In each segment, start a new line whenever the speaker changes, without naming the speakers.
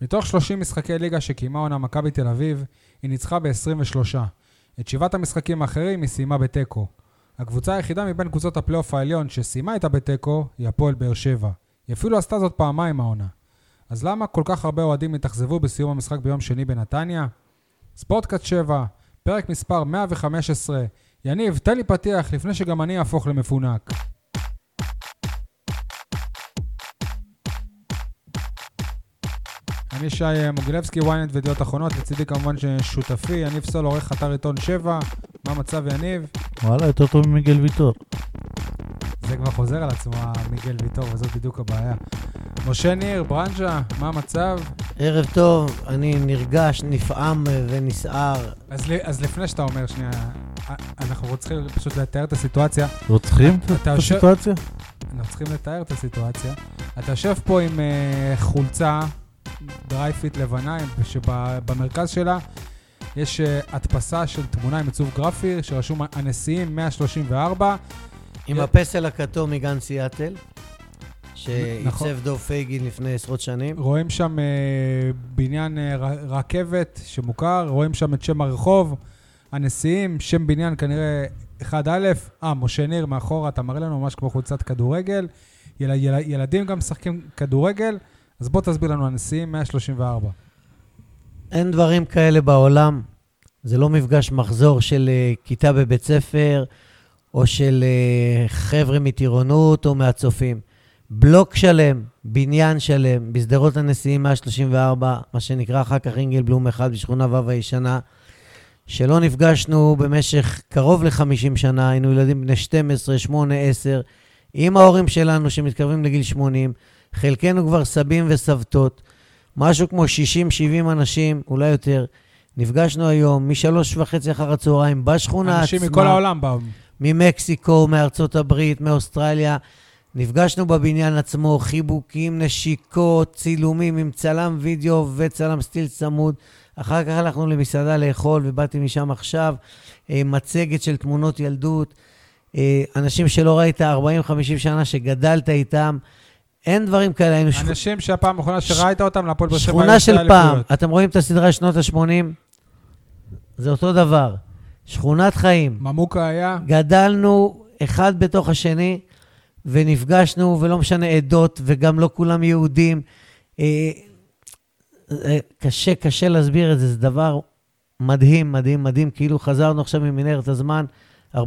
מתוך 30 משחקי ליגה שקיימה עונה מכבי תל אביב, היא ניצחה ב-23. את שבעת המשחקים האחרים היא סיימה בתיקו. הקבוצה היחידה מבין קבוצות הפלייאוף העליון שסיימה איתה בתיקו היא הפועל באר שבע. היא אפילו עשתה זאת פעמיים העונה. אז למה כל כך הרבה אוהדים התאכזבו בסיום המשחק ביום שני בנתניה? ספורטקאסט 7, פרק מספר 115. יניב, תן לי פתיח לפני שגם אני אהפוך למפונק. אני שי אה, מוגילבסקי, ynet וידיעות אחרונות, לצידי כמובן ששותפי, יניב סול, עורך אתר עיתון 7, מה המצב יניב?
וואלה, יותר טוב ממיגל ויטור.
זה כבר חוזר על עצמו, מיגל ויטור, וזאת בדיוק הבעיה. משה ניר, ברנז'ה, מה המצב?
ערב טוב, אני נרגש, נפעם אה, ונסער.
אז, ל- אז לפני שאתה אומר, שנייה, אה, אנחנו צריכים פשוט לתאר את הסיטואציה.
רוצחים את
אתה יושב-
הסיטואציה?
אנחנו צריכים לתאר את הסיטואציה. אתה יושב פה עם אה, חולצה דרייפיט לבנה, עם- שבמרכז שלה יש אה, הדפסה של תמונה עם עיצוב גרפי, שרשום הנשיאים 134.
עם
אה.
הפסל הכתום מגן סיאטל,
נכון.
שעיצב דוב פייגין לפני עשרות שנים.
רואים שם אה, בניין אה, ר- רכבת שמוכר, רואים שם את שם הרחוב, הנשיאים, שם בניין כנראה 1א. אה, משה ניר מאחורה, אתה מראה לנו ממש כמו חולצת כדורגל. יל, יל, ילדים גם משחקים כדורגל, אז בוא תסביר לנו, הנשיאים 134.
אין דברים כאלה בעולם. זה לא מפגש מחזור של אה, כיתה בבית ספר, או של אה, חבר'ה מטירונות או מהצופים. בלוק שלם, בניין שלם, בשדרות הנשיאים 134, מה שנקרא אחר כך אינגל בלום 1 בשכונה ו' הישנה, שלא נפגשנו במשך קרוב ל-50 שנה, היינו ילדים בני 12, 8, 10, עם ההורים שלנו שמתקרבים לגיל 80, חלקנו כבר סבים וסבתות, משהו כמו 60-70 אנשים, אולי יותר. נפגשנו היום משלוש וחצי אחר הצהריים בשכונה
אנשים
עצמה.
מכל העולם באו.
ממקסיקו, מארצות הברית, מאוסטרליה. נפגשנו בבניין עצמו, חיבוקים, נשיקות, צילומים עם צלם וידאו וצלם סטיל צמוד. אחר כך הלכנו למסעדה לאכול, ובאתי משם עכשיו. אה, מצגת של תמונות ילדות. אה, אנשים שלא ראית 40-50 שנה, שגדלת איתם. אין דברים כאלה, היינו שכ...
אנשים שהפעם האחרונה שראית אותם, להפועל באר שבע, היו
שכונה
שתי
של פעם.
אליפויות.
אתם רואים את הסדרה שנות ה-80? זה אותו דבר. שכונת חיים.
ממוקה היה,
גדלנו אחד בתוך השני, ונפגשנו, ולא משנה עדות, וגם לא כולם יהודים. אה, אה, קשה, קשה להסביר את זה, זה דבר מדהים, מדהים, מדהים. כאילו חזרנו עכשיו ממנהרת הזמן 40-50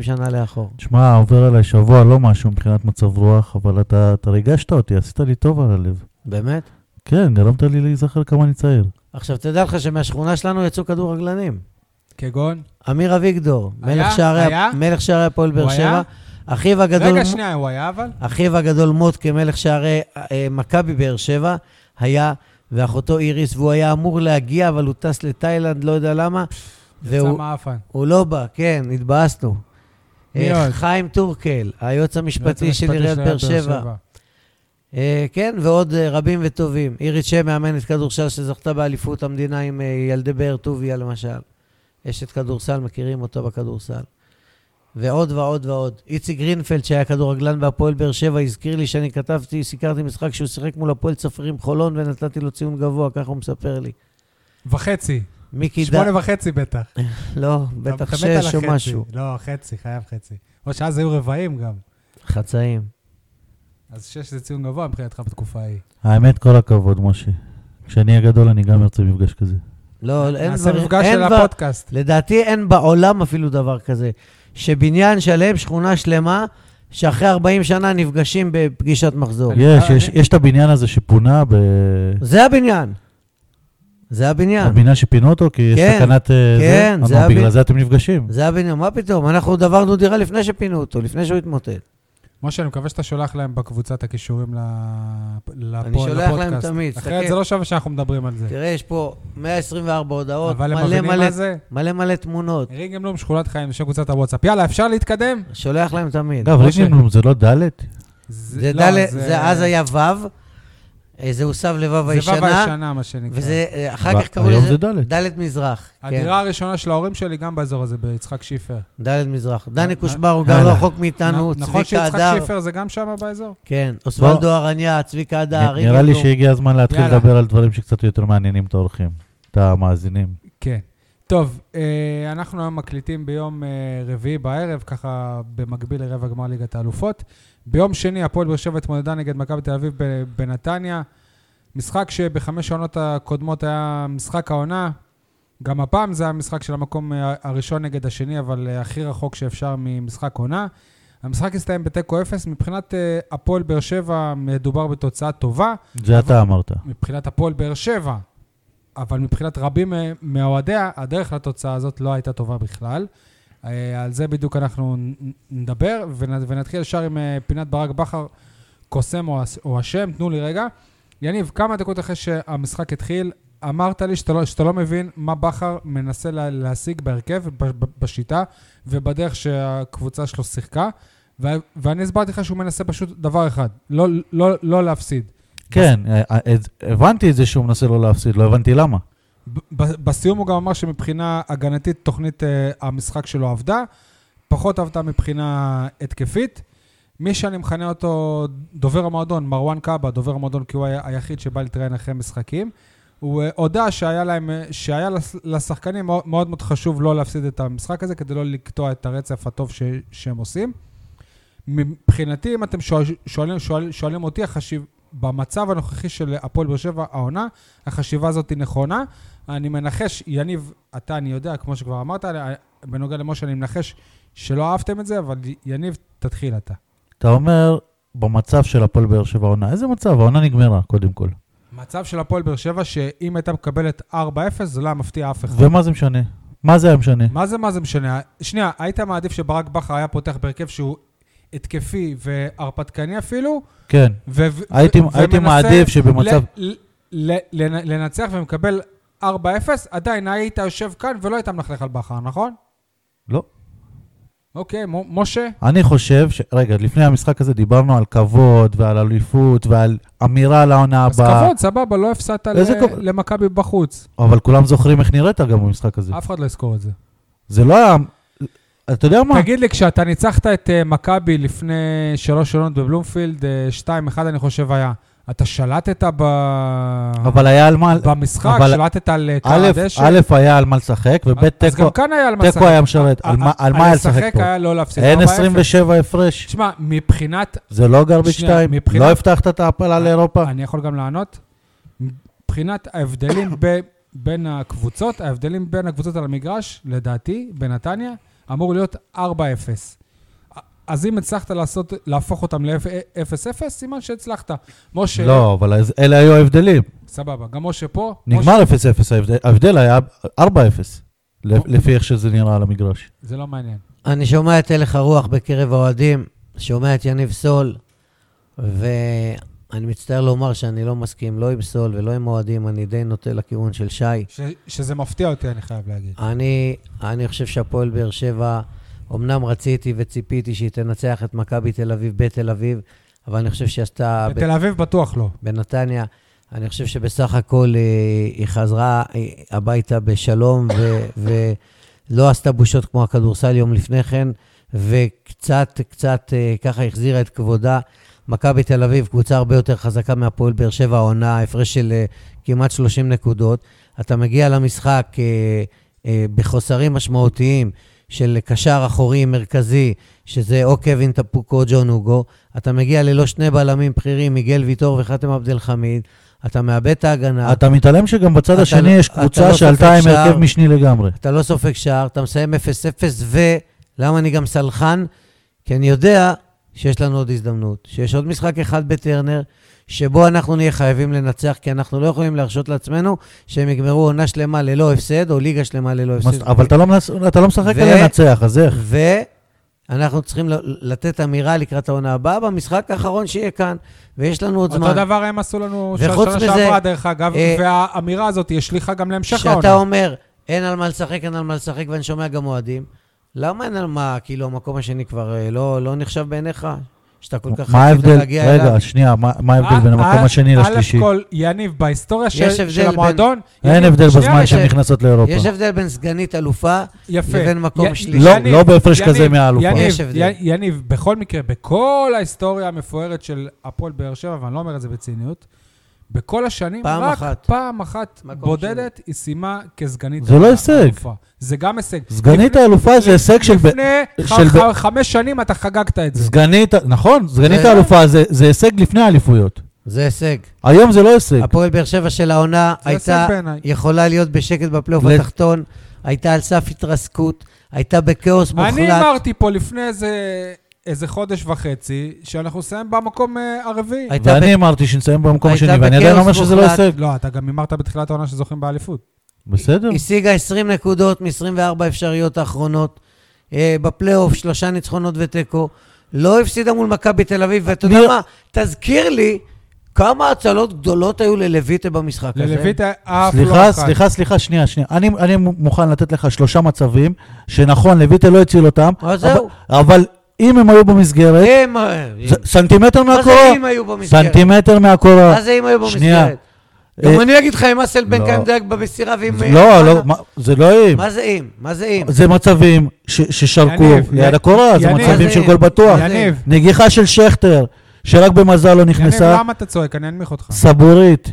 שנה לאחור.
תשמע, עובר עליי שבוע לא משהו מבחינת מצב רוח, אבל אתה אתה ריגשת אותי, עשית לי טוב על הלב.
באמת?
כן, גרמת לי להיזכר כמה אני צעיר.
עכשיו, תדע לך שמהשכונה שלנו יצאו כדורגלנים.
כגון?
אמיר אביגדור,
היה?
מלך שערי-
היה?
מלך שערי הפועל באר
הוא היה?
שבע. אחיו הגדול...
רגע, שנייה, הוא היה אבל?
אחיו הגדול מוט כמלך שערי אה, מכבי באר שבע היה, ואחותו איריס, והוא היה אמור להגיע, אבל הוא טס לתאילנד, לא יודע למה,
יצא
והוא
מעפן.
הוא לא בא, כן, התבאסנו.
מי
אה,
עוד?
חיים טורקל, היועץ המשפטי
היועץ
של
המשפטי
עיריית באר שבע.
שבע.
אה, כן, ועוד אה, רבים וטובים. אירית שם, מאמנת כדורסל שזכתה באליפות המדינה עם אה, ילדי באר טוביה, למשל. אשת כדורסל, מכירים אותה בכדורסל. ועוד ועוד ועוד. איציק גרינפלד, שהיה כדורגלן בהפועל באר שבע, הזכיר לי שאני כתבתי, סיקרתי משחק שהוא שיחק מול הפועל צפרים חולון ונתתי לו ציון גבוה, ככה הוא מספר לי.
וחצי,
מיקי דן,
שמונה וחצי בטח.
לא,
אתה
בטח
מת על
שש או
החצי.
משהו.
לא, חצי, חייב חצי. או שאז היו רבעים גם.
חצאים.
אז שש זה ציון גבוה מבחינתך בתקופה ההיא.
האמת, כל הכבוד, משה. כשאני אהיה גדול, אני גם ארצה מפגש כזה.
לא, אין דברים, אין
נעשה מפגש של
דבר-
הפודקאסט.
לדעתי אין בעולם אפילו דבר כזה, שבניין שלם, שכונה שלמה, שאחרי 40 שנה נפגשים בפגישת מחזור.
יש,
אני-
יש- יש את הבניין הזה שפונה, ב-
זה הבניין. זה הבניין.
הבניין שפינו אותו, כי יש
כן,
סכנת... אה,
כן,
אמרו,
זה הבניין.
בגלל זה אתם נפגשים.
זה הבניין, מה פתאום? אנחנו דברנו דירה לפני שפינו אותו, לפני שהוא התמוטט.
משה, אני מקווה שאתה שולח להם בקבוצה את הכישורים ל- לפ-
אני שולח להם
לפודקאסט.
תמיד,
אחרת
תסתכל.
זה לא שווה שאנחנו מדברים על זה.
תראה, יש פה 124 הודעות,
אבל הם
מלא
מבינים
מלא,
מה זה?
מלא מלא תמונות.
רינגלום, שכונת חיים, שם קבוצת הוואטסאפ. יאללה, אפשר להתקדם?
שולח
לא,
להם תמיד.
אגב,
משה.
ריגלינום זה לא ד'?
זה
לא,
ד', זה אז היה ו', אה, זה הוסב לו"ב
זה ו"ב
הישנה,
הישנה, מה שנקרא.
וזה, אה, אחר
ו-
כך קראו
היום
לזה
זה ד'.
ד' מזרח. כן,
הדירה הראשונה של ההורים שלי גם באזור הזה, ביצחק שיפר.
ד' מזרח. דני
נ-
קושבר הוא גר לא
הלאה.
רחוק מאיתנו,
נ- נכון
צביקה
שיצחק
הדר.
שיפר זה גם שם באזור?
כן, אוסוולדו ארניה, צביקה הדר,
נראה לי
ריגלדור.
שהגיע הזמן להתחיל
יאללה.
לדבר על דברים שקצת יותר מעניינים את האורחים, את המאזינים.
כן. טוב, אה, אנחנו היום מקליטים ביום אה, רביעי בערב, ככה במקביל לרבע גמר ליגת האלופות. ביום שני הפועל באר שבע התמודדה נגד מכבי תל אביב ב- בנתניה. משחק שבחמש העונות הקודמות היה משחק העונה. גם הפעם זה היה משחק של המקום אה, הראשון נגד השני, אבל אה, הכי רחוק שאפשר ממשחק עונה. המשחק הסתיים בתיקו אפס. מבחינת אה, הפועל באר שבע מדובר בתוצאה טובה.
זה אתה אמרת.
מבחינת הפועל באר שבע, אבל מבחינת רבים מה- מאוהדיה, הדרך לתוצאה הזאת לא הייתה טובה בכלל. אה, על זה בדיוק אנחנו נ- נדבר, ונ- ונתחיל ישר עם אה, פינת ברק בכר, קוסם או אס- או אשם, תנו לי רגע. יניב, כמה דקות אחרי שהמשחק התחיל, אמרת לי שאתה לא, שאתה לא מבין מה בכר מנסה לה, להשיג בהרכב, ב, ב, בשיטה ובדרך שהקבוצה שלו שיחקה, ו, ואני הסברתי לך שהוא מנסה פשוט דבר אחד, לא, לא, לא להפסיד.
כן, אה, אה, אה, הבנתי את זה שהוא מנסה לא להפסיד, לא הבנתי למה.
ב- בסיום הוא גם אמר שמבחינה הגנתית תוכנית אה, המשחק שלו עבדה, פחות עבדה מבחינה התקפית. מי שאני מכנה אותו דובר המועדון, מרואן קאבה, דובר המועדון כי הוא היה היחיד שבא להתראיין אחרי משחקים, הוא אה, הודה שהיה, להם, אה, שהיה לס- לשחקנים מאוד מאוד מאוד חשוב לא להפסיד את המשחק הזה כדי לא לקטוע את הרצף הטוב ש, שהם עושים. מבחינתי, אם אתם שואל, שואלים, שואל, שואלים אותי, החשיב, במצב הנוכחי של הפועל באר שבע העונה, החשיבה הזאת היא נכונה. אני מנחש, יניב, אתה, אני יודע, כמו שכבר אמרת, אני- בנוגע למשה, אני מנחש שלא אהבתם את זה, אבל יניב, תתחיל אתה.
אתה אומר, במצב של הפועל באר שבע העונה, איזה מצב? העונה נגמרה, קודם כל.
מצב של הפועל באר שבע, שאם הייתה מקבלת 4-0, זה לא היה מפתיע אף אחד.
ומה זה משנה? מה זה היה משנה?
מה זה, מה זה משנה? שנייה, היית מעדיף שברק בכר היה פותח בהרכב שהוא התקפי והרפתקני אפילו,
כן.
ו- ו-
הייתי-
ו-
הייתי
ומנסה
מעדיף שבמצב-
ל- ל- ל- לנצח ומקבל 4-0, עדיין היית יושב כאן ולא היית מלכלך על בכר, נכון?
לא.
אוקיי, מ- משה?
אני חושב ש... רגע, לפני המשחק הזה דיברנו על כבוד ועל אליפות ועל אמירה לעונה
אז
הבאה.
כבוד, סבבה, לא הפסדת ל-
איזה כבוד?
למכבי בחוץ.
אבל כולם זוכרים איך נראית גם במשחק הזה.
אף אחד לא יזכור את זה.
זה לא היה... אתה יודע מה?
תגיד לי, כשאתה ניצחת את אה, מכבי לפני שלוש עונות בבלומפילד, אה, 2-1 אני חושב היה, אתה שלטת ב...
אבל היה על מה...
במשחק,
אבל-
שלטת על אה, קהל
א',
הדשא?
א' היה על מה לשחק, וב'
אז גם
תיקו-
כאן היה על מה
תיקו
לשחק.
היה משרת. על מה- על מה היה לשחק פה?
לשחק היה לא להפסיד.
אין
4-0.
27 הפרש.
תשמע, מבחינת...
זה לא גרביץ'
שנייה,
2?
מבחינת-
לא הבטחת את ההפלה לאירופה?
אני יכול גם לענות? מבחינת ההבדלים ב- בין הקבוצות, ההבדלים בין הקבוצות על המגרש, לדעתי, בנתניה, אמור להיות 4-0. אז אם הצלחת לעשות, להפוך אותם ל-0-0, סימן שהצלחת. משה,
לא, אבל אז- אלה היו ההבדלים.
סבבה, גם משה פה. משה,
נגמר 0-0, ההבדל- ההבדל היה 4-0, לפ- לפי איך שזה נראה על המגרש.
זה לא מעניין.
אני שומע את הלך הרוח בקרב האוהדים, שומע את יניב סול, ואני מצטער לומר שאני לא מסכים לא עם סול ולא עם אוהדים, אני די נוטה לכיוון של שי.
ש- שזה מפתיע אותי, אני חייב להגיד.
אני, אני חושב שהפועל באר שבע, אמנם רציתי וציפיתי שהיא תנצח את מכבי תל אביב בתל אביב, אבל אני חושב שהיא עשתה...
בתל אביב בטוח לא.
בנתניה. אני חושב שבסך הכל אה, היא חזרה אה, הביתה בשלום ו, ולא לא עשתה בושות כמו הכדורסל יום לפני כן, וקצת, קצת אה, ככה החזירה את כבודה. מכבי תל אביב, קבוצה הרבה יותר חזקה מהפועל באר שבע, העונה, הפרש של אה, כמעט 30 נקודות. אתה מגיע למשחק אה, אה, בחוסרים משמעותיים של קשר אחורי מרכזי, שזה או קווין טפוק או ג'ון הוגו. אתה מגיע ללא שני בלמים בכירים, מיגל ויטור וחתם עבד אל חמיד. אתה מאבד את ההגנה, אתה,
אתה מתעלם שגם בצד
אה. אתה
השני
לא-
יש
אתה לא
קבוצה
סופג
שעלתה עם
שער.
הרכב משני לגמרי.
אתה לא סופג שער, אתה מסיים 0-0, ולמה אני גם סלחן? כי אני יודע שיש לנו עוד הזדמנות, שיש עוד משחק אחד בטרנר, שבו אנחנו נהיה חייבים לנצח, כי אנחנו לא יכולים להרשות לעצמנו שהם יגמרו עונה שלמה ללא הפסד, או ליגה שלמה ללא
מה
הפסד.
זאת- אבל אתה לא מנס- אתה לא משחק
ו-
על לנצח, אז איך?
ואנחנו צריכים ל- לתת אמירה לקראת העונה הבאה, במשחק האחרון שיהיה כאן, ויש לנו עוד זמן.
אותו דבר הם עשו לנו של
וחוץ
שנה
מזה,
שעברה, דרך אגב,
אה,
והאמירה הזאת היא השליכה גם להמשך העונה.
כשאתה אומר, אין על מה לשחק, אין על מה לשחק, ואני שומע גם אוהדים, למה אין על מה, כאילו, המקום השני כבר אה, לא, לא נחשב בעיניך? שאתה כל כך
מה
רצית
ההבדל,
להגיע אליו.
רגע, שנייה, מה מה ההבדל בין
אה,
המקום השני
א'
לשלישי?
כל, יניב, בהיסטוריה של-
יש הבדל
של המועדון...
אין
יניב,
הבדל
שנייה,
בזמן
יש-
שהן נכנסות לאירופה.
יש הבדל בין סגנית אלופה
יפה.
לבין מקום
י-
שלישי.
לא,
יניב,
לא בהפרש
יניב,
כזה מהאלופה.
יניב,
יש הבדל.
י- יניב, בכל מקרה, בכל ההיסטוריה המפוארת של הפועל באר שבע, ואני לא אומר את זה בציניות, בכל השנים,
פעם
רק
אחת.
פעם אחת
מקום
בודדת, היא סיימה כסגנית.
זה לא
ה-
הישג.
האלופה. זה גם הישג.
סגנית
לפני-
האלופה זה הישג של... ב-
לפני
של
ח- ח- חמש שנים אתה חגגת את זה.
סגנית, נכון, סגנית
זה-
האלופה זה- זה הישג לפני האליפויות.
זה הישג.
היום זה לא הישג.
הפועל באר שבע של העונה
זה הישג
הייתה
בעיניי.
יכולה להיות בשקט בפלייאוף
ל-
התחתון, הייתה על סף התרסקות, הייתה בכאוס
אני
מוחלט,
אמרתי פה לפני איזה- איזה חודש וחצי, שאנחנו נסיים במקום אה, הרביעי.
הייתה
ואני אמרתי שנסיים במקום
הייתה
השני, ואני עדיין
בכאוס
אומר שזה לא
מוחלט.
הישג.
לא, אתה גם הימרת בתחילת העונה שזוכים באליפות.
בסדר.
השיגה 20 נקודות מ-24 אפשריות האחרונות, אה, בפלייאוף שלושה ניצחונות ותיקו, לא הפסידה מול מכבי תל אביב, ואתה יודע
ניר-
מה, תזכיר לי כמה הצלות גדולות היו ללויטה במשחק הזה.
ללויטה אף לא
סליחה,
אחת.
סליחה, סליחה, שנייה, שנייה. אני, אני מוכן לתת לך שלושה מצבים, שנכון, לויטה לא הציל אותם,
אז
אבל,
זהו.
אבל אם הם היו במסגרת,
הם... אה,
ס- סנטימטר
מה זה
מהקורה,
אם היו במסגרת?
סנטימטר מהקורה.
מה זה אם היו
שנייה.
במסגרת?
אה,
גם אני אגיד לך אם אסלבנק
לא.
היה מדייק במסירה ואם...
לא, לא, מה- זה לא אם.
מה זה אם? מה זה אם?
זה מצבים ש- ששרקו
יניב,
ליד
י-
הקורה, זה
יניב.
מצבים
זה
של
אם.
גול בטוח.
זה
יניב,
נגיחה של שכטר, שרק במזל לא
יניב,
נכנסה,
למה אתה צועק? אני אנמיך אותך.
סבורית,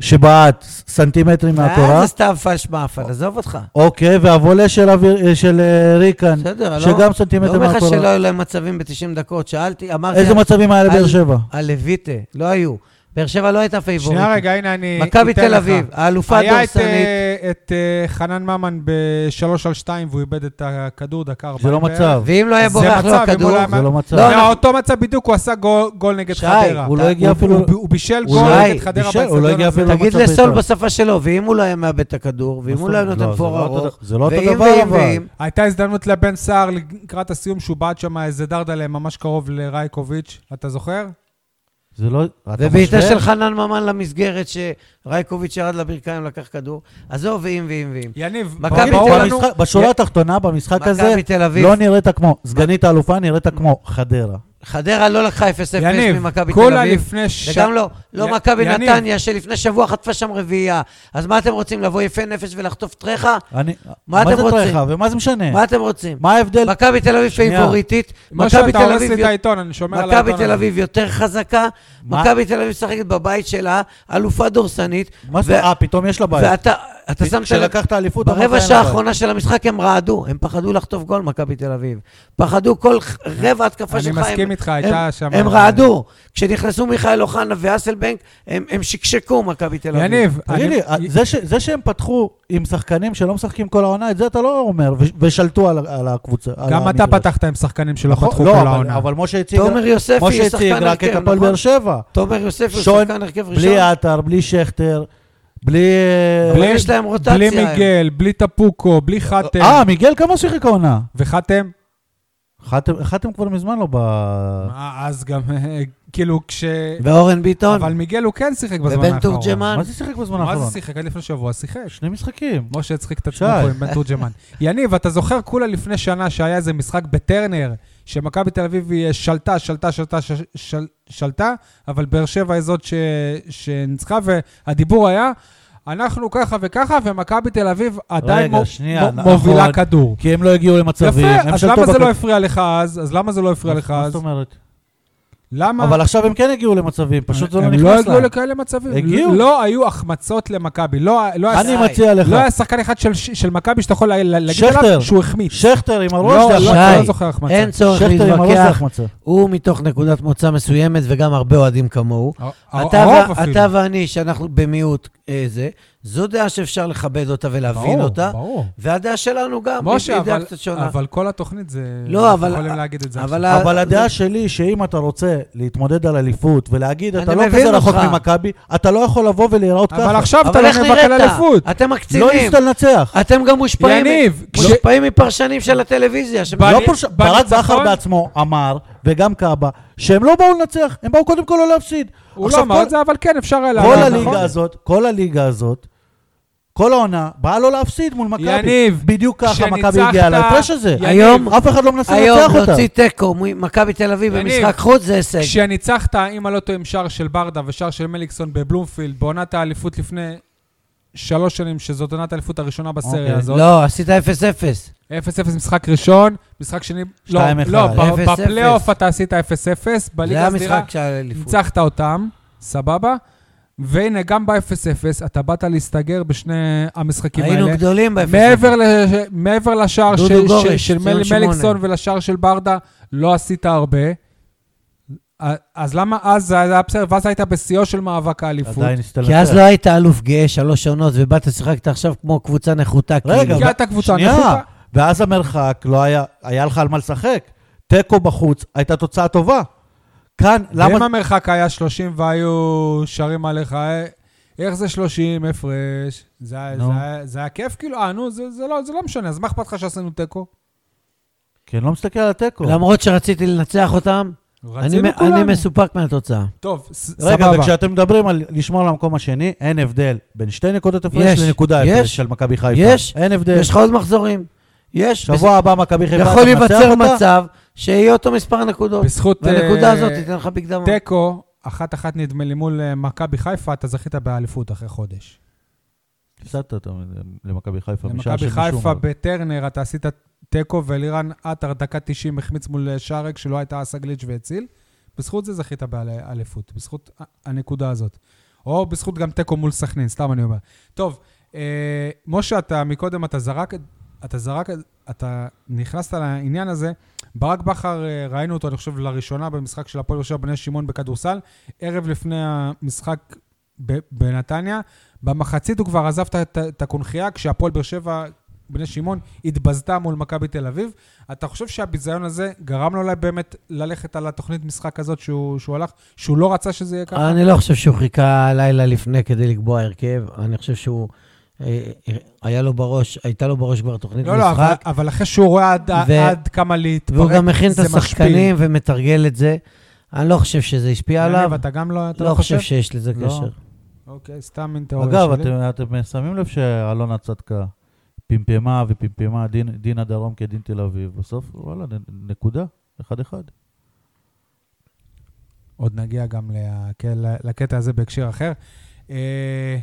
שבעט סנטימטרים
אה,
מהקורה,
זה סתם פלש מאפל, עזוב אותך.
אוקיי, והוולה של אביר- של אה, ריקן,
בסדר, לא...
שגם סנטימטר
לא אומר לך שלא
מהקורה.
היו להם מצבים ב-90 דקות, שאלתי, אמרתי...
איזה מצבים היה לבאר
על-
שבע?
הלויטה, לא היו. באר שבע לא הייתה פייבוריטית.
שנייה רגע, הנה אני...
מכבי
אתן
תל
לך.
אביב, האלופה
היה את,
הדורסנית.
אה, את אה, חנן ממן בשלוש על שתיים והוא איבד את הכדור דקה ארבעים.
זה לא
בערך.
מצב,
ואם לא היה
זה
בורח לו
מצב, אם
הכדור...
הוא לא היה-
זה לא מצב.
לא,
זה אותו מצב בדיוק, הוא עשה גול- גול נגד
שי,
חדרה.
הוא לא הגיע
הוא-
אפילו...
הוא- הוא בישל
הוא
גול
לא-
נגד חדרה
בישל, הוא לא
באצטדיון
הגיע
הזה.
אפילו
תגיד
למצב
לסול
בעיטה.
בשפה שלו, ואם הוא לא היה מאבד את הכדור, ואם הוא לא היה
לא,
נותן
זה
פור
לא אותו
ארוך,
ד- זה לא אותו
ואם,
דבר,
ואם,
אבל.
ואם,
הייתה הזדמנות לבן סער לקראת הסיום שהוא בעט שם איזה דרדלה ממש קרוב לרייקוביץ', אתה זוכר?
זה לא... אתה
ובעיטה
משווה?
של חנן ממן למסגרת שרייקוביץ' ירד לברכיים, לקח כדור. עזוב, ואם ואם ואם.
יניב,
מכבי
ברור
תל
לנו-
במשחק- בשורה התחתונה, במשחק הזה,
מכבי תל אביב,
לא נראית כמו, סגנית האלופה נראית כמו חדרה.
חדרה לא לקחה 0-0
יניב,
ממכבי תל
כולה
אביב.
לפני ש...
וגם לא, לא
י-
מכבי
יניב.
נתניה, שלפני שבוע חטפה שם רביעייה. אז מה אתם רוצים, לבוא יפה נפש ולחטוף טרחה?
אני-
מה אתם
זה
רוצים?
טרחה ומה זה משנה?
מה אתם רוצים?
מה ההבדל?
מכבי תל אביב
שנייה.
פייבוריטית,
מה
מכבי
שאתה
תל
הורס לי
אביב
את העיתון, אני שומר על
מכבי
העיתון.
תל
הזה.
אביב יותר חזקה,
מה-
מכבי תל אביב משחקת בבית שלה, אלופה דורסנית,
מה זאת
ו-
אומרת? אה, פתאום יש לה בעיה.
ואתה אתה שמת לב,
שלקחת אליפות...
ברבע
אמרת,
שעה
נכון.
אין לה בעיה.
האחרונה של המשחק הם רעדו, הם פחדו לחטוף גול, מכבי תל אביב. פחדו כל ח- רבע התקפה
אני
שלך, הם-
מסכים איתך, הייתה
הם-
שם...
הם רעדו. כשנכנסו מיכאל אוחנה ואסלבנק, הם הם שקשקו, מכבי תל אביב.
יניב,
תגיד לי, אה,
אני-
זה ש- זה שהם פתחו עם שחקנים שלא משחקים כל העונה, את זה אתה לא אומר, ו- ושלטו על ה- על הקבוצה. על
גם אתה
המגרש.
פתחת עם שחקנים שלא
לא, נכון,
פתחו
לא,
כל
אבל-
העונה.
אבל משה הציג...
תומר יוספי,
משה
הוא
הציג
שחקן
רק את
הרכב,
הפועל
נכון?
באר שבע.
תומר יוספי הוא
שון,
שחקן הרכב ראשון.
בלי עטר, בלי שכטר, בלי... אה,
אבל יש להם רוטציה.
בלי
הם.
מיגל, בלי טפוקו, בלי חתם.
אה, מיגל כמה שיחק העונה?
וחתם?
חתם- חתם כבר מזמן לא ב...
אה, אז גם, אה, כאילו, כש...
ואורן ביטון,
אבל מיגל הוא כן שיחק בזמן
ובן
האחרון.
תורג'מן.
מה זה שיחק בזמן
מה
האחרון?
זה שיחק? עד לפני שבוע שיחק.
שני משחקים.
משה הצחיק את
שי.
עצמו פה עם בן תורג'מן. יניב, אתה זוכר כולה לפני שנה שהיה איזה משחק בטרנר, שמכבי תל אביב היא אה, שלטה, שלטה, שלטה, ש- של- שלטה, אבל באר שבע היא זאת ש- שניצחה, והדיבור היה, אנחנו ככה וככה, ומכבי תל אביב עדיין
רגע,
מוב-
שנייה,
מוב- מובילה
נכון.
כדור.
כי הם לא הגיעו למצבים.
יפה,
הם
אז
שלטו
למה זה
בכ-
לא הפריע לך אז? אז למה זה לא הפריע לך
מה
אז?
זאת אומרת?
למה?
אבל עכשיו הם כן הגיעו למצבים, פשוט זה לא
הם לא
נכנס
הגיעו
להם.
לכאלה מצבים.
הגיעו.
לא היו החמצות למכבי. לא לא היה
אני
שי.
מציע לך,
לא היה שחקן אחד של- של מכבי שאתה יכול לה- להגיד
שכטר.
עליו שהוא החמיץ.
שכטר עם הראש
לא,
זה
לא,
החמצה.
אתה
שי,
לא זוכר החמצה.
אין צורך
שכטר עם הראש זה
להתווכח,
החמצה.
הוא מתוך נקודת מוצא מסוימת, וגם הרבה אוהדים כמוהו.
אה,
אתה,
הרוב
ו-
אפילו.
אתה ואני, שאנחנו במיעוט אה, זה, זו דעה שאפשר לכבד אותה ולהבין
ברור,
אותה, אה,
ברור.
והדעה שלנו גם,
משה,
היא דעה
אבל-
קצת שונה.
אבל כל התוכנית זה...
לא, אבל-
יכולים להגיד את זה
אבל
עכשיו.
ה-
אבל
זה-
הדעה שלי, שאם אתה רוצה להתמודד על אליפות ולהגיד, אתה
אני
לא
מבין
כזה רחוק
אותך.
ממכבי, אתה לא יכול לבוא ולהיראות ככה.
אבל עכשיו אתה
אבל
לא
איך
נאבק על
נראית?
אליפות.
אתם
לא
מקצינים.
ניסית לנצח.
אתם גם מושפעים
יניב,
מ- מושפעים מפרשנים של הטלוויזיה. ש-
בא-
לא
בנ-
פרש- ברק
בניצחון-
בכר בעצמו אמר, וגם קאבה, שהם לא באו לנצח, הם באו קודם כל לא להפסיד.
הוא לא
עכשיו,
אמר
כל-
את זה, אבל כן, אפשר היה
כל
להגיד, נכון?
הליגה הזאת, כל הליגה הזאת, כל העונה, באה לו להפסיד מול מכבי.
יניב,
בדיוק ככה מכבי
שניצחת-
הגיעה להפרש הזה.
יניב,
היום-
אף אחד לא מנסה
היום
לנצח אותה.
להוציא תיקו, מ- מכבי תל אביב
יניב,
במשחק חוץ זה הישג.
כשניצחת, אם אני לא טועה, עם שער של ברדה ושער של מליקסון בבלומפילד, בעונת האליפות לפני שלוש שנים, שזאת עונת האליפות הראשונה בסריה
אוקיי.
הזאת.
לא, עשית 0-0.
0-0 משחק ראשון, משחק שני... לא,
2-1.
לא, ב-
0-0.
בפלייאוף אתה עשית 0-0,
זה
בליגה
היה
הסדירה
משחק של האליפות.
ניצחת אותם, סבבה? והנה, גם ב-0-0 אתה באת להסתגר בשני המשחקים האלה.
היינו גדולים ב-0-0.
מעבר, לש... מעבר לשער
דודו
של,
גורש,
של, של
ציון
מל...
שמונה.
מליקסון ולשער של ברדה, לא עשית הרבה. אז למה אז זה היה בסדר, ואז היית בשיאו של מאבק האליפות.
עדיין ניסית
כי אז
לנצח.
לא היית אלוף גאה שלוש עונות, ובאת שיחקת עכשיו כמו קבוצה נחותה.
רגע,
כאילו.
כי הייתה קבוצה
שנייה,
נחותה.
ואז המרחק, לא היה, היה לך על מה לשחק. תיקו בחוץ, הייתה תוצאה טובה. כאן,
למה
למה...
המרחק היה 30 והיו שרים עליך, "אה, איך זה 30 הפרש? זה, היה-
נו.
זה, היה- זה היה כיף? כאילו, אה, נו, זה, זה, לא, זה לא משנה, אז מה אכפת לך שעשינו תיקו?
כי אני לא מסתכל על התיקו.
למרות שרציתי לנצח אותם, אני,
רצינו
מ-
כולנו.
אני מסופק מהתוצאה.
טוב, ס-
רגע,
סבבה.
וכשאתם מדברים על לשמור על המקום השני, אין הבדל בין שתי נקודות הפרש
יש,
לנקודה הפרש
יש,
של מכבי חיפה.
יש.
אין הבדל.
יש לך עוד מחזורים. יש.
שבוע הבא מכבי
בס-
חיפה,
יכול
אתה מנצח
להיווצר
אותה?
מצב שיהיה אותו מספר נקודות.
בזכות...
והנקודה
אה,
הזאת תיתן לך מקדמה.
תיקו, אחת-אחת נדמה לי מול אה, מכבי חיפה, אתה זכית באליפות אחרי חודש.
הפסדת אותם למכבי חיפה. משער
למכבי
של משום
חיפה
מה.
בטרנר אתה עשית תיקו, ואלירן עטר דקה 90 החמיץ מול שרק שלא הייתה אסה גליץ' והציל. בזכות זה זכית באליפות, בזכות ה- הנקודה הזאת. או בזכות גם תיקו מול סכנין, סתם אני אומר. טוב, אה, משה, אתה מקודם, אתה זרק, אתה זרק, אתה נכנסת לעניין הזה. ברק בכר, אה, ראינו אותו, אני חושב, לראשונה במשחק של הפועל יושב בני שמעון בכדורסל, ערב לפני המשחק ב- בנתניה. במחצית הוא כבר עזב את- את- את הקונכייה, כשהפועל באר שבע, בני שמעון, התבזתה מול מכבי תל אביב. אתה חושב שהביזיון הזה גרם לו אולי באמת ללכת על התוכנית משחק הזאת שהוא, שהוא הלך, שהוא לא רצה שזה יהיה ככה?
אני לא חושב שהוא חיכה לילה לפני כדי לקבוע הרכב. אני חושב שהוא... אה, אה, היה לו בראש, הייתה לו בראש כבר תוכנית
לא, לא, אבל,
אה, משחק,
אבל אחרי שהוא רואה עד,
ו-
עד כמה להתפרק,
והוא גם הכין את
זה
השחקנים ומתרגל את זה. אני לא חושב שזה השפיע
משפיל.
עליו,
יניב, אתה גם לא, אתה
לא חושב שיש לזה
לא.
קשר.
אוקיי, סתם אין תיאוריה שלי.
אגב, אתם, אתם שמים לב שאלונה צדקה פמפמה ופמפמה דין, דין הדרום כדין תל אביב. בסוף, וואלה, נ, נקודה, אחד-אחד.
עוד נגיע גם לק- לקטע הזה בהקשר אחר. אה,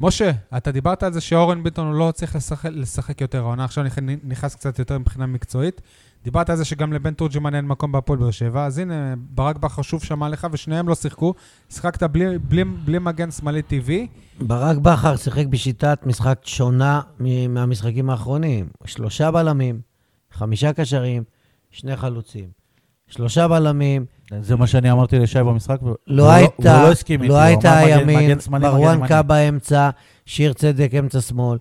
משה, אתה דיברת על זה שאורן ביטון הוא לא צריך לשחק, לשחק יותר העונה, עכשיו נכ- נכנס קצת יותר מבחינה מקצועית. דיברת על זה שגם לבן תורג'מן אין מקום בהפועל באר שבע, אז הנה, ברק בכר שוב שמע לך, ושניהם לא שיחקו. שיחקת בלי, בלי, בלי מגן שמאלי טבעי.
ברק בכר שיחק בשיטת משחק שונה מ- מהמשחקים האחרונים. שלושה בלמים, חמישה קשרים, שני חלוצים. שלושה בלמים,
זה מה שאני אמרתי לשי במשחק, והוא
לא הייתה,
הוא לא הסכים איתי.
לא
הוא
הייתה
אמר, "מגן-
הימין,
מגן שמאלי, מגן ימני".
מרואנקה באמצע, שיר צדק אמצע שמאל,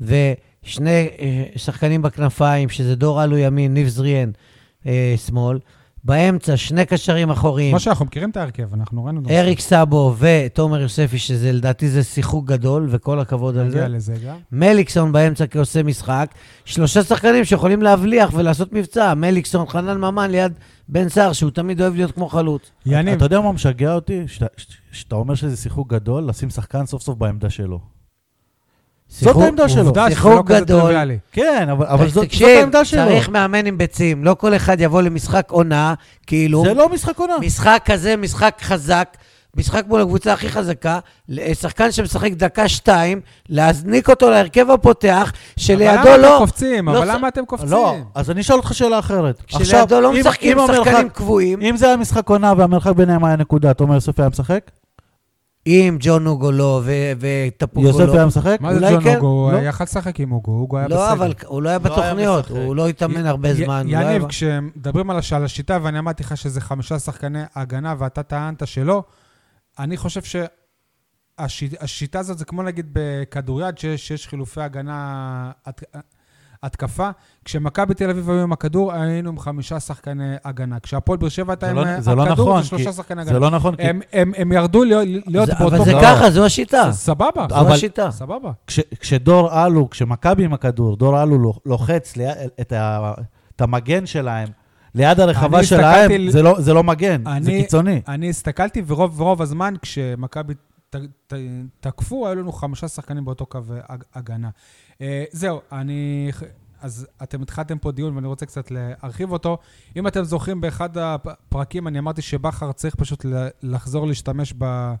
ושני אה, שחקנים בכנפיים, שזה דור אלו ימין, ניב זריאן אה, שמאל, באמצע שני קשרים אחוריים,
משה, אנחנו מכירים את ההרכב, אנחנו ראינו את המשחק.
אריק סאבו ותומר יוספי, שזה לדעתי זה שיחוק גדול, וכל הכבוד על זה.
נגיע לזה גם.
מליקסון באמצע כעושה משחק, שלושה שחקנים שיכולים להבליח ולעשות מבצע, מליקסון, חנן ממן ליד בן סער, שהוא תמיד אוהב להיות כמו חלוץ.
יניב,
אתה יודע מה משגע אותי? שאתה- ש- שאתה אומר שזה שיחוק גדול, לשים שחקן סוף סוף בעמדה שלו.
שיחוק-
העמדה שלו.
עובדה שזה לא
שיחוק
כזה
גדול.
טריוויאלי.
כן, אבל, אבל זאת, זאת
תקשיב,
העמדה שלו.
צריך מאמן עם ביצים, לא כל אחד יבוא למשחק עונה, כאילו,
זה לא משחק עונה.
משחק כזה, משחק חזק, משחק מול הקבוצה הכי חזקה, שחקן שמשחק דקה-שתיים, להזניק אותו להרכב הפותח,
אבל
שלידו
למה אתם
לא...
קופצים?
לא
אבל
ס-
למה אתם
לא,
קופצים?
אז אני אשאל אותך שאלה אחרת.
שלידו לא
אם-
משחקים
אם המרחק-
שחקנים קבועים.
אם זה היה משחק עונה והמרחק ביניהם היה נקודה, תומר יוסף היה משחק?
אם ג'ון אוגו לא ו- וטפוקו לא...
יוסף היה משחק?
מה זה
אולי
ג'ון
כן,
הוגו? הוא
לא.
יכל לשחק עם הוגו, הוגו היה בסדר.
לא, אבל הוא לא היה
לא היה
בתוכניות,
משחק.
הוא לא התאמן הרבה
י-
זמן. הוא לא היה-
יניב, כשמדברים על הש- על השיטה, ואני אמרתי לך שזה חמישה שחקני הגנה, ואתה טענת שלא, אני חושב שהשיטה הזאת זה כמו נגיד בכדוריד, שיש שיש חילופי הגנה, הת- התקפה. כשמכבי תל אביב היו עם הכדור, היינו עם חמישה שחקני הגנה. כשהפועל באר שבע הייתה
זה
עם
לא- זה לא
הכדור,
נכון,
זה שלושה
כי-
שחקני
זה
הגנה.
לא נכון, כי
הם- הם הם ירדו להיות להיות
זה-
באותו...
אבל זה
גובה.
ככה, זו השיטה.
סבבה,
זו
אבל-
השיטה.
סבבה.
כש- כשדור אלו, כשמכבי עם הכדור, דור אלו לוח- לוחץ לי- את ה- את המגן שלהם ליד הרחבה
אני
שלהם,
הסתכלתי-
זה לא- זה לא מגן, זה
אני-
קיצוני.
אני הסתכלתי, ורוב רוב הזמן כשמכבי ת- ת- תקפו, היו לנו חמישה שחקנים באותו קו אה, הג- הגנה. אה, זהו, אני... ח- אז אתם התחלתם פה דיון ואני רוצה קצת להרחיב אותו. אם אתם זוכרים, באחד הפרקים אני אמרתי שבכר צריך פשוט ל- לחזור להשתמש ב...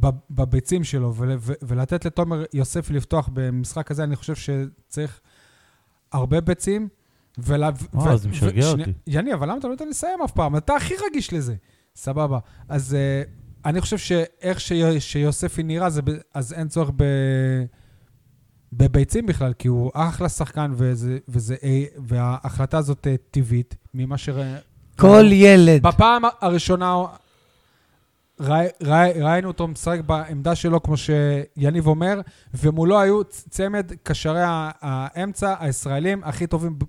ב- בביצים שלו ול- ו- ולתת לתומר יוסף לפתוח במשחק הזה, אני חושב שצריך הרבה ביצים. ולה...
אה,
ו-
אז זה
ו-
משגע
שני-
אותי.
יני, אבל למה אתה לא נותן לי לסיים אף פעם? אתה הכי רגיש לזה. סבבה. אז אה, אני חושב שאיך שי- שיוספי נראה, זה ב- אז אין צורך ב... בביצים בכלל, כי הוא אחלה שחקן, וזה, וזה, אה, וההחלטה הזאת אה, טבעית, ממה ש...
כל ילד,
בפעם הראשונה ראי, ראי, ראינו אותו משחק בעמדה שלו, כמו שיניב אומר, ומולו היו צ- צמד קשרי ה- האמצע הישראלים הכי טובים ב-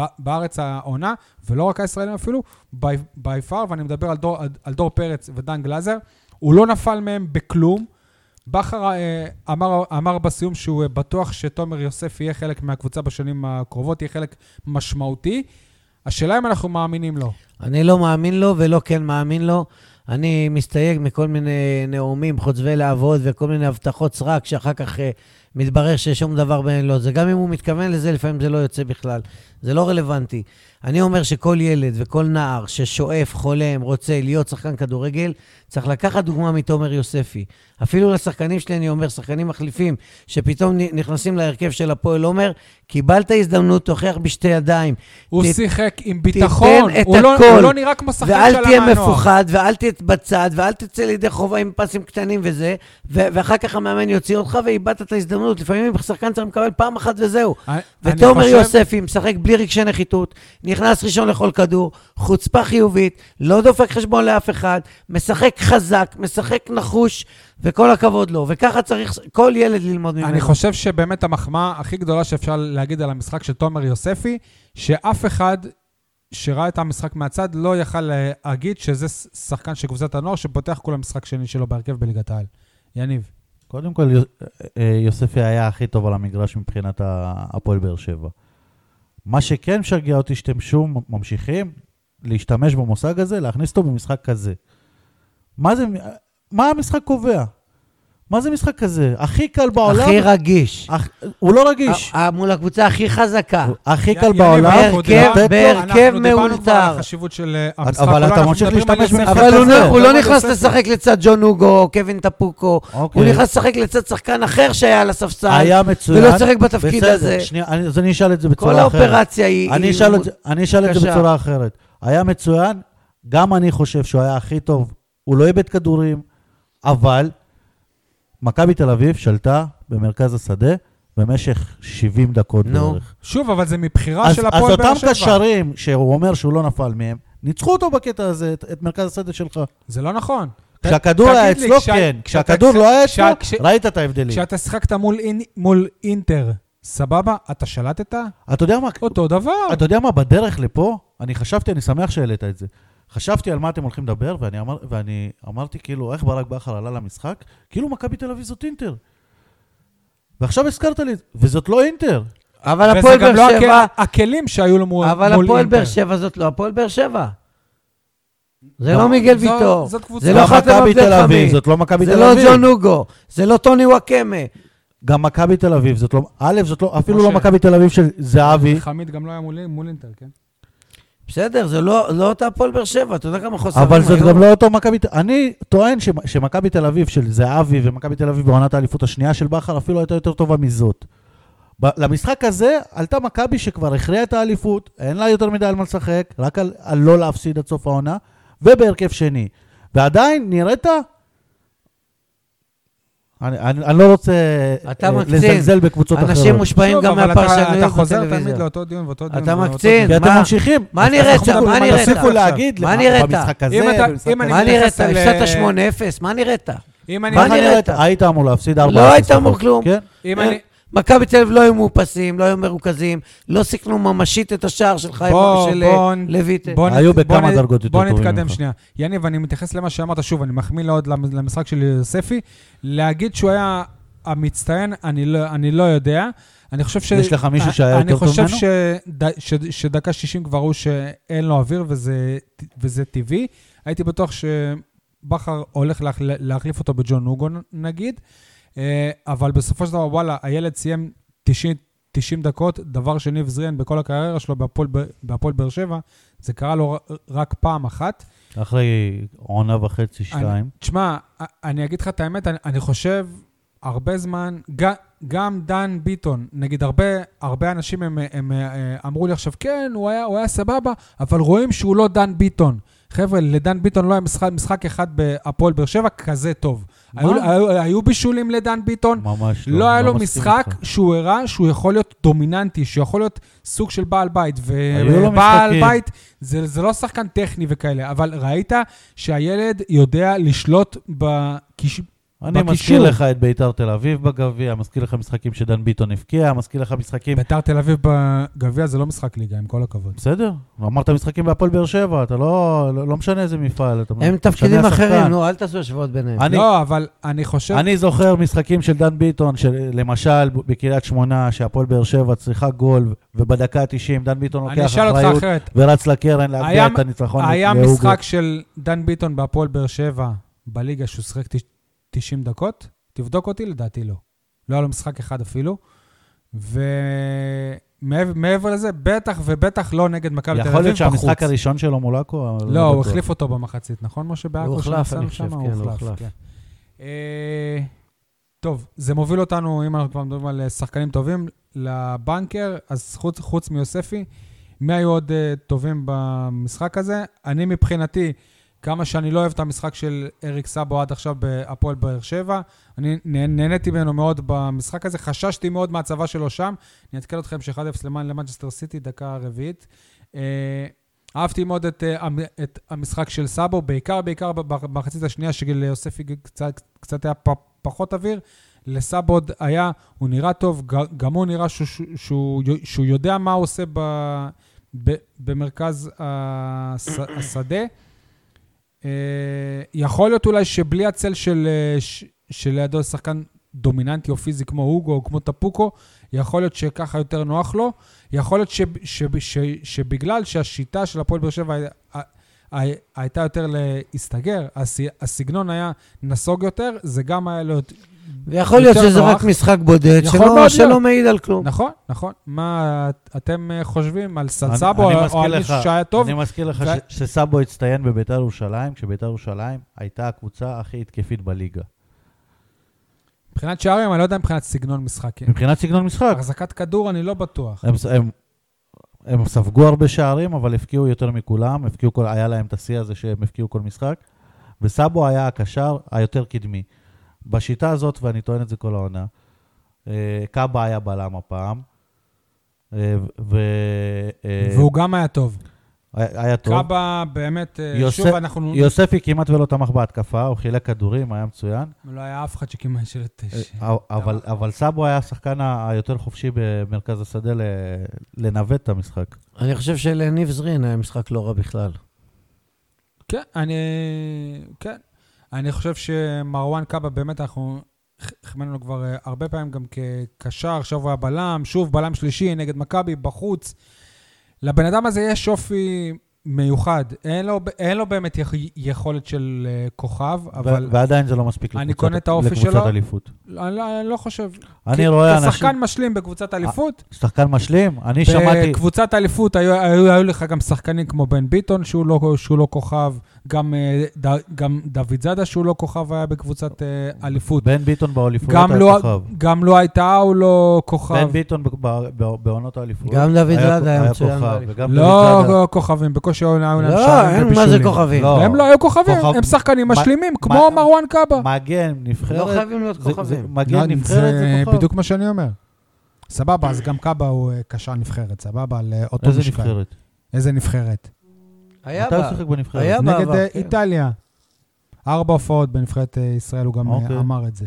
ב- בארץ העונה, ולא רק הישראלים אפילו, בי פאר, ואני מדבר על דור, על- על דור פרץ ודן גלאזר. הוא לא נפל מהם בכלום. בכר אה, אמר, אמר בסיום שהוא אה, בטוח שתומר יוסף יהיה חלק מהקבוצה בשנים הקרובות, יהיה חלק משמעותי. השאלה אם אנחנו מאמינים לו.
אני לא מאמין לו ולא כן מאמין לו. אני מסתייג מכל מיני נאומים חוצבי להבות וכל מיני הבטחות סרק, שאחר כך אה, מתברר ששום דבר בין לא. זה גם אם הוא מתכוון לזה, לפעמים זה לא יוצא בכלל. זה לא רלוונטי. אני אומר שכל ילד וכל נער ששואף, חולם, רוצה להיות שחקן כדורגל, צריך לקחת דוגמה מתומר יוספי. אפילו לשחקנים שלי אני אומר, שחקנים מחליפים, שפתאום נ- נכנסים להרכב של הפועל עומר, קיבלת הזדמנות, תוכיח בשתי ידיים.
הוא
ת-
שיחק עם ביטחון,
תיתן את
הוא לא-
הכל.
הוא לא נראה כמו שחקן של המנוע.
ואל תהיה מפוחד, ואל תתבצד, ואל תצא לידי חובה עם פסים קטנים וזה, ו- ואחר כך המאמן יוציא אותך ואיבדת את ההזדמנות. לפעמים שחקן צריך לקבל פעם אחת וזהו.
אני- אני
ותומר
חושב-
יוספי משחק בלי רגשי נחיתות, נכנס ראשון לכל כדור, חוצפה חיובית, לא דופק חשבון לאף אחד, משחק חזק, משחק נחוש, וכל הכבוד לו. וככה צריך כל ילד ללמוד ממנו.
אני חושב שבאמת המחמאה הכי גדולה שאפשר להגיד על המשחק של תומר יוספי, שאף אחד שראה את המשחק מהצד לא יכל להגיד שזה ש- שחקן של קבוצת הנוער שפותח כל המשחק שני שלו בהרכב בליגת העל. יניב.
קודם כל, יוס- אה, יוספי היה הכי טוב על המגרש מבחינת ה- הפועל באר שבע. מה שכן משגע אותי, שאתם שוב ממשיכים להשתמש במושג הזה, להכניס אותו במשחק כזה. מה זה, מה המשחק קובע? מה זה משחק כזה? הכי קל בעולם,
הכי רגיש.
אך- הוא לא
אה,
רגיש.
ה- ה- מול הקבוצה הכי חזקה.
הוא הכי
י-
קל
יניב,
בעולם,
אנחנו
הרכב-
דיברנו-
לתת לו-
בהרכב
אנחנו דיברנו כבר על
מאולתר.
החשיבות של אה,
אבל
המשחק. כולו,
אתה
אנחנו
ממשיך
מדברים על
להשתמש
יוספי.
במשחק
אבל הוא
כזה.
לא- הוא לא
תומר
נכנס
יוספי.
לשחק לצד ג'ון אוגו, או קווין טפוקו,
אוקיי.
הוא נכנס לשחק לצד שחקן אחר שהיה על הספסל,
היה מצוין.
ולא שיחק בתפקיד
בסדר,
הזה.
שנייה, אני- אז אני אשאל את זה בצורה
כל
אחרת.
האופרציה היא...
אני
היא-
אשאל את זה- אני אשאל את זה
קשה.
בצורה אחרת. היה מצוין, גם אני חושב שהוא היה הכי טוב. הוא לא איבד כדורים, אבל מכבי תל אביב שלטה במרכז השדה במשך 70 דקות
נו.
בערך.
שוב, אבל זה מבחירה
אז,
לא, של
אז
הפועל
אותם
באר שבע.
קשרים שהוא אומר שהוא לא נפל מהם, ניצחו אותו בקטע הזה, את, את מרכז השדה שלך.
זה לא נכון.
כשהכדור
תגיד
היה
לי,
אצלו,
כשה-
כן.
כשה-
כשהכדור לא היה אצלו,
כשה- כש-
ראית את ההבדלים.
כשאתה שיחקת מול, אין, מול אינטר, סבבה? אתה שלטת?
אתה יודע מה,
אותו דבר.
אתה יודע מה, בדרך לפה, אני חשבתי, אני שמח שהעלית את זה. חשבתי על מה אתם הולכים לדבר, ואני, אמר, ואני אמרתי, כאילו, איך ברק בכר עלה למשחק? כאילו מכבי תל אביב זאת אינטר. ועכשיו הזכרת לי, וזאת לא אינטר.
אבל
וזה
הפועל
גם לא
באר שבע...
הכ- הכלים שהיו לו מול,
אבל
מול
הפועל באר
אינטר.
שבע זאת לא הפועל באר שבע. זה
לא,
לא מיגל
זו-
ויטור,
זאת קבוצה-
זה לא
גם
חתם
מכבי
עבדל
תל אביב,
חמיד,
זאת לא מכבי
זה
תל
לא
אביב.
ג'ון אוגו, זה לא טוני וואקמה.
גם מכבי תל אביב, זאת לא... א', זאת לא... אפילו
משה.
לא מכבי תל אביב של זהבי,
חמיד גם לא היה מול, מול אינטר, כן?
בסדר, זה לא לא אותה הפועל באר שבע, אתה יודע כמה חוסרים
אבל זאת
היו?
גם לא אותו מכבי... ת- אני טוען שמ- שמכבי תל אביב של זהבי ומכבי תל אביב בעונת האליפות השנייה של בכר אפילו הייתה יותר טובה מזאת. ב- למשחק הזה עלתה מכבי שכבר הכריעה את האליפות, אין לה יותר מדי על מה לשחק, רק על, על לא להפסיד עד סוף העונה, ובהרכב שני. ועדיין נראית... אני, אני, אני לא רוצה
אתה
אה,
מקצין.
לזלזל בקבוצות אחרות.
אנשים מושפעים
שוב,
גם
לא, אבל אתה- אתה
מהפרשנויות
חוזר תמיד
בטלוויזיה.
לאותו דיון ואותו דיון.
אתה
ואותו
מקצין.
דיון.
כי אתם
מה-
ממשיכים.
מה
אז
נראית?
תפסיקו-
מה נראית?
תפסיקו להגיד,
מה
לך,
נראית?
במשחק הזה,
אם אתה-
במשחק
אם אני-
מה נראית?
מתייחס אל- אה,
הפסדת 8-0, מה נראית?
אם אני...
מה
ככה
נראית?
נראית? היית אמור להפסיד 4-0.
לא היית אמור כלום. אה,
כן.
אם אני...
מכבי תל אביב לא היו מאופסים, לא היו מרוכזים, לא סיכנו ממשית את השער של חיים,
בוא,
של
בוא,
לויטה.
בוא נ-
היו
בוא
בכמה
נ-
דרגות יותר
בוא
טובים
נתקדם
ממך.
שנייה. יניב, אני מתייחס למה שאמרת, שוב, אני מחמיא מאוד למ- למשחק של יוספי. להגיד שהוא היה המצטיין, אני לא- אני לא יודע. אני חושב ש...
יש לך מישהו שהיה
אני
יותר טוב
חושב
ממנו?
שד- ש- שדקה 60 כבר הוא שאין לו אוויר וזה- וזה טבעי. הייתי בטוח ש... בכר הולך להח- להחליף אותו בג'ון נוגו נ- נגיד, אה, אבל בסופו של דבר, וואלה, הילד סיים 90, 90 דקות, דבר שניב זריאן בכל הקריירה שלו בהפועל ב- בהפועל באר שבע, זה קרה לו ר- רק פעם אחת.
אחרי עונה וחצי, שתיים.
תשמע, א- אני אגיד לך את האמת, אני, אני חושב הרבה זמן, ג, גם דן ביטון, נגיד הרבה, הרבה אנשים הם, הם, אה, אמרו לי עכשיו, כן, הוא היה, הוא היה סבבה, אבל רואים שהוא לא דן ביטון. חבר'ה, לדן ביטון לא היה משחק, משחק אחד בהפועל באר שבע כזה טוב.
מה?
היו, היו, היו בישולים לדן ביטון,
ממש לא.
לא היה לו
מסכים
משחק
איתך.
שהוא הראה שהוא יכול להיות דומיננטי, שהוא יכול להיות סוג של בעל בית.
היו לו
ובעל
משחקים.
בית זה, זה לא שחקן טכני וכאלה, אבל ראית שהילד יודע לשלוט בכיש...
אני
בקישור.
מזכיר לך את ביתר תל אביב בגביע, מזכיר לך משחקים שדן ביטון הבקיע, מזכיר לך משחקים...
ביתר תל אביב בגביע זה לא משחק ליגה, עם כל הכבוד.
בסדר, אמרת משחקים בהפועל באר שבע, אתה לא, לא, לא משנה איזה מפעל, אתה
הם
משנה
תפקידים
השחקן. אה,
אחרים, נו, אל תעשו השוואות ביניהם.
אני-
לא, אבל אני חושב...
אני זוכר משחקים של דן ביטון, של- למשל בקריית שמונה, שהפועל באר שבע צריכה גול, ובדקה ה-90 דן ביטון
אני
לוקח
אשאל אותך
אחריות
אחרת.
ורץ לקרן להגביה
היה-
את הניצחון.
היה
להוגו.
משחק של דן ביטון בהפועל באר שבע בליגה שהוא שיחק 90 דקות? תבדוק אותי, לדעתי לא. לא היה לו משחק אחד אפילו. ומעבר לזה, בטח ובטח לא נגד מכבי תל
יכול
אביב
להיות שהמשחק
בחוץ.
הראשון שלו מול עכו, אבל
לא, הוא
בטוח.
החליף אותו במחצית, נכון, משה בעכו?
הוא הוחלף,
שנסענו
אני חושב,
שמה?
כן, הוא הוחלף.
אה, טוב, זה מוביל אותנו, אם אנחנו כבר מדברים על אה, שחקנים טובים, לבנקר, אז חוץ, חוץ מיוספי, מי היו עוד אה, טובים במשחק הזה? אני מבחינתי, כמה שאני לא אוהב את המשחק של אריק סאבו עד עכשיו בהפועל באר שבע, אני נה- נהניתי ממנו מאוד במשחק הזה, חששתי מאוד מהצבה שלו שם. אני אעדכן אתכם ש-1-0 למען למנצ'סטר סיטי, דקה רביעית. אה, אהבתי מאוד את, אה, המ- את המשחק של סאבו, בעיקר, בעיקר במחצית השנייה שליוספי קצת, קצת היה פ, פחות אוויר. לסאבו עוד היה, הוא נראה טוב, ג- גם הוא נראה שהוא, שהוא, שהוא, שהוא יודע מה הוא עושה ב, ב, במרכז הס, השדה. אה, יכול להיות אולי שבלי הצל של, אה, ש- שלידו שחקן דומיננטי או פיזי כמו הוגו או כמו טפוקו, יכול להיות שככה יותר נוח לו. יכול להיות ש, ש, ש, שבגלל שהשיטה של הפועל באר שבע הי- הי- הייתה יותר להסתגר, הס, הסגנון היה נסוג יותר, זה גם היה לו... יותר-
ויכול להיות
יותר
שזה
נוח.
רק משחק בודד,
יכול מאוד
שלא
להיות.
שלא מעיד על כלום.
נכון, נכון. מה את- אתם אה, חושבים על
אני-
סנסבו
אני
או
מזכיר
על
לך,
מישהו אה, שהיה טוב?
אני מזכיר לך
ו-
ש- שסאבו הצטיין בביתר ירושלים, כשביתר ירושלים הייתה הקבוצה הכי התקפית בליגה.
מבחינת שערים, אני לא יודע מבחינת סגנון משחק.
מבחינת סגנון משחק,
החזקת כדור, אני לא בטוח.
הם, הם, הם ספגו הרבה שערים, אבל הפקיעו יותר מכולם, הפקיעו כל, היה להם את השיא הזה שהם הפקיעו כל משחק, וסאבו היה הקשר היותר קדמי. בשיטה הזאת, ואני טוען את זה כל העונה, אה, קאבה היה בלם הפעם, אה, ו... אה,
והוא גם היה טוב.
היה היה טוב.
קאבה באמת, אה,
יוסף-
שוב, אנחנו...
יוספי כמעט ולא תמך בהתקפה, הוא חילק כדורים, היה מצוין.
לא היה אף אחד שכמעט של תשע.
אה, אבל, אבל סאבו היה השחקן ה- היותר חופשי במרכז השדה ל- לנווט את המשחק.
אני חושב שלניב זרין היה משחק לא רע בכלל.
כן, אני... כן. אני חושב שמרואן קאבה, באמת אנחנו... החמאנו לו כבר אה, הרבה פעמים גם כקשר, עכשיו הוא היה בלם, שוב בלם שלישי נגד מכבי, בחוץ. לבן אדם הזה יש אופי מיוחד. אין לו, אין לו באמת יכ, יכולת של אה, כוכב, אבל
ו- ועדיין זה לא מספיק
אני
לקבוצת-
קונה את האופי שלו.
לקבוצת אליפות.
אני, לא, אני לא חושב.
אני רואה
אנשים... כשחקן
אנשים,
משלים בקבוצת אליפות,
שחקן משלים, אני שמעתי,
בקבוצת אליפות היו, היו, היו לך גם שחקנים כמו בן ביטון, שהוא לא, שהוא לא כוכב, גם, אה, ד, גם דוד זאדה, שהוא לא כוכב, היה בקבוצת אה, אליפות.
בן ביטון באליפויות
גם
היה
לא,
כוכב.
גם לא הייתה, הוא לא כוכב.
בן ביטון ב- ב- ב- בעונות האליפות.
גם דוד
היה
זאדה
כ-
היה מצוין
כוכב,
באליפות.
וגם
לא
דוד זאדה.
כוכבים, בקושי היו להם
לא,
שערים
אין מה זה
ובישולים.
כוכבים.
לא.
הם לא היו כוכבים,
כוכב-
הם שחקנים
מה-
משלימים,
מה-
כמו מרואן קאבה.
מגן,
לא
נבחרת.
חייבים להיות
זה- זה-
כוכבים.
לא,
מגן, כן, נבחרת זה כוכב.
בדיוק מה שאני אומר. סבבה, אז גם קאבה הוא אה, קשר נבחרת, סבבה, על אה, אותו
איזה
משקל.
נבחרת?
איזה נבחרת?
היה
אתה
בה.
משחק
היה
בנבחרת.
בעבר,
נגד אה,
כן.
איטליה. ארבע הופעות בנבחרת אה, ישראל, הוא גם אה,
אוקיי.
אמר את זה.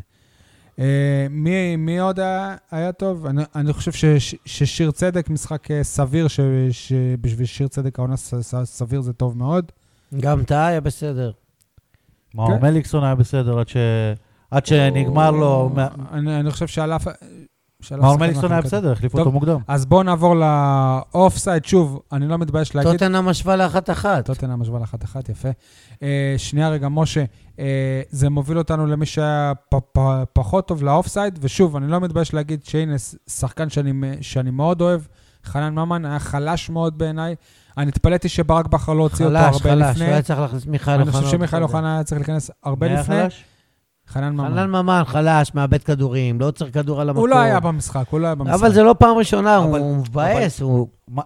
אה, מי- מי עוד היה- היה טוב? אני- אני חושב ש- ששיר צדק, משחק אה, סביר, ש- שבשביל שיר צדק העונה ס- ס- סביר זה טוב מאוד.
גם טאה היה בסדר.
מאור
כן.
מליקסון היה בסדר עד ש- עד שנגמר לו. מה-
אה, אני, אני חושב שעל אף... שלוש
מאור
שחקנים
מליקסון היה
אחרים כזה.
בסדר, החליפו
טוב.
אותו מוקדם.
אז בואו נעבור לאוף סייד. שוב, אני לא מתבייש להגיד...
טוטנאם משווה לאחת-אחת.
טוטנאם משווה לאחת-אחת, יפה. אה, שנייה רגע, משה, אה, זה מוביל אותנו למי שהיה פ- פ- פחות טוב לאופסייד, ושוב, אני לא מתבייש להגיד שהנה ס- שחקן שאני, מ- שאני מאוד אוהב, חנן ממן, היה חלש מאוד בעיניי. אני התפלאתי שברק בכר לא הוציא אותו הרבה
חלש,
לפני.
חלש, הוא היה צריך להכניס מיכאל
אני
אוחנה.
חושב שמיכאל
בסדר.
אוחנה היה צריך להיכנס הרבה
מי היה
לפני.
חלש?
חנן
חנן
ממן.
ממן, חלש, מאבד כדורים, לא עוצר כדור על המקום.
הוא לא היה במשחק, הוא לא היה במשחק.
אבל זה לא פעם ראשונה,
אבל-
הוא מבאס, הוא...
מה-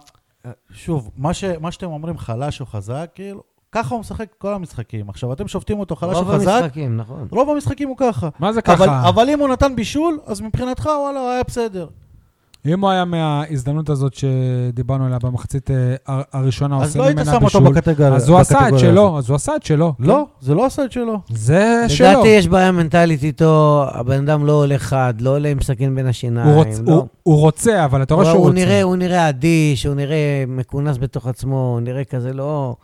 שוב, מה ש- מה שאתם אומרים חלש או חזק, כאילו, ככה הוא משחק כל המשחקים. עכשיו, אתם שופטים אותו חלש או
רוב
חזק,
המשחקים, נכון.
רוב המשחקים הוא ככה.
מה זה
אבל,
ככה?
אבל אם הוא נתן בישול, אז מבחינתך, וואלה, הוא היה בסדר.
אה, אם הוא היה מההזדמנות הזאת שדיברנו עליה במחצית אה, הר- הראשונה,
אז
עושה
לא היית
ממנה
שם אותו
בישול,
בקטגוריה.
אז הוא עשה את
בקטגוריה הזאת.
שלו, כן. אז הוא עשה את שלו.
לא, זה לא עשה את שלו.
זה שלו.
לדעתי יש בעיה מנטלית איתו, הבן אדם לא הולך חד, לא עולה עם סכין בין השיניים.
הוא רוצ-
לא.
הוא- הוא רוצה, אבל אתה
הוא,
רואה שהוא
הוא
רוצה.
נראה, הוא נראה אדיש, הוא נראה מכונס בתוך עצמו, הוא נראה כזה לא...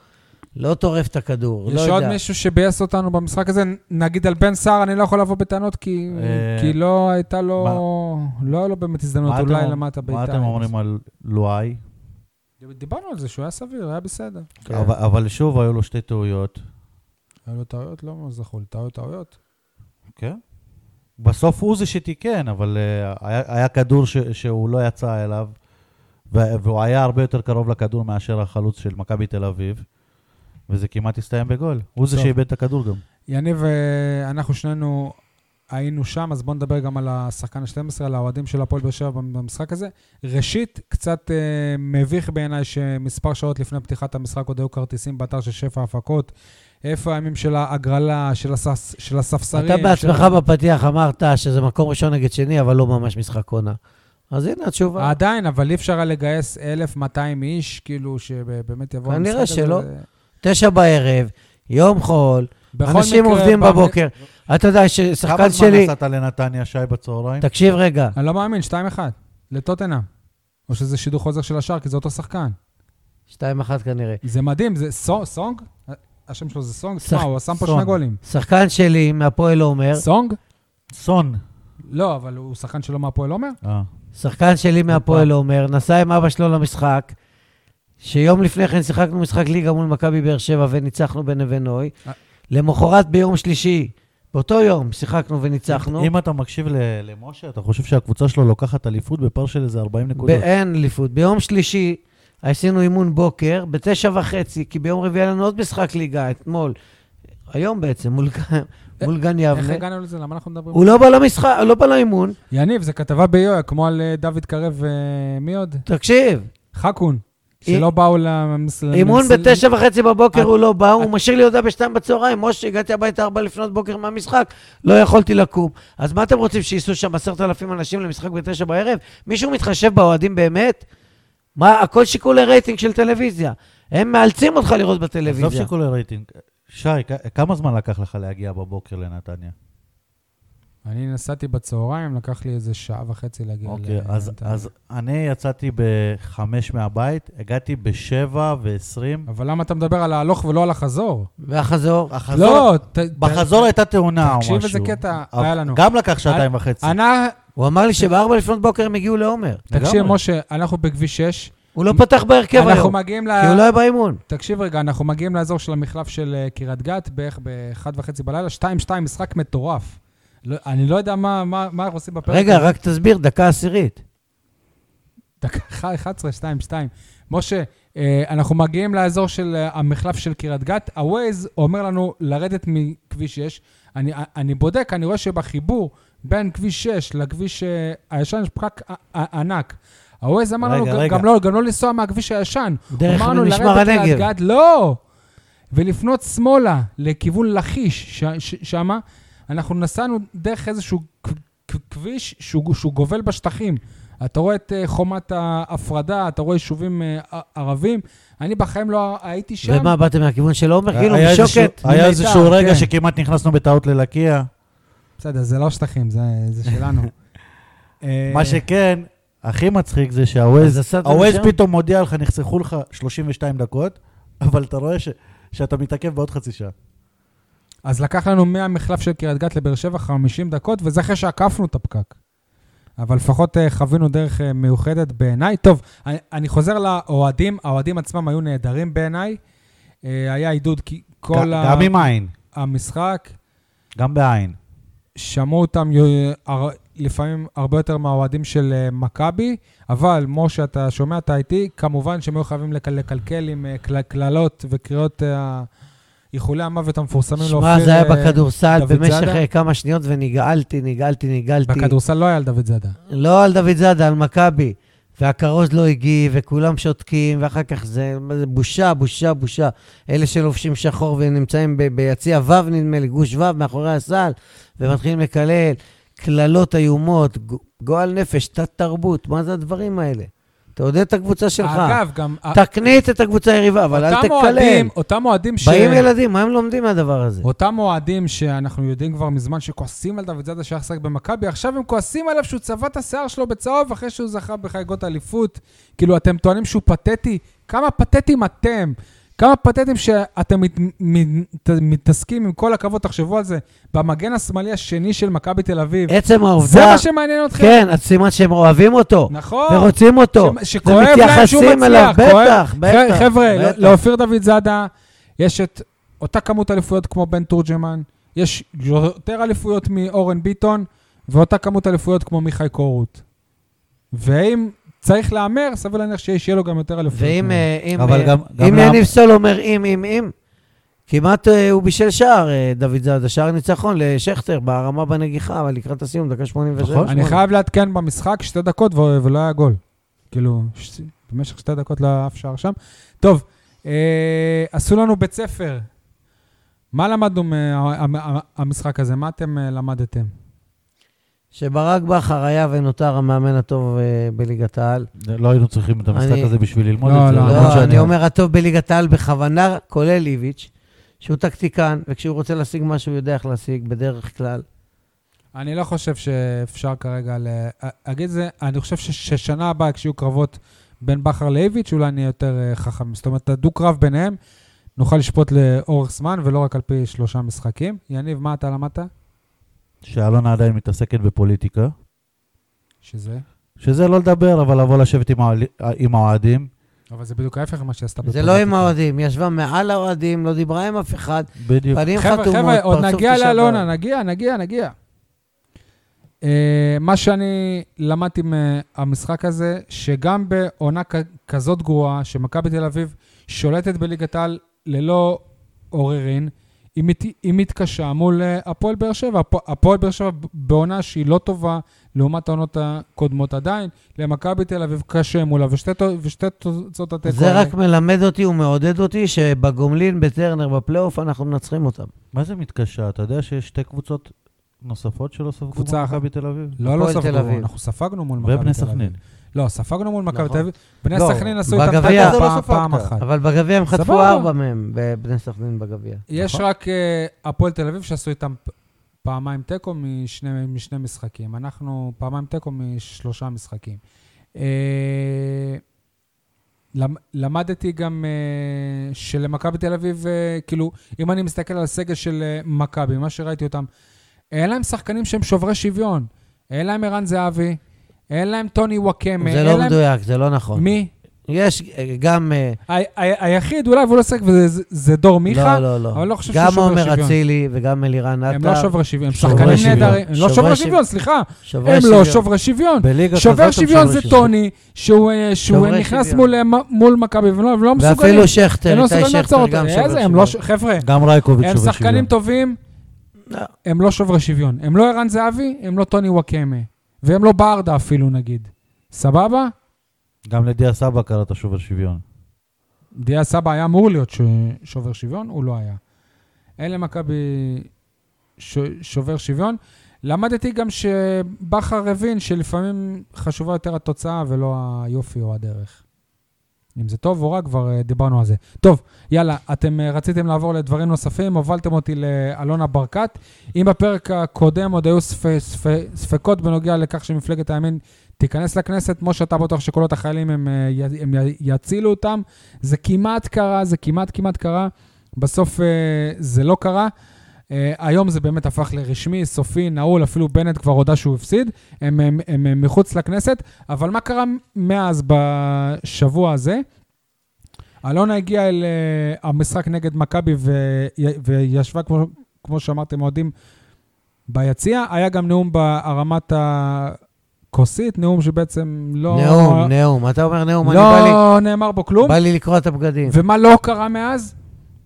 לא טורף את הכדור, לא
יש עוד
יודע.
מישהו שביאס אותנו במשחק הזה? נגיד על בן סער, אני לא יכול לבוא בטענות, כי
אה,
כי לא הייתה לו... לא היה לו באמת הזדמנות,
מה אתם
אולי
אומ-
למטה בית"ר.
מה אתם אומרים על לואי?
דיברנו על זה שהוא היה סביר, היה בסדר.
כן.
אבל- אבל שוב, היו לו שתי טעויות.
היו לו טעויות? לא זכו לי, טעויות טעויות.
כן. בסוף הוא זה שתיקן, אבל אה, היה, היה כדור ש, שהוא לא יצא אליו, ו- והוא היה הרבה יותר קרוב לכדור מאשר החלוץ של מכבי תל אביב, וזה כמעט הסתיים בגול. הוא זה
טוב.
שאיבד את הכדור גם.
יניב, אה, אנחנו שנינו היינו שם, אז בואו נדבר גם על השחקן ה-12, על האוהדים של הפועל באר שבע במשחק הזה. ראשית, קצת אה, מביך בעיניי שמספר שעות לפני פתיחת המשחק עוד היו כרטיסים באתר של שפע הפקות. איפה הימים של ההגרלה, של, הסס, של הספסרים?
אתה בעצמך
של...
בפתיח אמרת שזה מקום ראשון נגד שני, אבל לא ממש משחק עונה. אז הנה התשובה.
עדיין, אבל אי אפשר היה לגייס 1,200 איש, כאילו, שבאמת יבואו
כנראה
למשחק
שלא.
הזה.
תשע בערב, יום חול,
בכל
אנשים
מקרה,
עובדים
במ-
בבוקר. אתה יודע
כמה
ששחקן
זמן
שלי...
נסעת לנתניה, שי, בצהריים?
תקשיב רגע,
אני לא מאמין, 2-1, לטוטנאם. או שזה שידור חוזר של השאר, כי זה אותו שחקן.
שתיים אחת כנראה.
זה מדהים, זה סו- סונג? השם שלו זה סונג?
שח-
שמע, הוא שם פה
סונג. כן.
שני גולים.
שחקן שלי מהפועל עומר,
סונג?
סון.
לא, אבל הוא שחקן שלא מהפועל עומר?
אה.
שחקן שלי מהפועל עומר, נסע עם אבא שלו למשחק, שיום לפני כן שיחקנו משחק ליגה מול מכבי באר שבע וניצחנו בנווה נוי.
אה.
למחרת ביום שלישי, באותו יום שיחקנו וניצחנו.
אם אתה מקשיב ל- למשה, אתה חושב שהקבוצה שלו לוקחת אליפות בפער של איזה 40 נקודות?
באין אליפות. ביום שלישי עשינו אימון בוקר, בתשע וחצי, כי ביום רביעי היה לנו עוד משחק ליגה, אתמול. היום בעצם, מול, גן- מול גן
אה, איך
יבנה.
הגענו לזה? למה אנחנו מדברים?
הוא לא בא למשחק, לא בא לאימון.
יניב, זו כתבה ביואיה, כמו על אה, דוד קרב ומי עוד?
תקשיב,
חכון.
אי-
שלא באו למס...
אימון
למס-
בתשע וחצי בבוקר
את-
הוא לא
אה.
בא, הוא משאיר לי הודעה בשתיים בצהריים. משה, הגעתי הביתה ארבע לפנות בוקר מהמשחק, לא יכולתי לקום. אז מה אתם רוצים, שייסעו שם עשרת אלפים אנשים למשחק בתשע בערב? מישהו מתחשב באוהדים באמת? מה, הכל שיקולי רייטינג של טלוויזיה. הם מאלצים אותך לראות בטלוויזיה.
עזוב שיקולי רייטינג. שי, כ- כמה זמן לקח לך להגיע בבוקר לנתניה?
אני נסעתי בצהריים, לקח לי איזה שעה וחצי להגיע.
אוקיי,
ל-
אז-
לנתניה.
אז אני יצאתי בחמש מהבית, הגעתי בשבע ועשרים.
אבל למה אתה מדבר על ההלוך ולא על החזור?
והחזור,
החזור-
לא, ת- ת-
בחזור הייתה תאונה או משהו.
תקשיב איזה קטע
אבל-
היה לנו.
גם לקח שעתיים וחצי.
אנ-
הוא אמר לי שבארבע לפנות בוקר הם הגיעו לעומר.
תקשיב,
לגמרי. כן,
משה, אנחנו בכביש 6.
הוא לא פתח בהרכב
אנחנו
היום,
מגיעים ל...
כי הוא לא היה באימון.
תקשיב רגע, אנחנו מגיעים לאזור של המחלף של אה, קריית גת בערך ב-1.5 בלילה, 2-2, משחק מטורף. לא, אני לא יודע מה, מה, מה אנחנו עושים בפרק.
רגע,
הזה.
רק תסביר, דקה עשירית.
דקה 11, 2-2. משה, אה, אנחנו מגיעים לאזור של אה, המחלף של קריית גת, הווייז אומר לנו לרדת מכביש 6. אני, אה, אני בודק, אני רואה שבחיבור בין כביש 6 לכביש אה, הישן יש פקק ע- ע- ענק. הווייז אמר לנו
רגע,
גם-
רגע.
גם לא- גם לא לנסוע מהכביש הישן.
דרך
אמרנו
משמר
לרדת
הנגב.
לאט לא! ולפנות שמאלה, לכיוון לכיש, ש- ש- שמה, אנחנו נסענו דרך איזשהו כ- כ- כביש שהוא, שהוא גובל בשטחים. אתה רואה את אה, חומת ההפרדה, אתה רואה יישובים אה, ע- ערבים. אני בחיים לא הייתי שם.
ומה, באתם מהכיוון של עומר? כאילו,
היה איזשהו-
בשוקת.
היה
ממיתר,
איזשהו רגע
כן.
שכמעט נכנסנו בטעות ללקיה.
בסדר, זה לא שטחים, זה, זה שלנו. אה,
מה שכן, הכי מצחיק זה שהווייז
אז נסעתם
הווייז
לשם?
פתאום מודיע לך, נחסכו לך 32 דקות, אבל אתה רואה ש- שאתה מתעכב בעוד חצי שעה.
אז לקח לנו מהמחלף של קריית גת לבאר שבע 50 דקות, וזה אחרי שעקפנו את הפקק. אבל לפחות אה, חווינו דרך אה, מיוחדת בעיניי. טוב, אני, אני חוזר לאוהדים, האוהדים עצמם היו נהדרים בעיניי. אה, היה עידוד כי כל
ג- גם עם עין,
המשחק,
גם בעין.
שמעו אותם יו- הר- לפעמים הרבה יותר מהאוהדים של אה, מכבי, אבל משה, אתה שומע, אתה איתי, כמובן שהם היו חייבים לק- לקלקל עם אה, קל- קללות וקריאות אה, איחולי המוות המפורסמים
שמע, זה היה
אה,
בכדורסל
דוד
במשך
זאדה?
אה, כמה שניות, ונגעלתי, נגעלתי, נגעלתי.
בכדורסל לא היה על דוד זאדה.
לא על דוד זאדה, על מכבי. והכרוז לא הגיב, וכולם שותקים, ואחר כך זה, מה זה בושה, בושה, בושה. אלה שלובשים שחור ונמצאים ב- ביציע ו', נדמה לי, גוש ו', מאחורי הסל, ומתחילים לקלל, קללות איומות, ג- גועל נפש, תת-תרבות, מה זה הדברים האלה? תעודד את הקבוצה שלך.
אגב, גם... ה-
תקנית את הקבוצה היריבה, אבל אל
אותם
תקלל.
אוהדים- אותם אוהדים ש...
באים ילדים, מה הם לומדים מהדבר הזה?
אותם אוהדים שאנחנו יודעים כבר מזמן שכועסים על דוד זאדה שהיה שחק במכבי, עכשיו הם כועסים עליו שהוא צבע את השיער שלו בצהוב אחרי שהוא זכה בחגיגות אליפות. כאילו, אתם טוענים שהוא פתטי? כמה פתטים אתם? כמה פתטים שאתם מת, מת, מתעסקים, עם כל הכבוד, תחשבו על זה, במגן השמאלי השני של מכבי תל אביב.
עצם
זה
העובדה,
מה שמעניין אתכם?
כן, אז סימן שהם אוהבים אותו,
נכון.
ורוצים אותו.
ש- שכואב להם שהוא
ומתייחסים אליו,
מצליח. כואב.
בטח, בטח,
ח- חבר'ה, לא-
בטח.
לאופיר דוד זאדה יש את אותה כמות אליפויות כמו בן תורג'מן, יש יותר אליפויות מאורן ביטון, ואותה כמות אליפויות כמו מיכאי קורות. ואם צריך להמר, סביר להניח שיש- שיהיה לו גם יותר אליפויות.
ואם
ממנו.
אה, אם,
אבל
אה,
גם- גם
אם
למה-
יניב סול אומר אם, אם, אם, כמעט אה, הוא בישל שער, אה, דוד זאדה, שער ניצחון לשכטר בהרמה בנגיחה, אבל לקראת הסיום, דקה 87.
נכון.
אני חייב לעדכן במשחק שתי דקות ו- ולא היה גול. כאילו, ש- במשך שתי דקות לא היה אף שער שם. טוב, אה, עשו לנו בית ספר. מה למדנו מהמשחק הזה? מה אתם אה, למדתם?
שברק בכר היה ונותר המאמן הטוב אה, בליגת העל.
לא היינו צריכים את המשחק
אני-
הזה בשביל ללמוד
לא,
את זה.
לא,
למרות
נכון
לא,
שאני-
אני אומר הטוב בליגת העל בכוונה, כולל איביץ', שהוא טקטיקן, וכשהוא רוצה להשיג משהו, הוא יודע איך להשיג בדרך כלל.
אני לא חושב שאפשר כרגע להגיד את זה. אני חושב ש- ששנה הבאה, כשיהיו קרבות בין בכר לאיביץ', אולי נהיה יותר אה, חכמים. זאת אומרת, הדו-קרב ביניהם, נוכל לשפוט לאורך זמן, ולא רק על פי שלושה משחקים. יניב, מה אתה למדת?
שאלונה עדיין מתעסקת בפוליטיקה.
שזה?
שזה לא לדבר, אבל לבוא לשבת עם האוהל- עם האוהדים.
אבל זה בדיוק ההפך ממה שעשתה
זה לא עם האוהדים, היא ישבה מעל האוהדים, לא דיברה עם אף אחד,
בדיוק.
פנים
חבר'ה,
חתומות,
חבר'ה, עוד
פרצוף
נגיע
תשעה באב.
לאלונה, נגיע, נגיע, נגיע. Uh, מה שאני למדתי מהמשחק הזה, שגם בעונה כ- כזאת גרועה, שמכבי תל אביב שולטת בליגת העל ללא עוררין, היא, מת, היא מתקשה מול אה, הפועל באר שבע. הפ- הפועל באר שבע ב- בעונה שהיא לא טובה לעומת העונות הקודמות עדיין, למכבי תל אביב קשה מולה, ושתי, תו- ושתי תוצאות התיקו.
זה
האלה.
רק מלמד אותי ומעודד אותי שבגומלין, בטרנר, בפלייאוף, אנחנו מנצחים אותם.
מה זה מתקשה? אתה יודע שיש שתי קבוצות נוספות שלא ספגו
קבוצה
מול
אחת.
מכבי תל אביב?
לא, לא
הפועל תל
ספגנו,
אביב.
אנחנו ספגנו מול מכבי תל
ובני
אביב.
סכנין.
כן.
לא, ספגנו מול מכבי
נכון.
תל אביב. בני
לא,
סכנין עשו איתם
בגביע נכון.
תיקו
זה לא
פעם-
ספגת.
פעם אחת.
אבל בגביע הם חטפו
סבבה.
ארבע מהם, בבני סכנין בגביע.
יש
נכון.
רק אה, הפועל תל אביב שעשו איתם פ- פעמיים תיקו משני משני משחקים. אנחנו פעמיים תיקו משלושה משחקים. אה, למ- למדתי גם אה, שלמכבי תל אביב, אה, כאילו, אם אני מסתכל על הסגל של אה, מכבי, מה שראיתי אותם, אין להם שחקנים שהם שוברי שוויון. אין להם ערן זהבי, אין להם טוני וואקמה,
זה
אה, אין
לא
להם...
מדויק, זה לא נכון.
מי?
יש אה, גם... אה,
ה- ה- היחיד אולי, והוא לא שחק, וזה זה- זה דור מיכה,
לא, לא, לא.
אבל לא חושב
גם
שהוא שובר
עומר
שוויון.
אצילי וגם אלירן
הם לא
עטר.
שוברי שוויון, הם
שוברי
שחקנים
שוויון.
נהדרים, הם לא
שוברי
שוברי
שוויון.
שוויון, סליחה,
שוברי
הם
שוויון.
לא שוברי שוויון.
בליגה כזאת
שובר
הם
שוויון זה
שווים.
טוני, שהוא אה, שהוא
שוברי
נכנס
שוויון.
מול, אה, מ- מול מכבי, והם לא- הם לא מסוגלים,
ואפילו
הם
שכטר,
לא
איתי
מסוגלים לעצור
שכטר
אותו.
גם
איזה,
שובר
הם לא
שוויון.
ש- חבר'ה,
גם רייקוביץ'
הם
שובר שוויון.
שחקנים טובים,
לא.
הם לא שוברי שוויון. הם לא ערן זהבי, הם לא טוני וואקמה, והם לא ברדה אפילו נגיד. סבבה?
גם לדיה סבא קראת שובר שוויון.
דיה סבא היה אמור להיות ש... שובר שוויון, הוא לא היה. אין למכבי ש... שובר שוויון. למדתי גם שבכר הבין שלפעמים חשובה יותר התוצאה ולא היופי או הדרך. אם זה טוב או רע, כבר אה, דיברנו על זה. טוב, יאללה, אתם אה, רציתם לעבור לדברים נוספים, הובלתם אותי לאלונה ברקת. אם בפרק הקודם עוד היו ספ... ספ... ספקות בנוגע לכך שמפלגת הימין תיכנס לכנסת, משה, אתה בטוח שקולות החיילים הם, אה, י... הם י... יצילו אותם. זה כמעט קרה, זה כמעט כמעט קרה, בסוף אה, זה לא קרה. אה, היום זה באמת הפך לרשמי, סופי, נעול, אפילו בנט כבר הודה שהוא הפסיד. הם, הם, הם, הם מחוץ לכנסת, אבל מה קרה מאז בשבוע הזה? אלונה הגיעה אל אה, המשחק נגד מכבי וי- וישבה, כמו, כמו שאמרתם, אוהדים ביציע. היה גם נאום בהרמת הכוסית, נאום שבעצם לא...
נאום, נאום. אתה אומר נאום, אני בא לי-
לא נאמר בו כלום.
בא לי לקרוע את הבגדים.
ומה לא קרה מאז?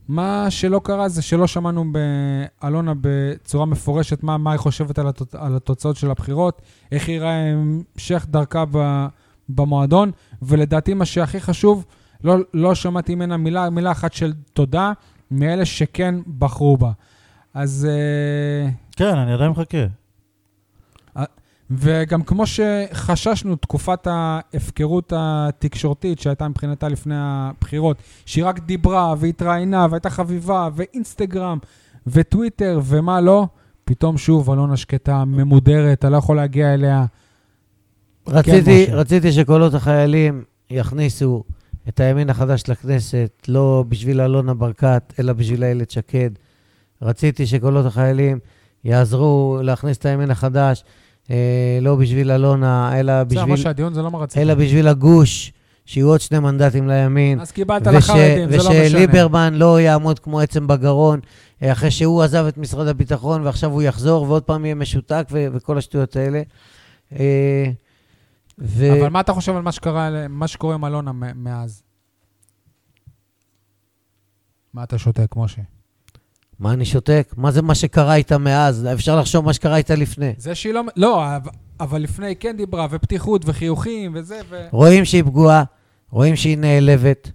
מה שלא קרה זה שלא שמענו באלונה בצורה מפורשת מה, מה היא חושבת על, התוצ... על התוצאות של הבחירות, איך ייראה המשך דרכה ב... במועדון, ולדעתי מה שהכי חשוב, לא, לא שמעתי ממנה מילה, מילה אחת של תודה מאלה שכן בחרו בה. אז... אה,
כן, אני עדיין מחכה.
וגם כמו שחששנו, תקופת ההפקרות התקשורתית שהייתה מבחינתה לפני הבחירות, שהיא רק דיברה והתראיינה והייתה חביבה ואינסטגרם וטוויטר ומה לא, פתאום שוב אלונה שקטה, ממודרת, אתה לא יכול להגיע אליה.
רציתי,
כן, משה.
רציתי שקולות החיילים יכניסו את הימין החדש לכנסת, לא בשביל אלונה ברקת, אלא בשביל איילת שקד. רציתי שקולות החיילים יעזרו להכניס את הימין החדש, אה, לא בשביל אלונה, אלא
זה
בשביל,
ממש הדיון, זה לא מה רציתי.
אלא בשביל הגוש, שיהיו עוד שני מנדטים לימין.
אז קיבלת לחרדים, זה לא משנה.
ושליברמן לא יעמוד כמו עצם בגרון, אה, אחרי שהוא עזב את משרד הביטחון ועכשיו הוא יחזור ועוד פעם יהיה משותק ו- וכל השטויות האלה. אה, ו-
אבל מה אתה חושב על מה שקרה, מה שקורה עם אלונה מ- מאז? מה אתה שותק, משה?
מה אני שותק? מה זה מה שקרה איתה מאז? אפשר לחשוב מה שקרה איתה לפני.
זה שהיא לא... לא, אבל- אבל לפני היא כן דיברה, ופתיחות, וחיוכים, וזה, ו...
רואים שהיא פגועה, רואים שהיא נעלבת,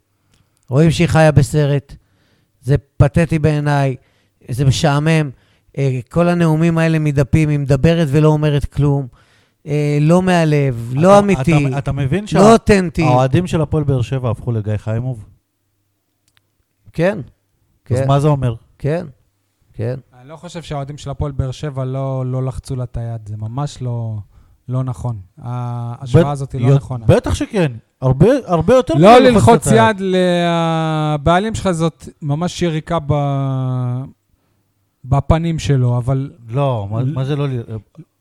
רואים שהיא חיה בסרט. זה פתטי בעיניי, זה משעמם. אה, כל הנאומים האלה מדפים, היא מדברת ולא אומרת כלום. אה, לא מהלב, לא
אתה-
אמיתי,
אתה- אה, אתה מבין
לא אותנטי.
שהאוהדים של הפועל באר שבע הפכו לגיא חיימוב?
כן,
אז
כן,
מה זה אומר?
כן, כן.
אני לא חושב שהאוהדים של הפועל באר שבע לא, לא לחצו לה את היד, זה ממש לא, לא נכון. ההשוואה
ב-
הזאת היא לא
יות-
נכון.
נכונה.
בטח שכן. הרבה הרבה יותר...
לא
מלחוץ
ללחוץ
את היד.
יד לבעלים שלך זאת ממש יריקה ב... בפנים שלו, אבל
לא, מה- מה זה לא... ל-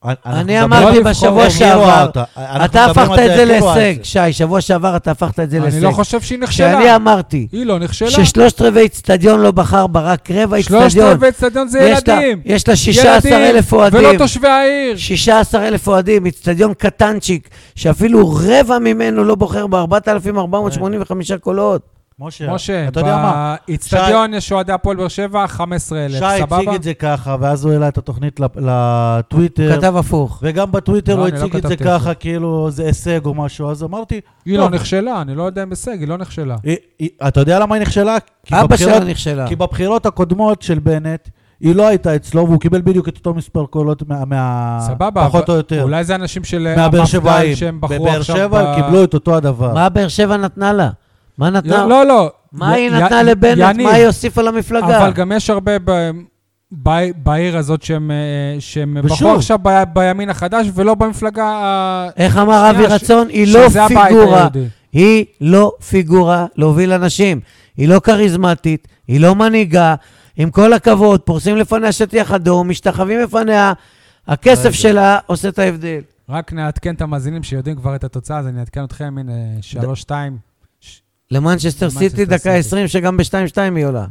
אנחנו
אני
מדברים-
לא
אמרתי
לבחור
בשבוע
הם העירו
שעבר,
אותה. אנחנו
אתה
מדברים
הפכת
על
את זה
כאילו על
להישג, שי, שבוע שעבר אתה הפכת את זה
אני
להישג.
לא חושב שהיא נכשלה.
כשאני אמרתי
היא לא נכשלה.
ששלושת רבעי אצטדיון לא בחר בה, רק רבע
שלושת
אצטדיון.
רבעי אצטדיון זה
יש לה-
ילדים.
יש לה 16
ילדים,
אלף אוהדים.
ולא תושבי העיר.
16 אלף אוהדים, אצטדיון קטנצ'יק, שאפילו רבע ממנו לא בוחר בה, 4,485 קולות.
משה,
משה,
אתה יודע מה?
באיצטדיון יש אוהדי הפועל באר שבע 15,000,
שי
סבבה?
הציג את זה ככה, ואז הוא העלה את התוכנית לפ-
הוא
כן.
לטוויטר,
כתב הפוך.
וגם בטוויטר
לא,
הוא
אני לא
הציג את זה
כתבתי את
ככה, כאילו זה הישג או משהו, אז אמרתי,
היא לא
טוב.
נכשלה, אני לא יודע אם הישג, היא לא נכשלה.
"אה, אה, אתה יודע למה היא נכשלה? כי
אבא
בבחירות-
שלה נכשלה.
כי בבחירות הקודמות של בנט, היא לא הייתה אצלו, והוא קיבל בדיוק את אותו מספר קולות מה- מה...
סבבה,
פחות או
אבל-
יותר.
אולי זה אנשים של
מהבאר שבעים.
שהם בחרו
בבאר
עכשיו...
שבע
ב-
הם קיבלו את אותו הדבר.
מה באר שבע נתנה לה? מה נתנה?
לא, לא, לא.
מה
י-
היא נתנה
י-
לבנט?
יניב,
מה היא הוסיפה למפלגה?
אבל גם יש הרבה ב- ב- בעיר הזאת שהם, אה, שהם בחרו
ושוב.
עכשיו ב- בימין החדש ולא במפלגה ה-
איך אמר אבי
שנייה, ש-
רצון? היא לא
שזה הבית
פיגורה.
היהודי.
היא לא פיגורה להוביל אנשים. היא לא כריזמטית, היא לא מנהיגה. עם כל הכבוד, פורסים לפניה שטיח אדום, משתחווים לפניה, הכסף שלה עושה את ההבדל.
רק נעדכן את המאזינים שיודעים כבר את התוצאה, אז אני אעדכן אתכם, הנה, שלוש, שתיים. ש-
למנצ'סטר
למנצ'סטר
סיטי, דקה
סיטי.
20, שגם ב-2-2 היא עולה.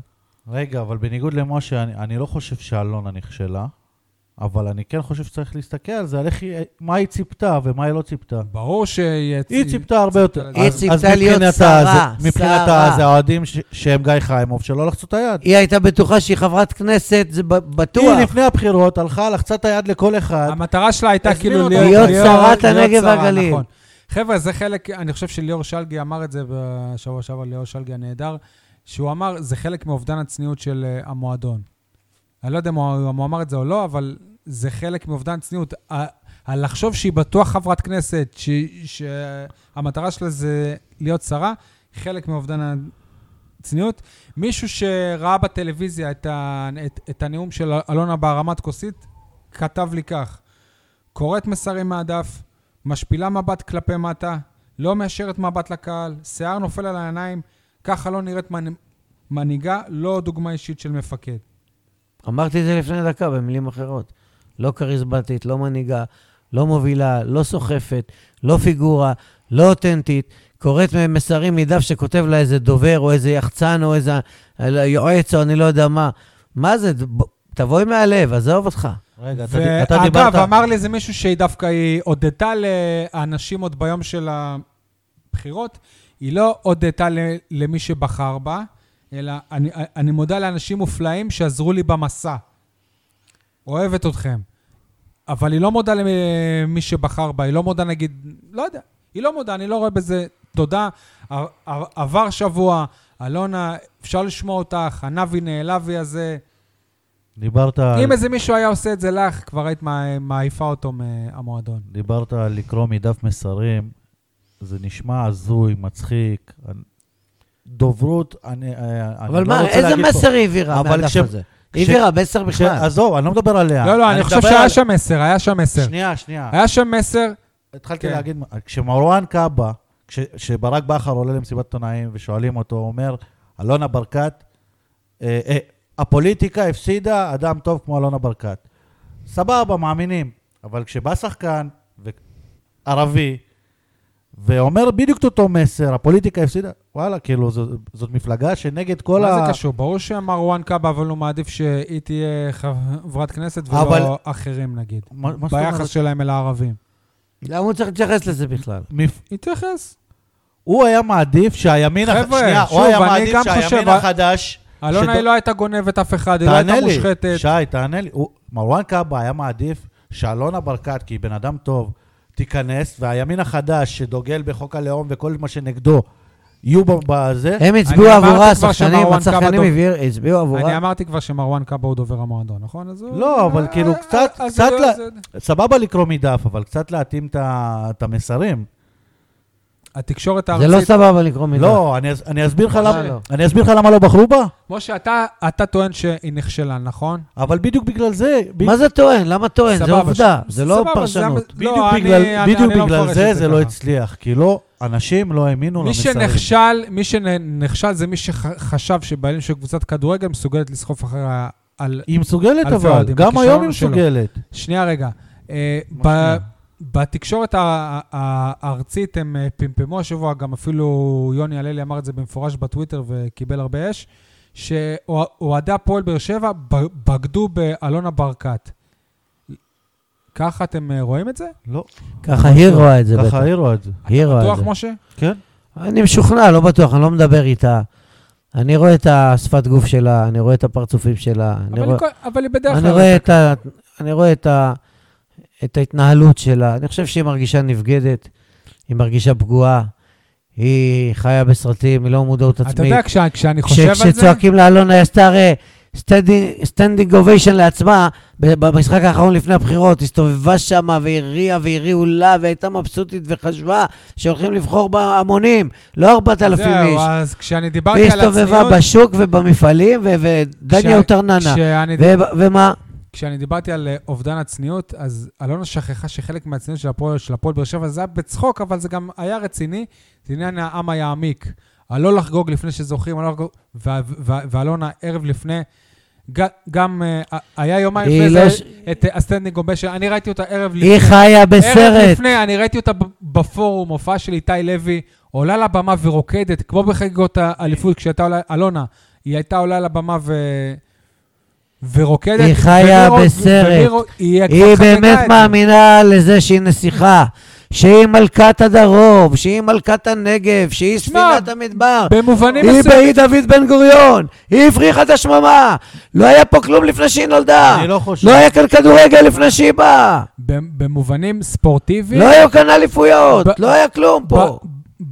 רגע, אבל בניגוד למשה, אני, אני לא חושב שאלונה נכשלה, אבל אני כן חושב שצריך להסתכל על זה, על איך היא, מה היא ציפתה ומה היא לא ציפתה.
ברור שהיא...
היא ציפתה הרבה יותר.
היא
אז- אז
ציפתה להיות
מבחינתה
שרה,
זה- מבחינתה
שרה.
זה האוהדים ש- שהם גיא חיימוב, שלא לחצו את היד.
היא הייתה בטוחה שהיא חברת כנסת, זה ב-
היא
בטוח.
לפני הבחירות הלכה, לחצה את היד לכל אחד.
המטרה שלה הייתה
הזמינו
כאילו
אותה.
להיות
להיות
שרת הנגב
שרה,
והגליל.
נכון. חבר'ה, זה חלק, אני חושב שליאור שלגי אמר את זה בשבוע שעבר, ליאור שלגי הנהדר, שהוא אמר, זה חלק מאובדן הצניעות של אה, המועדון. אני לא יודע אם הוא, אם הוא אמר את זה או לא, אבל זה חלק מאובדן צניעות. ה- הלחשוב שהיא בטוח חברת כנסת, ש- שהמטרה שלה זה להיות שרה, חלק מאובדן הצניעות. מישהו שראה בטלוויזיה את, ה, את, את הנאום של אלונה בהרמת כוסית, כתב לי כך: קוראת מסרים מהדף, משפילה מבט כלפי מטה, לא מאשרת מבט לקהל, שיער נופל על העיניים, ככה לא נראית מנ... מנהיגה, לא דוגמה אישית של מפקד.
אמרתי את זה לפני דקה, במילים אחרות. לא כריזבטית, לא מנהיגה, לא מובילה, לא סוחפת, לא פיגורה, לא אותנטית. קוראת מסרים מדף שכותב לה איזה דובר, או איזה יחצן, או איזה יועץ, או אני לא יודע מה. מה זה? ב- תבואי מהלב, עזוב אותך.
רגע, אתה די- אתה דיברת...
ואגב, אמר לי איזה מישהו שהיא דווקא, היא הודתה לאנשים עוד ביום של הבחירות, היא לא הודתה ל- למי שבחר בה, אלא אני, אני מודה לאנשים מופלאים שעזרו לי במסע. אוהבת אתכם. אבל היא לא מודה למי שבחר בה, היא לא מודה נגיד, לא יודע, היא לא מודה, אני לא רואה בזה תודה. ע- ע- עבר שבוע, אלונה, אפשר לשמוע אותך, הנבי נעלבי הזה.
דיברת על-
אם איזה מישהו היה עושה את זה לך, כבר היית מע- מעיפה אותו מהמועדון.
דיברת על לקרוא מדף מסרים, זה נשמע הזוי, מצחיק. אני- דוברות, אני, אה, אני
אבל
לא
מה,
רוצה
איזה
להגיד פה-
מסר היא העבירה
אבל
מהדף
כש-
הזה? היא
כש-
העבירה מסר בכלל.
עזוב, אני לא מדבר עליה.
לא, לא, אני חושב
מדבר על-
שהיה שם אה? מסר, היה שם מסר.
שנייה, שנייה.
היה שם מסר,
התחלתי
כן.
להגיד, כשמרואן קאבה, כש- כשברק בכר עולה למסיבת עיתונאים ושואלים אותו, הוא אומר, אלונה ברקת, אה, אה, הפוליטיקה הפסידה אדם טוב כמו אלונה ברקת. סבבה, מאמינים. אבל כשבא שחקן ו- ערבי ואומר בדיוק את אותו מסר, הפוליטיקה הפסידה, וואלה, כאילו, זו- זאת מפלגה שנגד כל
מה
ה...
זה קשור? ברור שמרואן קאבה, אבל הוא מעדיף שהיא תהיה חברת כנסת
אבל-
ולא אחרים, נגיד.
מה- מה זאת
ביחס
אומרת?
שלהם אל הערבים.
למה הוא צריך להתייחס לזה בכלל?
מפ-
התייחס.
הוא היה מעדיף שהימין... הח-
חבר'ה,
שנייה,
שוב,
הוא היה
אני
מעדיף
גם חושב,
שהימין
ה-
החדש...
אלונה
שד-
היא לא הייתה גונבת אף אחד, היא לא הייתה
תענה לי,
מושחתת.
שי, תענה לי. הוא- מרואן קאבה היה מעדיף שאלונה ברקת, כי היא בן אדם טוב, תיכנס, והימין החדש שדוגל בחוק הלאום וכל מה שנגדו, יהיו ב- בזה.
הם הצביעו
אמרתי
עבורה,
כבר
השחקנים,
שמרואן
השחקנים
קאבה
הבהיר- הצביעו
אני
עבורה.
אמרתי כבר שמרואן קאבה הוא דובר המועדון, נכון? אז הוא...
לא, אבל
אה,
כאילו
אה,
קצת-
אז
קצת
הוא-
ל-
אז הוא-
סבבה לקרוא מדף, אבל קצת להתאים את ה- את המסרים.
התקשורת
זה לא
הארצית
סבבה לקרוא מידע.
לא, אני אס- אני אסביר לך
אה,
למה-
לא.
אני אסביר לך למה לא בחרו בה,
משה, אתה, אתה טוען שהיא נכשלה, נכון?
אבל בדיוק בגלל זה... ב-
מה זה טוען? למה טוען? זה
סבבה,
עובדה,
ש-
זה לא
סבבה,
פרשנות.
זה-
בדיוק
לא, אני-
בגלל-
אני-
בדיוק
אני לא
בגלל
מפרש
זה
את זה
זה לא
ככה.
הצליח, כי לא, אנשים לא האמינו
מי
למסרים.
שנכשל, מי שנכשל זה מי שחשב שבעלים של קבוצת כדורגל מסוגלת לסחוף אחרי ה... על...
היא מסוגלת
אלפי
אבל,
אוהדים,
גם
הכישרון
היום היא
הוא שלו.
מסוגלת.
שנייה רגע. אה,
מה
ב-
שנייה?
בתקשורת ה- ה- ה- הארצית הם אה, פמפמו השבוע, גם אפילו יוני הללי אמר את זה במפורש בטוויטר וקיבל הרבה אש, שאוהדי הפועל באר שבע ב- בגדו באלונה ברקת. ככה אתם אה, רואים את זה?
לא,
ככה היא רואה את זה בטח.
ככה העירו את זה.
היא רואה את
בטוח,
זה.
משה?
כן.
לא אני משוכנע, לא בטוח, אני לא מדבר איתה. אני רואה את השפת גוף שלה, אני רואה את הפרצופים שלה, אני
אבל,
רואה-
היא, כל- אבל היא בדרך
אני
כלל...
רואה את ה- אני רואה את ה- את ההתנהלות שלה. אני חושב שהיא מרגישה נבגדת, היא מרגישה פגועה, היא חיה בסרטים, היא לא מודעות עצמית.
אתה יודע, כש, כשאני
כש-
חושב על זה...
כשצועקים לאלונה, היא עשתה הרי סטנדינג אוביישן לעצמה ב- במשחק האחרון לפני הבחירות, הסתובבה שמה והריעה והריעו לה והייתה מבסוטית וחשבה שהולכים לבחור בה המונים, לא 4,000
זהו,
איש.
אז כשאני דיברתי
והיא
על הצניעות...
הסתובבה בשוק ובמפעלים, ו-
כשה-
ודניה אוטרננה.
כשאני, ו...
ו- ומה?
כשאני דיברתי על אה, אובדן הצניעות, אז אלונה שכחה שחלק מהצניעות של הפועל, של הפועל באר שבע זה היה בצחוק, אבל זה גם היה רציני. זה עניין העם היעמיק. הלא לא לחגוג לפני שזוכרים, הלא לחגוג... וה- וה- ואלונה ערב לפני... ג- גם אה, היה יומיים
היא
לפני
לא
זה
ש-
את אה, הסטנדינג גומבשן, אני ראיתי אותה ערב לפני.
היא חיה
ערב
בסרט.
לפני, אני ראיתי אותה ב- בפורום, הופעה של איתי לוי, עולה לבמה ורוקדת, כמו בחגיגות האליפות, כשהייתה עולה, אלונה, היא הייתה עולה לבמה ו... ורוקדת.
היא חיה
ומירו-
בסרט.
ומירו- היא כבר
היא
חגגה את
באמת
זה.
מאמינה לזה שהיא נסיכה, שהיא מלכת הדרום, שהיא מלכת הנגב, שהיא
שמע,
ספינת המדבר.
במובנים
היא
מסוימים.
באי דוד בן גוריון, היא הפריחה את השממה. לא היה פה כלום לפני שהיא נולדה.
אני לא חושב.
לא היה כאן כדורגל לפני שהיא באה.
ב- במובנים ספורטיביים.
לא היו כאן אליפויות,
ב-
לא היה כלום
ב-
פה.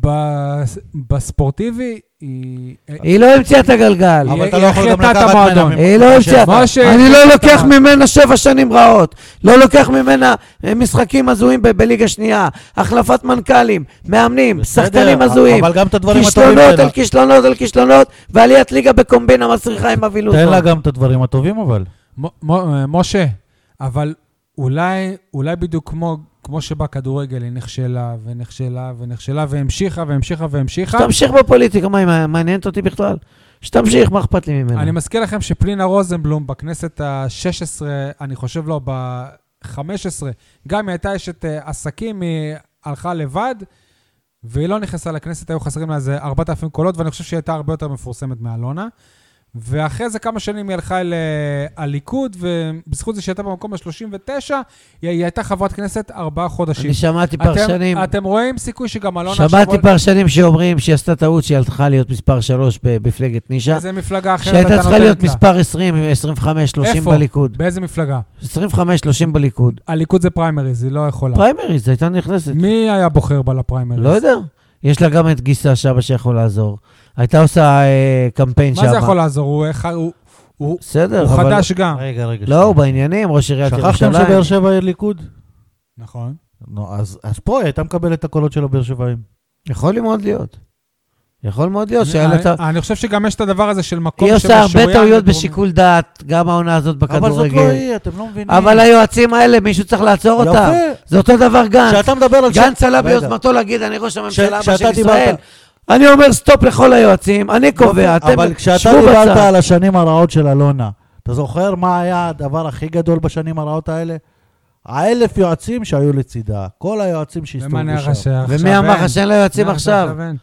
ב- בספורטיבי היא...
היא לא המציאה את הגלגל.
היא-
אבל אתה
היא
לא יכול גם
החלטה את
לקחת ממנה.
המועדון.
היא לא המציאה.
משה,
אני
תגיד
לא
את
לוקח
המעט.
ממנה שבע שנים רעות. לא לוקח ממנה אה, משחקים הזויים ב- בליגה שנייה. החלפת מנכ"לים, מאמנים,
בסדר,
שחקנים
אבל-
הזויים.
אבל גם את הדברים הטובים
כישלונות
שלה.
על כישלונות על כישלונות, ועליית ליגה בקומבינה מסריחה עם אבי
תן לה
לוזון.
גם את הדברים הטובים, אבל.
אה, מ- מ- משה, אבל אולי, אולי בדיוק כמו, כמו שבה כדורגל היא נכשלה ונכשלה ונכשלה והמשיכה והמשיכה והמשיכה.
שתמשיך בפוליטיקה, מה, היא מעניינת אותי בכלל? שתמשיך, מה אכפת לי ממנה?
אני מזכיר לכם שפנינה רוזנבלום בכנסת ה-16, אני חושב לא, ב-15, גם היא הייתה אשת אה, עסקים, היא הלכה לבד, והיא לא נכנסה לכנסת, היו חסרים לה איזה 4,000 קולות, ואני חושב שהיא הייתה הרבה יותר מפורסמת מאלונה. ואחרי זה כמה שנים היא הלכה אל אה, הליכוד, ובזכות זה שהיא הייתה במקום ה-39, היא, היא הייתה חברת כנסת ארבעה חודשים.
אני שמעתי פרשנים,
אתם, לא אתם רואים סיכוי שגם אלונה...
שמעתי
שבוע-
פרשנים שאומרים שהיא עשתה טעות שהיא הלכה להיות מספר 3 במפלגת נישה,
איזה מפלגה אחרת אתה
שהייתה צריכה
נותנת
להיות
לה?
מספר 20, 25, 30
איפה?
בליכוד.
באיזה מפלגה?
25, 30 בליכוד.
הליכוד זה פריימריז, היא לא יכולה.
פריימריז, הייתה נכנסת.
מי היה בוחר בה לפריימריז?
לא יודע. יש לה גם את גיסה שבה שיכול לעזור. הייתה עושה אה, קמפיין שמה.
מה זה יכול לעזור? הוא איך- הוא- הוא-
בסדר,
הוא
אבל...
חדש גם.
רגע, רגע.
לא, הוא בעניינים, ראש עיריית
שנייה.
ירושלים.
שכחתם שבאר שבע היא ליכוד?
נכון.
נו, אז אז פה היא הייתה מקבלת את הקולות של הבאר שבעים.
יכול לי מאוד להיות. יכול מאוד להיות שהיה לה את ה...
אני אני חושב שגם יש את הדבר הזה של מקום
לא, היא עושה הרבה
שמשוריין
טעויות
לדרום-
בשיקול דעת, גם העונה הזאת
אבל זאת לא
בכדורגל.
היא, אתם לא מבינים.
אבל היועצים האלה, מישהו צריך לעצור אותם.
יפה.
זה אותו דבר גנץ.
כשאתה מדבר על...
גנץ עלה
רגע.
ביוזמתו להגיד, אני ראש הממשלה הבא
כשאתה
של ישראל.
דיברת-
אני אומר סטופ לכל היועצים, אני קובע, אתם
אבל כשאתה
שבו
דיברת
בצד.
על השנים הרעות של אלונה, אתה זוכר מה היה הדבר הכי גדול בשנים הרעות האלה? האלף יועצים שהיו לצידה, כל היועצים
ומה נראה
שהסתובבו שם.
שעכשיו
ומי אמר
אין?
לך שאין לה יועצים
אה, מה
עכשיו?
אין?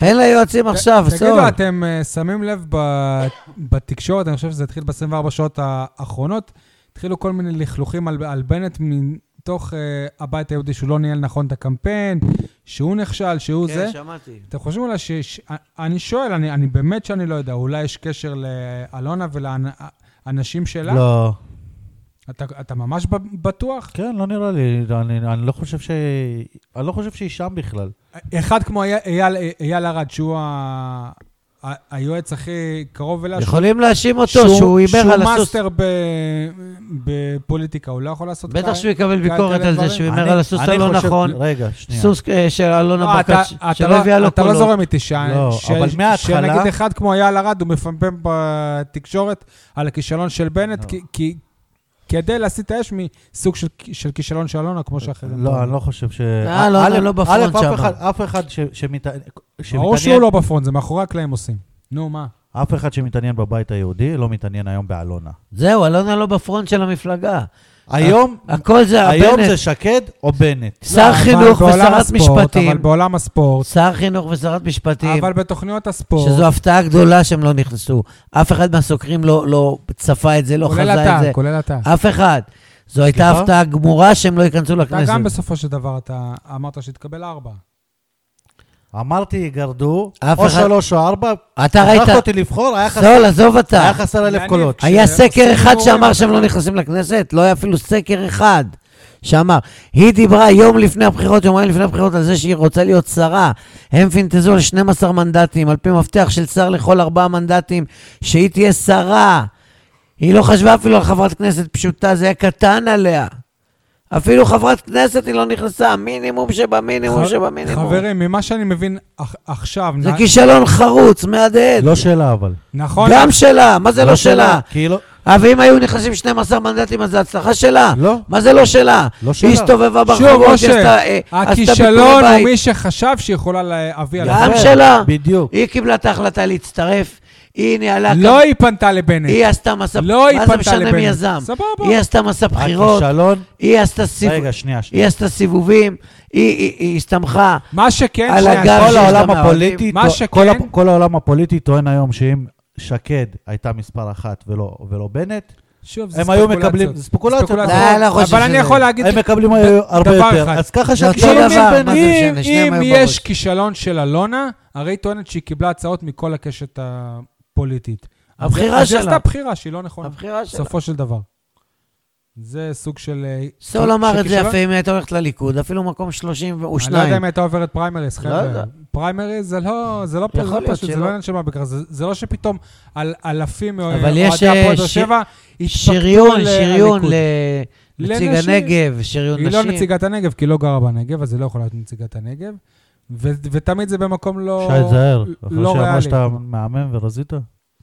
אין לה יועצים עכשיו,
ת-
סול.
תגידו, אתם אה, שמים לב ב- בתקשורת, אני חושב שזה התחיל ב-24 שעות האחרונות, התחילו כל מיני לכלוכים על על בנט מתוך אה, הבית היהודי, שהוא לא ניהל נכון את הקמפיין, שהוא נכשל, שהוא זה.
כן, שמעתי.
אתם חושבים אולי ש... ש- אני שואל, אני, אני באמת שאני לא יודע, אולי יש קשר לאלונה ולאנשים שלה?
לא,
אתה, אתה ממש ב- בטוח?
כן, לא נראה לי, אני, אני לא חושב ש... אני לא חושב שהיא שם בכלל.
אחד כמו אייל- אייל אייל ארד, שהוא ה, ה, היועץ הכי קרוב אליה,
יכולים להאשים אותו שהוא הימר על
שהוא
הסוס.
מאסטר ב, בפוליטיקה, הוא לא יכול לעשות
בטח
כאלה-
שהוא יקבל
כאלה
ביקורת על זה
דברים?
שהוא
אני-
הימר על הסוס
אני
הלא
חושב-
נכון.
רגע, שנייה.
סוס אה, של אלונה
לא,
ברקת,
אתה,
ש-
אתה,
שלא הביאה
לא,
לו
אתה לא
קולות.
זורם איתי ש...
לא,
ש...
אבל מההתחלה-
שנגיד אחד כמו אייל ארד, הוא מפמפם בתקשורת על הכישלון של בנט,
לא.
כי, כי, כדי להסיט את האש מסוג של, של כישלון של אלונה, כמו שאחרים.
לא,
טוענים.
אני לא חושב ש...
אה, לא,
א',
אני לא בפרונט
א', אף
שם.
אחד- אף אחד ש- שמתע-
ברור
שמתעניין
שהוא לא בפרונט, זה מאחורי הקלעים עושים. נו, מה?
אף אחד שמתעניין בבית היהודי לא מתעניין היום באלונה.
זהו, אלונה לא בפרונט של המפלגה.
היום,
הכל זה
היום זה
הבנט.
שקד או בנט.
לא,
שר
אבל
חינוך
בעולם
ושרת
הספורט, אבל
משפטים.
בעולם הספורט,
שר חינוך ושרת משפטים.
אבל בתוכניות הספורט,
שזו הפתעה גדולה שהם לא נכנסו. אף אחד מהסוקרים לא, לא צפה את זה, לא
כולל
חזה את
אתה,
זה.
כולל אתה.
אף אחד. זו הייתה
סליחה?
הפתעה גמורה שהם לא ייכנסו
אתה
לכנסת.
גם בסופו של דבר, אתה אמרת שתקבל ארבע.
אמרתי, יגרדו,
אף
או
אחד-
שלוש או ארבע.
אתה
הכרחת
ראית...
אותי לבחור, היה חסר-
סול, עזוב אתה.
היה חסר אלף
אני-
קולות.
כש-
היה סקר
עושים
אחד
הימורים,
שאמר
אתה-
שהם לא נכנסים לכנסת? לא היה אפילו סקר אחד שאמר. היא דיברה יום לפני הבחירות, יומיים לפני הבחירות, על זה שהיא רוצה להיות שרה. הם פינטזו על 12 מנדטים, על פי מפתח של שר לכל ארבעה מנדטים, שהיא תהיה שרה. היא לא חשבה אפילו על חברת כנסת פשוטה, זה היה קטן עליה. אפילו חברת כנסת היא לא נכנסה, מינימום שבמינימום
ח-
שבמינימום.
חברים, ממה שאני מבין אח- עכשיו,
זה
נ-
כישלון חרוץ, מהדהד.
לא שאלה אבל.
נכון?
גם שלה, מה כן. זה לא שלה?
כי היא לא...
אה, ואם היו נכנסים 12 מנדטים, אז זו הצלחה שלה?
לא.
מה זה לא שלה?
לא שלה.
היא הסתובבה
שוב,
ברחובות, היא
משה,
עשתה אה, עשתה
הכישלון
ביקורי
הוא מי
בית.
שחשב שהיא יכולה להביא עליו.
גם
יפה,
שלה.
בדיוק.
היא קיבלה את ההחלטה להצטרף, היא ניהלה...
לא
קמפ-
היא פנתה לבנט.
היא עשתה מסע...
לא היא
מה זה
פנתה
משנה
לבנט.
מי יזם?
סבבה.
היא עשתה מסע בחירות,
הכישלון...
היא עשתה סיב-
רגע, שנייה, שנייה.
היא עשתה סיבובים, היא- היא היא הסתמכה.
מה שכן,
על
שנייה,
הגב
כל
כל
שיש
העולם-
העולם
לה
הפוליטי,
מה
טוע-
שכן-
כל ה- כל העולם הפוליטי טוען היום שאם שקד הייתה מספר אחת ולא ולא בנט,
שוב, זה
הם היו
ספקולציות.
מקבלים, זה ספקולציות,
ספקולציות.
לא, אני לא חושב
אבל אני
שזה-
יכול להגיד,
הם מקבלים
ד-
הרבה
דבר
יותר,
אחד.
אז ככה
זה אותו
שהכישלון
דבר,
בין-
מה זה
אם
משנה, שניהם
אם
היו בראש.
יש כישלון של אלונה, הרי היא טוענת שהיא קיבלה הצעות מכל הקשת הפוליטית. אז-
הבחירה
אז
שלה.
היא עשתה בחירה שהיא לא נכונה,
הבחירה שלה.
בסופו של דבר. זה סוג של... אה,
סול אמר את זה
שכישלון-
יפה, אם היא הייתה הולכת לליכוד, אפילו מקום 32.
אני לא יודע אם הייתה עוברת פריימריז,
לא
חבר'ה.
יודע.
פריימריז זה לא זה לא פ-
יכול
זה לא
להיות
פשוט, זה
שלא.
לא עניין של מה בכלל. זה זה לא שפתאום אל- אלפים
אבל
מאוהדי
יש,
הפועל
אה,
באר
ש-
שבע התפקדו
שריון,
ל-
שריון
הליכוד.
ל- נציג
לנשים.
הנגב, שריון
היא לא
נשים.
נציגת הנגב, כי היא לא גרה בנגב, אז היא לא יכולה להיות נציגת הנגב. ו- ותמיד זה במקום לא
שי, תזהר, אחרי
לא
שאמר
ריאלי.
שאתה מהמם ורזית,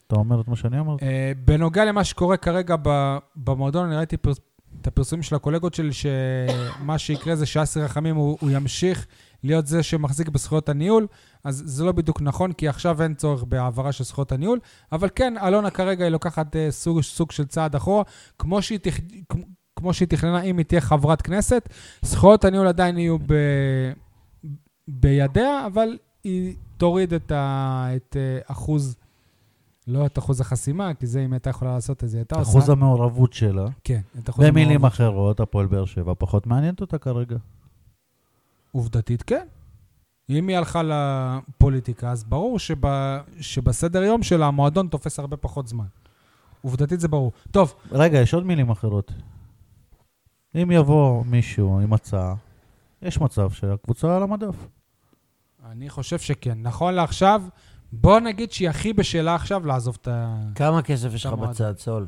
אתה אומר את מה שאני אמרתי?
אה, בנוגע למה שקורה כרגע ב- במועדון, אני ראיתי פרס- את הפרסומים של הקולגות שלי, שמה שיקרה זה שאסי רחמים הוא, הוא ימשיך להיות זה שמחזיק בזכויות הניהול, אז זה לא בדיוק נכון, כי עכשיו אין צורך בהעברה של זכויות הניהול, אבל כן, אלונה כרגע היא לוקחת אה, סוג, סוג של צעד אחורה, כמו שהיא, תכ... כמו- כמו שהיא תכננה אם היא תהיה חברת כנסת. זכויות הניהול עדיין יהיו ב... בידיה, אבל היא תוריד את, ה... את אה, אחוז, לא את אחוז החסימה, כי זה אם הייתה יכולה לעשות את זה, הייתה עושה.
אחוז המעורבות שלה.
כן, את אחוז
במילים
המעורבות.
אחרות, הפועל באר שבע פחות מעניינת אותה כרגע.
עובדתית כן. אם היא הלכה לפוליטיקה, אז ברור שב, שבסדר יום שלה המועדון תופס הרבה פחות זמן. עובדתית זה ברור. טוב,
רגע, יש עוד מילים אחרות. אם יבוא מישהו עם הצעה, יש מצב שהקבוצה על המדף.
אני חושב שכן. נכון לעכשיו, בוא נגיד שהיא הכי בשלה עכשיו לעזוב את ה...
כמה כסף יש לך
כמה עוד?
בצד, סול?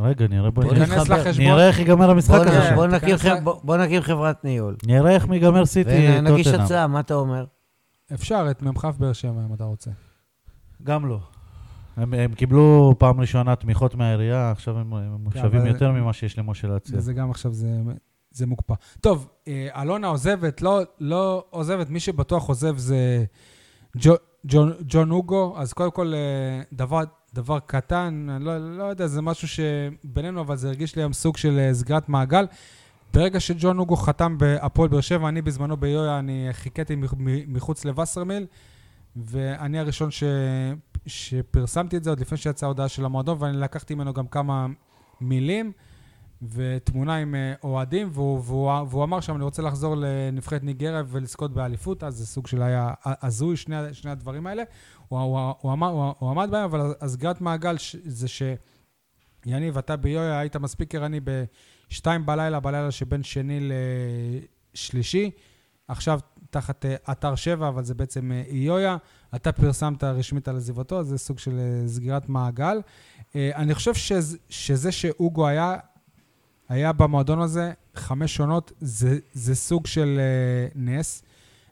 רגע, נראה בוא
בוא
נראה-
תיכנס
נתחבר.
לחשבון.
נראה איך ייגמר המשחק
בוא נ-
הזה.
כן.
שם.
בוא נקים
תיכנס
חב- בוא- בוא נקים חברת ניהול.
נראה איך ייגמר סיטי
ונגיש
טוטנאם.
הצעה, מה אתה אומר?
אפשר את מ"כ באר שבע אם אתה רוצה.
גם לא. הם, הם קיבלו פעם ראשונה תמיכות מהעירייה, עכשיו הם, הם
כן,
שווים
אבל-
יותר ממה שיש למשה להציע.
וזה גם עכשיו, זה, זה מוקפא. טוב, אה, אלונה עוזבת, לא, לא עוזבת, מי שבטוח עוזב זה ג'ו, ג'ון, ג'ון הוגו, אז קודם כל, אה, דבר, דבר קטן, אני לא, לא יודע, זה משהו שבינינו, אבל זה הרגיש לי היום סוג של אה, סגירת מעגל. ברגע שג'ון הוגו חתם בהפועל באר שבע, אני בזמנו ביויה, אני חיכיתי מח- מ- מחוץ לווסרמיל, ואני הראשון ש... שפרסמתי את זה עוד לפני שיצאה ההודעה של המועדון, ואני לקחתי ממנו גם כמה מילים ותמונה עם אה, אוהדים, והוא, והוא, והוא אמר שם, אני רוצה לחזור לנבחרת ניגריה ולזכות באליפות, אז זה סוג של היה הזוי, שני, ה- שני הדברים האלה. הוא, הוא, הוא, הוא, הוא, הוא עמד בהם, אבל הסגירת מעגל ש, זה ש... יניב, אתה ביויה היית מספיק ערני בשתיים בלילה, בלילה שבין שני לשלישי. עכשיו תחת אה, אתר שבע, אבל זה בעצם אה, איויה. אתה פרסמת רשמית על עזיבתו, אז זה סוג של אה, סגירת מעגל. אה, אני חושב שזה, שזה שאוגו היה, היה במועדון הזה חמש עונות, זה, זה סוג של אה, נס.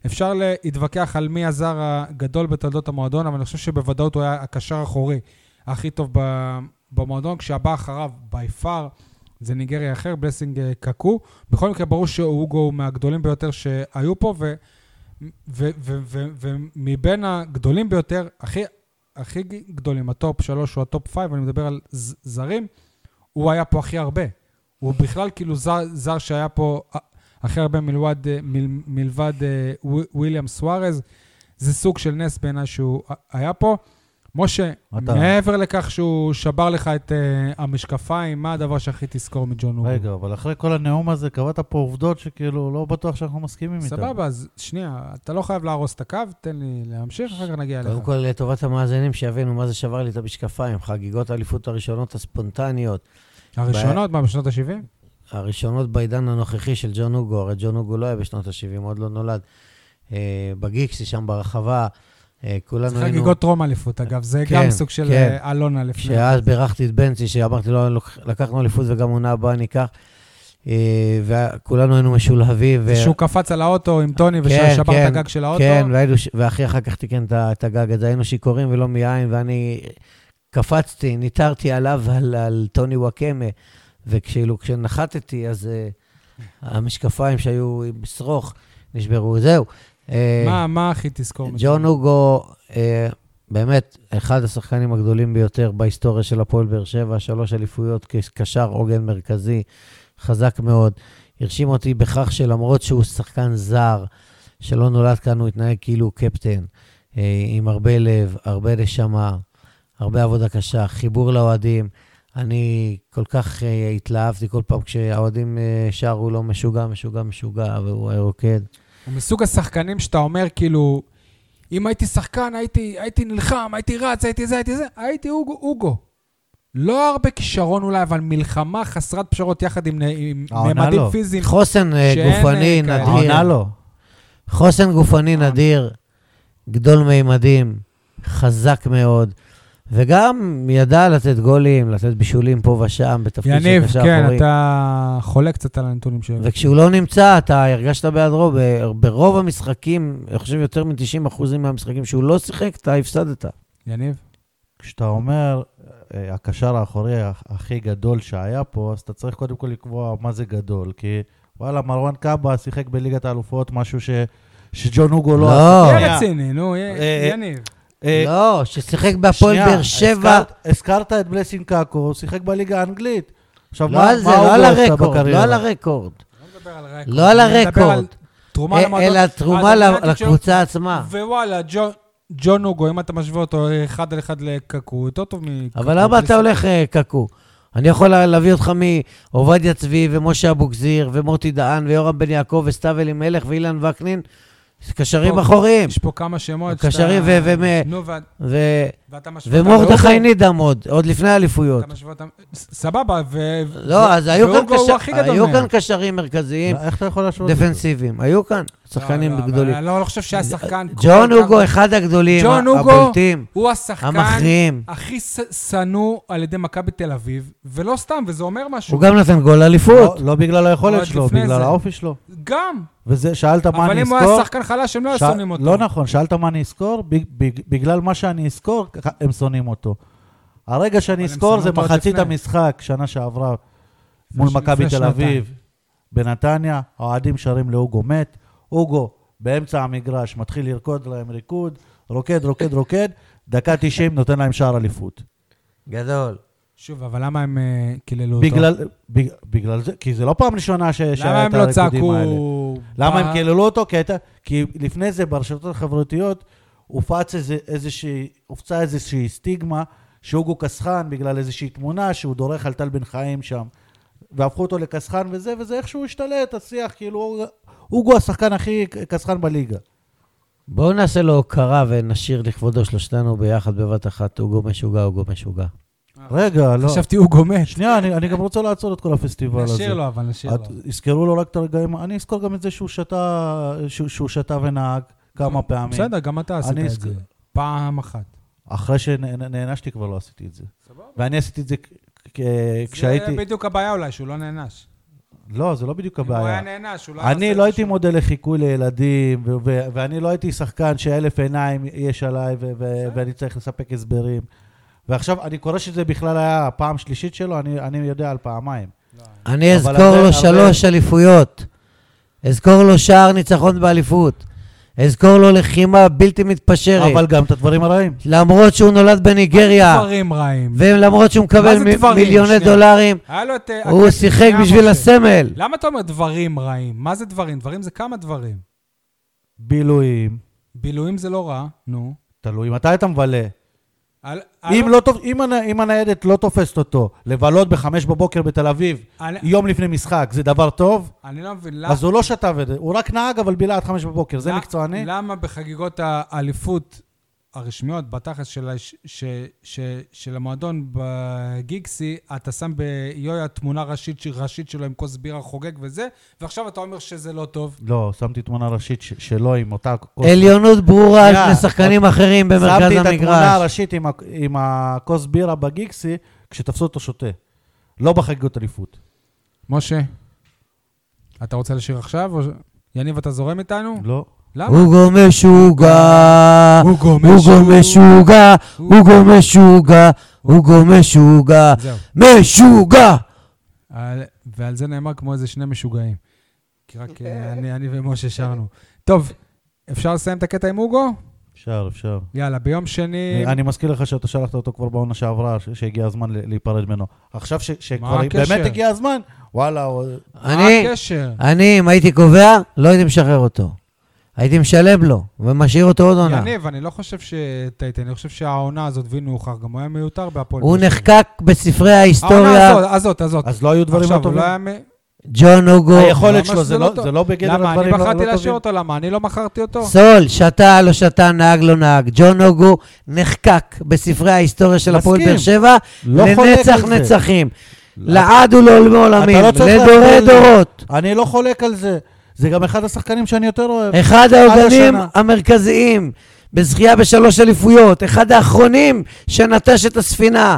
אפשר להתווכח על מי הזר הגדול בתולדות המועדון, אבל אני חושב שבוודאות הוא היה הקשר האחורי הכי טוב ב- במועדון, כשהבא אחריו, by far, זה ניגרי אחר, בלסינג אה, קקו. בכל מקרה, ברור שהוגו הוא מהגדולים ביותר שהיו פה, ו- ו- ו- ו- ומבין הגדולים ביותר, הכי, הכי גדולים, הטופ שלוש או הטופ פייב, אני מדבר על ז- זרים, הוא היה פה הכי הרבה. הוא בכלל כאילו זר, זר שהיה פה ה- הכי הרבה מלבד, אה, מל, מלבד אה, וו- וויליאם סוארז. זה סוג של נס בעיניי שהוא ה- היה פה. משה,
אתה-
אתה... מעבר לכך שהוא שבר לך את אה, המשקפיים, מה הדבר שהכי תזכור מג'ון אוגו?
רגע, אבל אחרי כל הנאום הזה קבעת פה עובדות שכאילו לא בטוח שאנחנו מסכימים איתן.
סבבה, אז שנייה, אתה לא חייב להרוס את הקו, תן לי להמשיך, אחר כך נגיע
קודם
אליך.
כל, לטובת המאזינים, שיבינו מה זה שבר לי את המשקפיים. חגיגות האליפות הראשונות הספונטניות,
הראשונות, מה, בשנות ה-70?
הראשונות בעידן הנוכחי של ג'ון הוגו, הרי ג'ון הוגו לא היה בשנות ה-70, עוד לא נולד. אה, בגיקסי שם ברחבה, אה, כולנו
זה
היינו...
חגיגות טרום אליפות, אגב, זה
כן,
גם סוג של
כן.
אה, אלונה לפני.
כשאז בירכתי את בנצי, שאמרתי לו, "לוק- לקחנו אליפות וגם עונה הבאה ניקח. אה, וכולנו היינו משולהבים. ו-
שהוא קפץ על האוטו עם טוני
כן,
ושבר את
כן,
הגג של האוטו.
כן, והיינו, ש- ואחי אחר כך תיקן את ה- את הגג הזה, היינו שיכורים ולא מיין, ואני קפצתי, ניטרתי עליו ועל על טוני וואקמה, וכאילו כשנחתתי, אז אה, המשקפיים שהיו עם שרוך נשברו, זהו. אה,
מה, מה הכי תזכור? מג'ון?
ג'ון הוגו, אה, באמת, אחד השחקנים הגדולים ביותר בהיסטוריה של הפועל באר שבע, שלוש אליפויות כקשר עוגן מרכזי, חזק מאוד. הרשים אותי בכך שלמרות שהוא שחקן זר, שלא נולד כאן, הוא התנהג כאילו הוא קפטן, אה, עם הרבה לב, הרבה נשמה, הרבה עבודה קשה, חיבור לאוהדים. אני כל כך אה, התלהבתי כל פעם כשהאוהדים אה, שרו לו משוגע, משוגע, משוגע, והוא היה רוקד.
הוא מסוג השחקנים שאתה אומר, כאילו, אם הייתי שחקן, הייתי, הייתי נלחם, הייתי רץ, הייתי זה, הייתי זה, הייתי אוגו. אוגו. לא הרבה כישרון אולי, אבל מלחמה חסרת פשרות יחד עם, נ- עם
העונה
ממדים
לא.
פיזיים.
חוסן אה,
כן. שאין, אה,
גופני
כאלה.
נדיר.
העונה לא.
חוסן גופני
אה.
נדיר, גדול מימדים, חזק מאוד, וגם ידע לתת גולים, לתת בישולים פה ושם, בתפקיד של
יניב,
קשר
כן,
אחורי.
אתה חולה קצת על הנתונים שלו.
וכשהוא לא נמצא, אתה הרגשת בהיעדרו, ב- ברוב המשחקים, אני חושב יותר מ-90% מהמשחקים שהוא לא שיחק, אתה הפסדת.
יניב?
כשאתה אומר, אה, הקשר האחורי הכ- הכי גדול שהיה פה, אז אתה צריך קודם כל לקבוע מה זה גדול, כי וואלה, מרואן קאבה שיחק בליגת האלופות, משהו ש... שג'ון הוגו לא...
לא.
עשה.
תהיה
שנייה,
רציני, נו,
אה,
יה-
אה,
יניב.
אה,
לא, ששיחק בהפועל
שנייה,
באר שבע.
הזכרת- הזכרת את בלסינג קאקו, הוא שיחק בליגה האנגלית. עכשיו,
לא
מה
על זה,
מה
לא על
הוגו עשה
הרקורד, לא
בקריירה?
על הרקורד.
לא מדבר על רקורד.
לא על
אני מדבר על
הרקורד,
תרומה
אה,
למועדון.
אלא אה. תרומה
אז
ל-
אני חושב-
לקבוצה עצמה.
ווואלה, ג'ו- ג'ון הוגו, אם אתה משווה אותו אחד על אחד לקקו, הוא יותר טוב מקקו.
אבל למה
בלי
אתה הולך אה, קקו? אני יכול לה- להביא אותך מעובדיה צבי ומשה אבוגזיר ומוטי דהן ויורם בן יעקב וסתיו אלימלך ואילן וקנין, זה קשרים
פה-
אחוריים.
יש פה כמה שמות.
הקשרים
שאתה-
ו- ו-
נו, ו-
ו-
ואתה משווה... אותם
ומרדכי
להוגו,
נידם עוד, עוד לפני האליפויות.
לא אתה משווה אותם... ס- סבבה, ו...
לא, אז היו כאן
והוגו הוא
קשר-
הכי גדול
היו
מהם.
כאן קשרים מרכזיים,
איך אתה יכול להשוות? את זה?
דפנסיביים. היו כאן שחקנים
לא, לא, אבל
גדולים.
אני לא לא חושב שהיה שחקן...
ג'ון
כל כך-
הוגו, אחד הגדולים,
ג'ון
ה-
הוגו
הבולטים,
הוא השחקן
המכריעים.
הכי ס- שנוא על ידי מכבי תל אביב, ולא סתם, וזה אומר משהו.
הוא גם נתן גול אליפות.
לא- לא בגלל היכולת
עוד
שלו,
לפני
בגלל
זה.
האופי שלו.
גם.
וזה, שאלת מה
אבל
אני
אם
אזכור...
הוא היה שחקן חלש, הם לא היו
שאל-
שונאים אותו.
לא נכון, שאלת מה אני אזכור? בג- בג- בגלל מה שאני אזכור, ככה הם שונאים אותו. הרגע
אבל
שאני
הם
אזכור
שנאו
זה
אותו עוד
מחצית
לפני.
המשחק, שנה שעברה,
לפני
מול
ש-
מכבי
לפני
תל
שנתיים.
אביב, בנתניה, האוהדים שרים להוגו מת. הוגו, באמצע המגרש, מתחיל לרקוד להם ריקוד, רוקד, רוקד, רוקד, דקה 90 נותן להם שער אליפות.
גדול.
שוב, אבל למה הם אה, קיללו אותו?
בגלל, בג- בגלל זה, כי זה לא פעם ראשונה ש-
למה
שהיה
הם
את
לא
הריקודים האלה.
צעקו...
למה
בא-
הם קיללו אותו? כי, הייתה, כי לפני זה ברשתות החברתיות הופץ איזה, איזושהי, הופצה איזושהי סטיגמה שהוגו קסחן בגלל איזושהי תמונה שהוא דורך על טל בן חיים שם. והפכו אותו לקסחן וזה, וזה איכשהו השתלט, השיח, כאילו הוגו השחקן הכי קסחן בליגה.
בואו נעשה לו הוקרה ונשיר לכבודו שלושתנו ביחד בבת אחת, הוגו משוגע, הוגו משוגע.
רגע, לא.
אה. חשבתי הוא גומט.
שנייה, אני, אני גם רוצה לעצור את כל הפסטיבל הזה.
נשאיר לו, אבל נשאיר לו.
את- יזכרו לו רק את הרגעים, אני אזכור גם את זה שהוא שתה, שהוא, שהוא שתה ונהג כמה פעמים.
בסדר, גם אתה עשית
אני
את זה.
אזכור.
פעם אחת.
אחרי שנענשתי כבר לא עשיתי את זה.
סבבה.
ואני עשיתי את זה כ- כ- כשהייתי...
זה בדיוק הבעיה אולי, שהוא לא נענש.
לא, זה לא בדיוק
אם הוא
הבעיה.
היה נענש, הוא לא היה עושה
אני
את
לא
זה
הייתי
שהוא-
מודל לחיקוי לילדים, ו- ו- ואני לא הייתי שחקן שאלף עיניים יש עליי, ו- ו- ואני צריך לספק הסברים. ועכשיו, אני קורא שזה בכלל היה הפעם שלישית שלו, אני אני יודע על פעמיים.
אני
אבל
אזכור
הרבה-
לו שלוש אליפויות. אזכור לו שער ניצחון באליפות. אזכור לו לחימה בלתי מתפשרת.
אבל גם את הדברים הרעים.
למרות שהוא נולד בניגריה,
דברים רעים.
ולמרות שהוא
מה
מקבל
זה
מ-
דברים?
מיליוני
שנייה.
דולרים,
היה לו את... אה,
הוא
הקטע
שיחק
שהיה
בשביל
משה.
הסמל.
למה אתה אומר דברים רעים? מה זה דברים? דברים זה כמה דברים.
בילויים,
בילויים זה לא רע, נו.
תלוי מתי אתה מבלה.
על-
אם
על-
לא תופ- אם הנה- אם הניידת לא תופסת אותו, לבלות בחמש בבוקר בתל אביב,
אני-
יום לפני משחק, זה דבר טוב?
אני לא מבין למה...
אז הוא לא שתה וזה, הוא רק נהג אבל בילה עד חמש בבוקר, זה
למה-
מקצועני?
למה בחגיגות האליפות הרשמיות, בתכלס של, הש- ש, ש, של המועדון בגיגסי, אתה שם ביויה תמונה ראשית, ראשית שלו עם כוס בירה חוגג וזה, ועכשיו אתה אומר שזה לא טוב.
לא, שמתי תמונה ראשית ש- שלו עם אותה... כוס-
עליונות ברורה על
אוקיי. שנייה,
פני שחקנים אחרים במרכז
שמתי את התמונה
המגרש.
הראשית עם ה- עם הכוס בירה בגיקסי, כשתפסו אותו שותה. לא בחגיגות אליפות.
משה, אתה רוצה לשיר עכשיו? או... ש- יניב, אתה זורם איתנו?
לא.
למה?
הוגו משוגע,
הוא
הוגו משוגע, הוגו משוגע, הוגו משוגע,
זהו.
משוגע!
על, ועל זה נאמר כמו איזה שני משוגעים. כי רק אה, אני, אני ומשה שרנו. טוב, אפשר לסיים את הקטע עם הוגו?
אפשר, אפשר.
יאללה, ביום שני...
אני מזכיר לך שאתה שלחת אותו כבר בעונה שעברה, ש- שהגיע הזמן ל- להיפרד ממנו. עכשיו ש- שכבר
הקשר? אוקיי.
באמת הגיע הזמן, וואלה, הוא-
אני,
מה הקשר?
אני, אם הייתי קובע, לא הייתי משחרר אותו. הייתי משלם לו, ומשאיר אותו עוד עונה.
יניב, אני לא חושב שטעיתי, אני חושב שהעונה הזאת, והנה הוא הוכח, גם הוא היה מיותר בהפועל.
הוא
באר שבע.
נחקק בספרי
העונה
ההיסטוריה,
הזאת, הזאת, הזאת.
אז לא היו דברים
עכשיו,
לא
הוא לא
טובים.
היה... מ-
ג'ון הוגו,
היכולת
ממש
שלו,
זה
זה
לא
לא-
טוב.
זה לא בגדר הדברים
למה?
לא לא
אני
טובים.
בחרתי להשאיר אותו, למה? אני לא מכרתי אותו?
סול, שתה, לא שתה, נהג, לא נהג. ג'ון הוגו נחקק בספרי ההיסטוריה של הפועל
מסכים.
באר שבע
לא
לנצח
חולק על זה.
נצחים. לעד ולעולמי עולמים,
לא צריך
לדורי
להפריע לי.
דורות.
אני לא חולק על זה. זה גם אחד השחקנים שאני יותר אוהב.
אחד העוגנים
השנה.
המרכזיים בזכייה בשלוש אליפויות, אחד האחרונים שנטש את הספינה.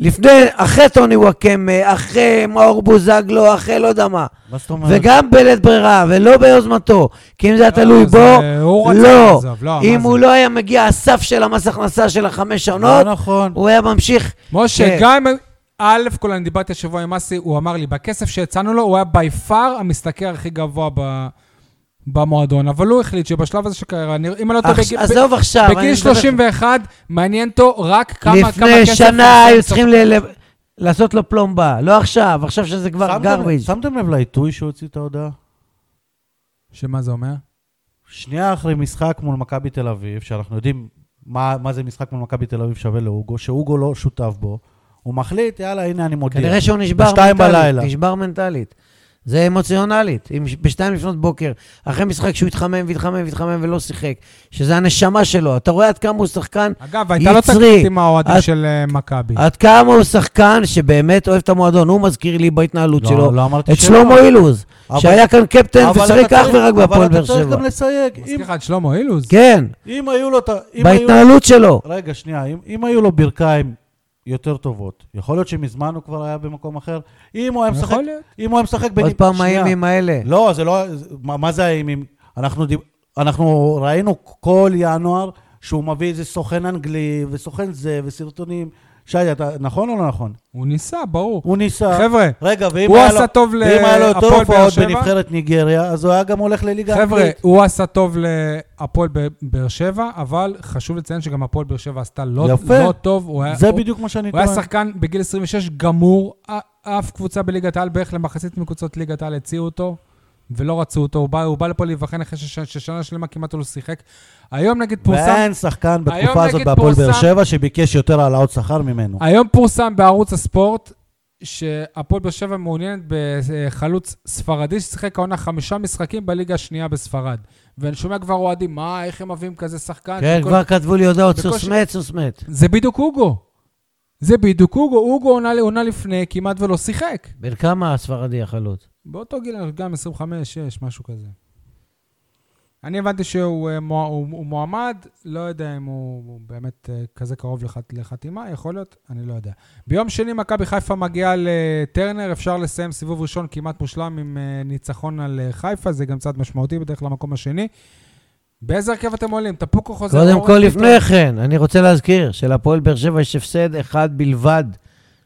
לפני, אחרי טוני וואקמה, אחרי מאור בוזגלו, אחרי לא יודע מה.
מה זאת אומרת?
וגם בלית ברירה, ולא ביוזמתו. כי אם זה היה תלוי
לא, זה-
בו,
הוא רצה
לא.
לעזוב, לא, מה
אם
זה?
הוא לא היה מגיע הסף של המס הכנסה של החמש
לא
שנות,
נכון.
הוא היה ממשיך.
משה,
כן.
גם אם... א' כל אני דיברתי השבוע עם אסי, הוא אמר לי, בכסף שהצענו לו, הוא היה בי פאר המשתכר הכי גבוה ב... במועדון, אבל הוא החליט שבשלב הזה שקרה, אני- אם אני לא טועה,
עכש-
בגיל-
עזוב עכשיו, אני
בגיל
מדבר-
31, מעניין אותו רק כמה כמה כסף...
לפני שנה
הוא
היו
עושה
צריכים ל- ל- לעשות לו פלומבה, לא עכשיו, עכשיו שזה כבר
שמתם-
גרביג'.
שמתם לב לעיתוי שהוא הוציא את ההודעה?
בסוף. שמה זה אומר?
שנייה אחרי משחק מול מכבי תל אביב, שאנחנו יודעים מה, מה זה משחק מול מכבי תל אביב שווה להוגו, שהוגו לא שותף בו, הוא מחליט, יאללה, הנה אני מודיע.
כנראה שהוא נשבר
בשתיים
מנטלית.
בלילה.
נשבר מנטלית. זה אמוציונלית. אם ש- בשתיים לפנות בוקר, אחרי משחק שהוא התחמם והתחמם והתחמם ולא שיחק, שזה הנשמה שלו, אתה רואה עד כמה הוא שחקן
אגב, הייתה לו
יצרי,
תקרית עם האוהדים
את-
של אה, מכבי.
עד כמה הוא שחקן שבאמת אוהב את המועדון, הוא מזכיר לי בהתנהלות
לא,
שלו.
לא אמרתי
את
שלא.
שלמה אילוז,
אבל-
שהיה כאן קפטן
אבל
ושיחק
אתה
אך
צריך-
ורק בהפועל באר
אבל אתה צריך
שבע.
גם לסייג.
מזכיר
אם-
לך את שלמה אילוז?
כן,
אם היו לו... את ה- אם היו- לא,
בהתנהלות שלו.
רגע, שנייה. אם- אם היו לו ברכיים יותר טובות, יכול להיות שמזמן הוא כבר היה במקום אחר? אם הוא היה משחק...
יכול להיות.
אם הוא היה משחק... בניב-
עוד פעם
שנייה.
האימים האלה.
לא, זה לא... זה- מה מה זה האימים? אנחנו דיב- אנחנו ראינו כל ינואר שהוא מביא איזה סוכן אנגלי וסוכן זה וסרטונים. שי, אתה נכון או לא נכון?
הוא ניסה, ברור.
הוא ניסה...
חבר'ה,
רגע, ואם
הוא
היה
עשה
לו-
טוב
ואם היה לו יותר
להפועל באר
הופעות
שבע?
בנבחרת ניגריה, אז הוא היה גם הולך לליגה
חבר'ה,
האנגלית.
הוא עשה טוב להפועל ב- באר שבע, אבל חשוב לציין שגם הפועל באר שבע עשתה לא
יפה.
לא טוב. הוא היה-
זה
הוא-
בדיוק מה שאני
הוא היה
טוען.
שחקן בגיל 26 גמור, א- אף קבוצה בליגת העל, בערך למחצית מקבוצות ליגת העל הציעו אותו, ולא רצו אותו. הוא בא, הוא בא לפה להיבחן אחרי שש- ששנה שלמה כמעט הוא לא שיחק. היום נגיד פורסם,
ואין שחקן
היום
בתקופה הזאת
נגיד
בהפועל באר
פורסם-
שבע שביקש יותר העלאות שכר ממנו.
היום פורסם בערוץ הספורט שהפועל באר שבע מעוניינת בחלוץ ספרדי ששיחק העונה חמישה משחקים בליגה השנייה בספרד. ואני שומע כבר אוהדים, מה, איך הם מביאים כזה שחקן?
כן,
שכל-
כבר כתבו לי הודעות,
בקושי-
סוס מת, סוס מת.
זה בדיוק הוגו. זה בדיוק הוגו. הוגו עונה, עונה לפני, כמעט ולא שיחק.
בן כמה הספרדי החלוץ?
באותו גיל, גם 25, 6, משהו כזה. אני הבנתי שהוא אה, מוע- הוא- הוא מועמד, לא יודע אם הוא הוא באמת אה, כזה קרוב לח- לחתימה, יכול להיות, אני לא יודע. ביום שני מכבי חיפה מגיעה לטרנר, אפשר לסיים סיבוב ראשון כמעט מושלם עם אה, ניצחון על אה, חיפה, זה גם צעד משמעותי בדרך למקום השני. באיזה הרכב אתם עולים? תפוקו חוזר.
קודם
אורן
כל,
ביטון.
לפני כן, אני רוצה להזכיר שלפועל באר שבע יש הפסד אחד בלבד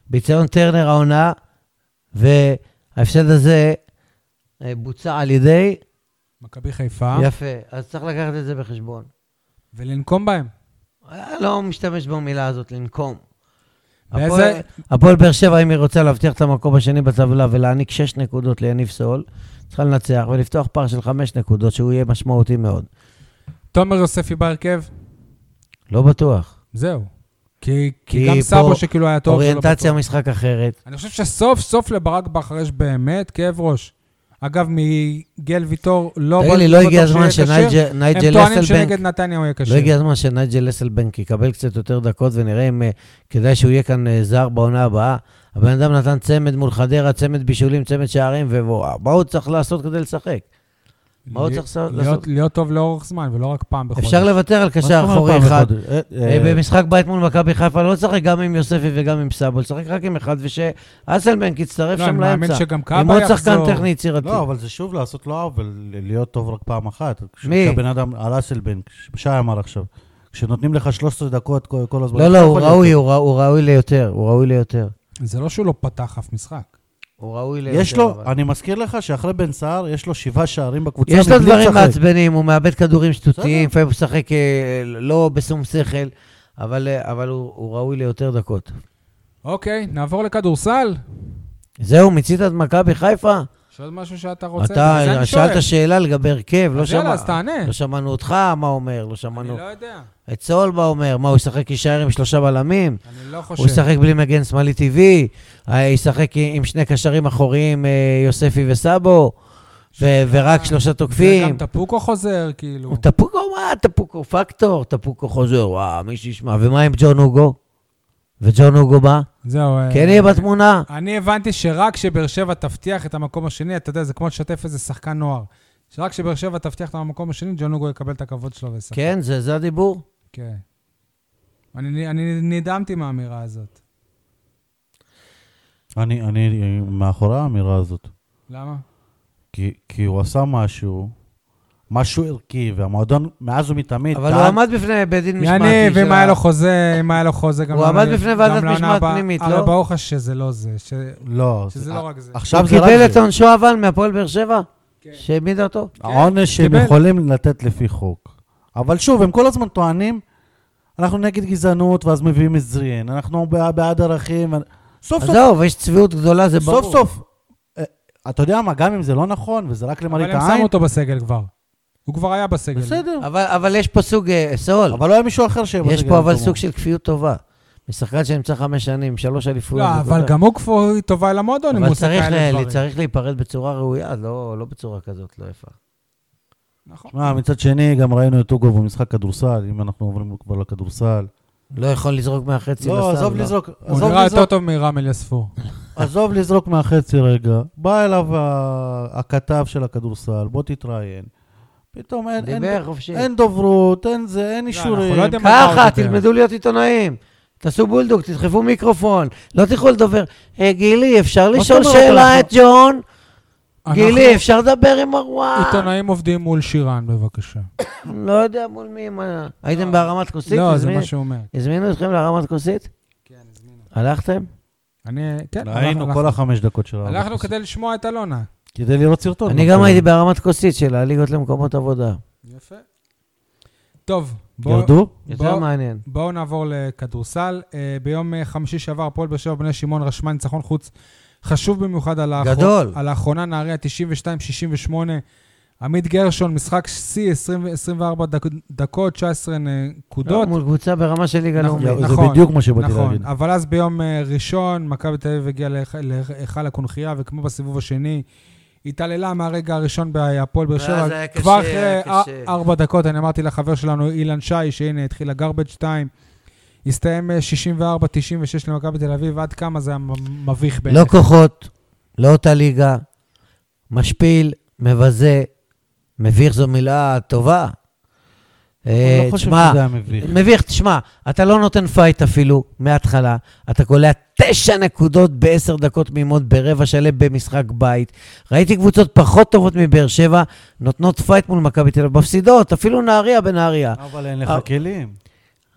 ביציון טרנר העונה, וההפסד הזה אה, בוצע על ידי...
מכבי חיפה,
יפה, אז צריך לקחת את זה בחשבון.
ולנקום בהם.
אה, לא משתמש במילה הזאת, לנקום.
באיזה-
הפועל- הפועל באר שבע, אם היא רוצה להבטיח את המקום השני בטבלה ולהעניק 6 נקודות ליניב סול, צריכה לנצח ולפתוח פער של 5 נקודות, שהוא יהיה משמעותי מאוד.
תומר יוספי בהרכב,
לא בטוח.
זהו. כי, כי
כי
גם
פה
סאבו שכאילו היה טוב. שלא
אוריינטציה
בטוח.
משחק אחרת.
אני חושב שסוף סוף לברק בכר יש באמת כאב ראש. אגב, מגל ויטור לא...
תגיד
בא-
לי, לא
בטוח
הגיע
שיהיה
הזמן
כשר?
שנייג'ל
הם
נייג'ל
טוענים
אסלבנק,
שנגד נתניה הוא יהיה
לא
קשה.
הגיע הזמן שנייג'ל אסלבנק יקבל קצת יותר דקות ונראה אם אה, כדאי שהוא יהיה כאן אה, זר בעונה הבאה. הבן אדם נתן צמד מול חדרה, צמד בישולים, צמד שערים, ומה הוא צריך לעשות כדי לשחק? מה הוא צריך לעשות?
להיות- להיות טוב לאורך זמן, ולא רק פעם בחודש.
אפשר לוותר על
מה זאת
קשר
אומרת
אחורי
פעם
אחד.
בחודש? אה,
אה,
אה,
במשחק בית מול מכבי חיפה לא לשחק גם עם יוספי וגם עם סאבו, לשחק רק עם אחד, ושאסלבנק יצטרף
לא, אני
שם
מאמין
לאמצע.
שגם
עם
קאבה
עוד שחקן
יחזור.
טכני יצירתי.
לא, אבל זה שוב לעשות לא עוול, להיות טוב רק פעם אחת.
מי?
כשהבן אדם, על אסלבנק, שי אמר עכשיו. כשנותנים לך 13 דקות כל כל הזמן.
לא,
אתה
לא, הוא
יכול להיות
ראוי, הוא ראוי- הוא ראוי ליותר, הוא ראוי ליותר.
זה לא שהוא לא פתח אף משחק.
הוא ראוי
טוב.
ליותר.
יש לו,
אבל.
אני מזכיר לך שאחרי בן סער, יש לו שבעה שערים בקבוצה.
יש לו
מבלי
דברים
לשחק.
מעצבנים, הוא מאבד כדורים שטותיים,
בסדר.
לפעמים הוא משחק אה, לא בשום שכל, אבל אה, אבל הוא הוא ראוי ליותר דקות.
אוקיי, נעבור לכדורסל.
זהו, מיצית את מכבי חיפה?
יש עוד משהו שאתה רוצה? בגלל זה
אתה
אני שואל.
שאלת שאלה לגבי הרכב, לא
אז יאללה,
שמע-
אז תענה.
לא שמענו אותך, מה אומר, לא
אני
שמענו
לא יודע.
את סול, מה אומר, מה, הוא ישחק יישאר עם שלושה בלמים?
אני לא
הוא
חושב.
ישחק בלי מגן שמאלי טבעי, אה, ישחק עם שני קשרים אחוריים, אה, יוספי וסאבו, ו- ורק שלושה תוקפים.
אה, וגם טפוקו חוזר, כאילו.
הוא טפוקו, מה, טפוקו פקטור, טפוקו חוזר, וואו, מי שישמע. ומה עם ג'ון הוגו? וג'ון הוגו בא?
זהו. אה,
כן יהיה בתמונה?
אני הבנתי שרק כשבאר שבע תבטיח את המקום השני, אתה יודע, זה כמו לשתף איזה שחקן נוער. שרק כשבאר שבע תבטיח את המקום השני, ג'ון לוגו יקבל את הכבוד שלו וישחק.
כן, זה זה הדיבור?
כן. אני, אני נדהמתי מהאמירה הזאת.
אני, אני מאחורי האמירה הזאת.
למה?
כי, כי הוא עשה משהו, משהו ערכי, והמועדון מאז ומתמיד
אבל הוא עמד בפני בית דין משמעתי.
יעני,
של
ואם
ה-
היה לו חוזה, אם היה לו חוזה גם...
הוא
לעונה-
עמד בפני ועדת
גם לעונה
משמעת
הבאה.
פנימית,
הרי
לא?
ברור לך שזה לא זה, ש-
לא,
שזה
זה-
לא רק זה.
עכשיו
הוא
זה רק
קיבל את
זה.
עונשו אבל מהפועל באר שבע?
כן.
שהעמידה אותו?
העונש שהם
קיבל.
יכולים לתת לפי חוק. אבל שוב, הם כל הזמן טוענים, אנחנו נגד גזענות, ואז מביאים את זריאן, אנחנו בע- בעד ערכים. סוף סוף,
עזוב, יש צביעות גדולה, זה ברור.
סוף סוף. אה, אתה יודע מה, גם אם זה לא נכון, וזה רק
אבל
למראית
הם שמו
העין,
אותו בסגל כבר. הוא כבר היה בסגל.
בסדר.
אבל, אבל יש פה סוג, אה, סול,
אבל לא היה מישהו אחר שיהיה
יש
בסגל
פה אבל
במקומו.
סוג של כפיות טובה. משחקן שנמצא חמש שנים, שלוש אליפויות.
לא,
זה
אבל
גדול.
גם הוא כבר טובה למועדון, אם הוא
אבל
עושה
צריך,
כאלה
ל-
דברים.
צריך להיפרד בצורה ראויה, לא, לא בצורה כזאת לא יפה.
נכון.
שמע, מצד שני, גם ראינו את אוגו במשחק כדורסל, אם אנחנו עוברים כבר לכדורסל.
לא יכול לזרוק מהחצי לסל.
לא, עזוב לזרוק,
הוא
עזוב
נראה יותר
לזרוק,
טוב מרמל יספור.
עזוב לזרוק מהחצי רגע. בא אליו ה- הכתב של הכדורסל, בוא תתראיין. פתאום אין- אין-
דיבר חופשי.
אין דוברות, אין זה, אין
אנחנו לא
אישורים.
יודעים מה הוא
ככה,
דיבר.
תלמדו להיות עיתונאים. תעשו בולדוג, תדחפו מיקרופון, לא תלכו לדבר. "אה, גילי, אפשר
זאת
לשאול
אומרת,
שאלה
אנחנו-
את ג'ון? גילי,
אנחנו
אפשר לדבר עם מרואן?
עיתונאים עובדים מול שירן, בבקשה.
לא יודע מול מי, מה... הייתם בהרמת כוסית?
לא, זה
הזמין-
מה שהוא אומר.
הזמינו אתכם להרמת כוסית?
כן, הזמינו.
הלכתם?
אני,
לא,
כן,
ראינו כל החמש דקות שלנו.
הלכנו כדי לשמוע את אלונה.
כדי לראות סרטון. נכון.
אני גם הייתי בהרמת כוסית של הליגות למקומות עבודה.
יפה. טוב, בואו-
ירדו?
יותר מעניין.
בואו נעבור לכדורסל. אה, ביום אה, חמישי שעבר, הפועל באר שבע בני שמעון רשמה ניצחון חוץ חשוב במיוחד על האחרונה.
גדול.
על האחרונה נהריה 92-68. עמית גרשון, משחק שיא, 20 24 דק, דקות, 19 נקודות.
מול קבוצה ברמה של ליגה
נכון,
לאומית.
זה בדיוק מה שבאתי
נכון,
להגיד.
אבל אז ביום אה, ראשון, מכבי תל אביב הגיעה להיכ- להיכל הקונכייה, וכמו בסיבוב השני, התעללה מהרגע הראשון בהפועל באר
ואז
שבע.
היה קשה,
כבר
היה
אחרי אה,
קשה.
ארבע דקות, אני אמרתי לחבר שלנו, אילן שי, שהנה, התחיל הגרבג' 2. הסתיים אה, 64-96 למכבי תל אביב, עד כמה זה היה מ- מביך בעיניך.
לא כוחות, לא אותה ליגה, משפיל, מבזה, מביך זו מילה טובה.
אני
אה,
לא חושב
תשמע,
שזה היה מביך.
מביך, תשמע, אתה לא נותן פייט אפילו מההתחלה, אתה קולע תשע נקודות בעשר דקות תמימות ברבע שלם במשחק בית. ראיתי קבוצות פחות טובות מבאר שבע, נותנות פייט מול מכבי תל אביב, מפסידות, אפילו נהריה בנהריה.
אבל אין לך
אה,
כלים.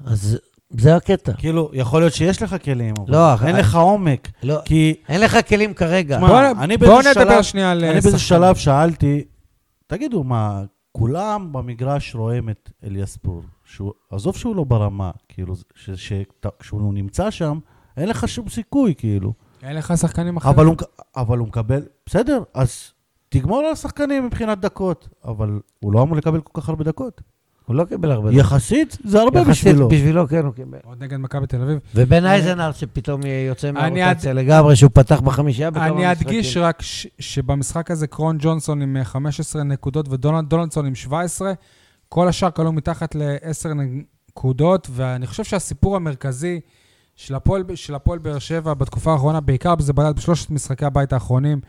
אז זה הקטע.
כאילו, יכול להיות שיש לך כלים, אבל
לא,
אין
אה,
לך עומק.
לא,
כי
אין לך כלים כרגע.
תשמע,
בואו
אני
בוא
באיזה
נדבר
שלב-
שנייה על...
אני
אה,
באיזה
שחקן.
שלב שאלתי, תגידו, מה, כולם במגרש רואים את אליאספור, שהוא, עזוב שהוא לא ברמה, כאילו, ש- ש- כשהוא נמצא שם, אין לך שום סיכוי, כאילו.
אין לך שחקנים אחרים.
אבל הוא, מק- אבל הוא מקבל, בסדר, אז תגמור על השחקנים מבחינת דקות, אבל הוא לא אמור לקבל כל כך הרבה דקות.
הוא לא קיבל הרבה דקות.
יחסית, זה הרבה
יחסית
לא בשבילו.
בשבילו, כן, הוא קיבל.
עוד נגד מכבי תל אביב.
ובן אייזנר שפתאום יוצא מהרוטציה
אד-
לגמרי, שהוא פתח בחמישייה בכמה
אני
משחקים.
אדגיש רק ש- שבמשחק הזה קרון ג'ונסון עם אה, 15 נקודות ודונלד דונלדסון עם 17, כל השאר כלו מתחת ל-10 נקודות, ואני חושב שהסיפור המרכזי של הפועל, של הפועל באר שבע בתקופה האחרונה, בעיקר זה בלט בשלושת משחקי הבית האחרונים,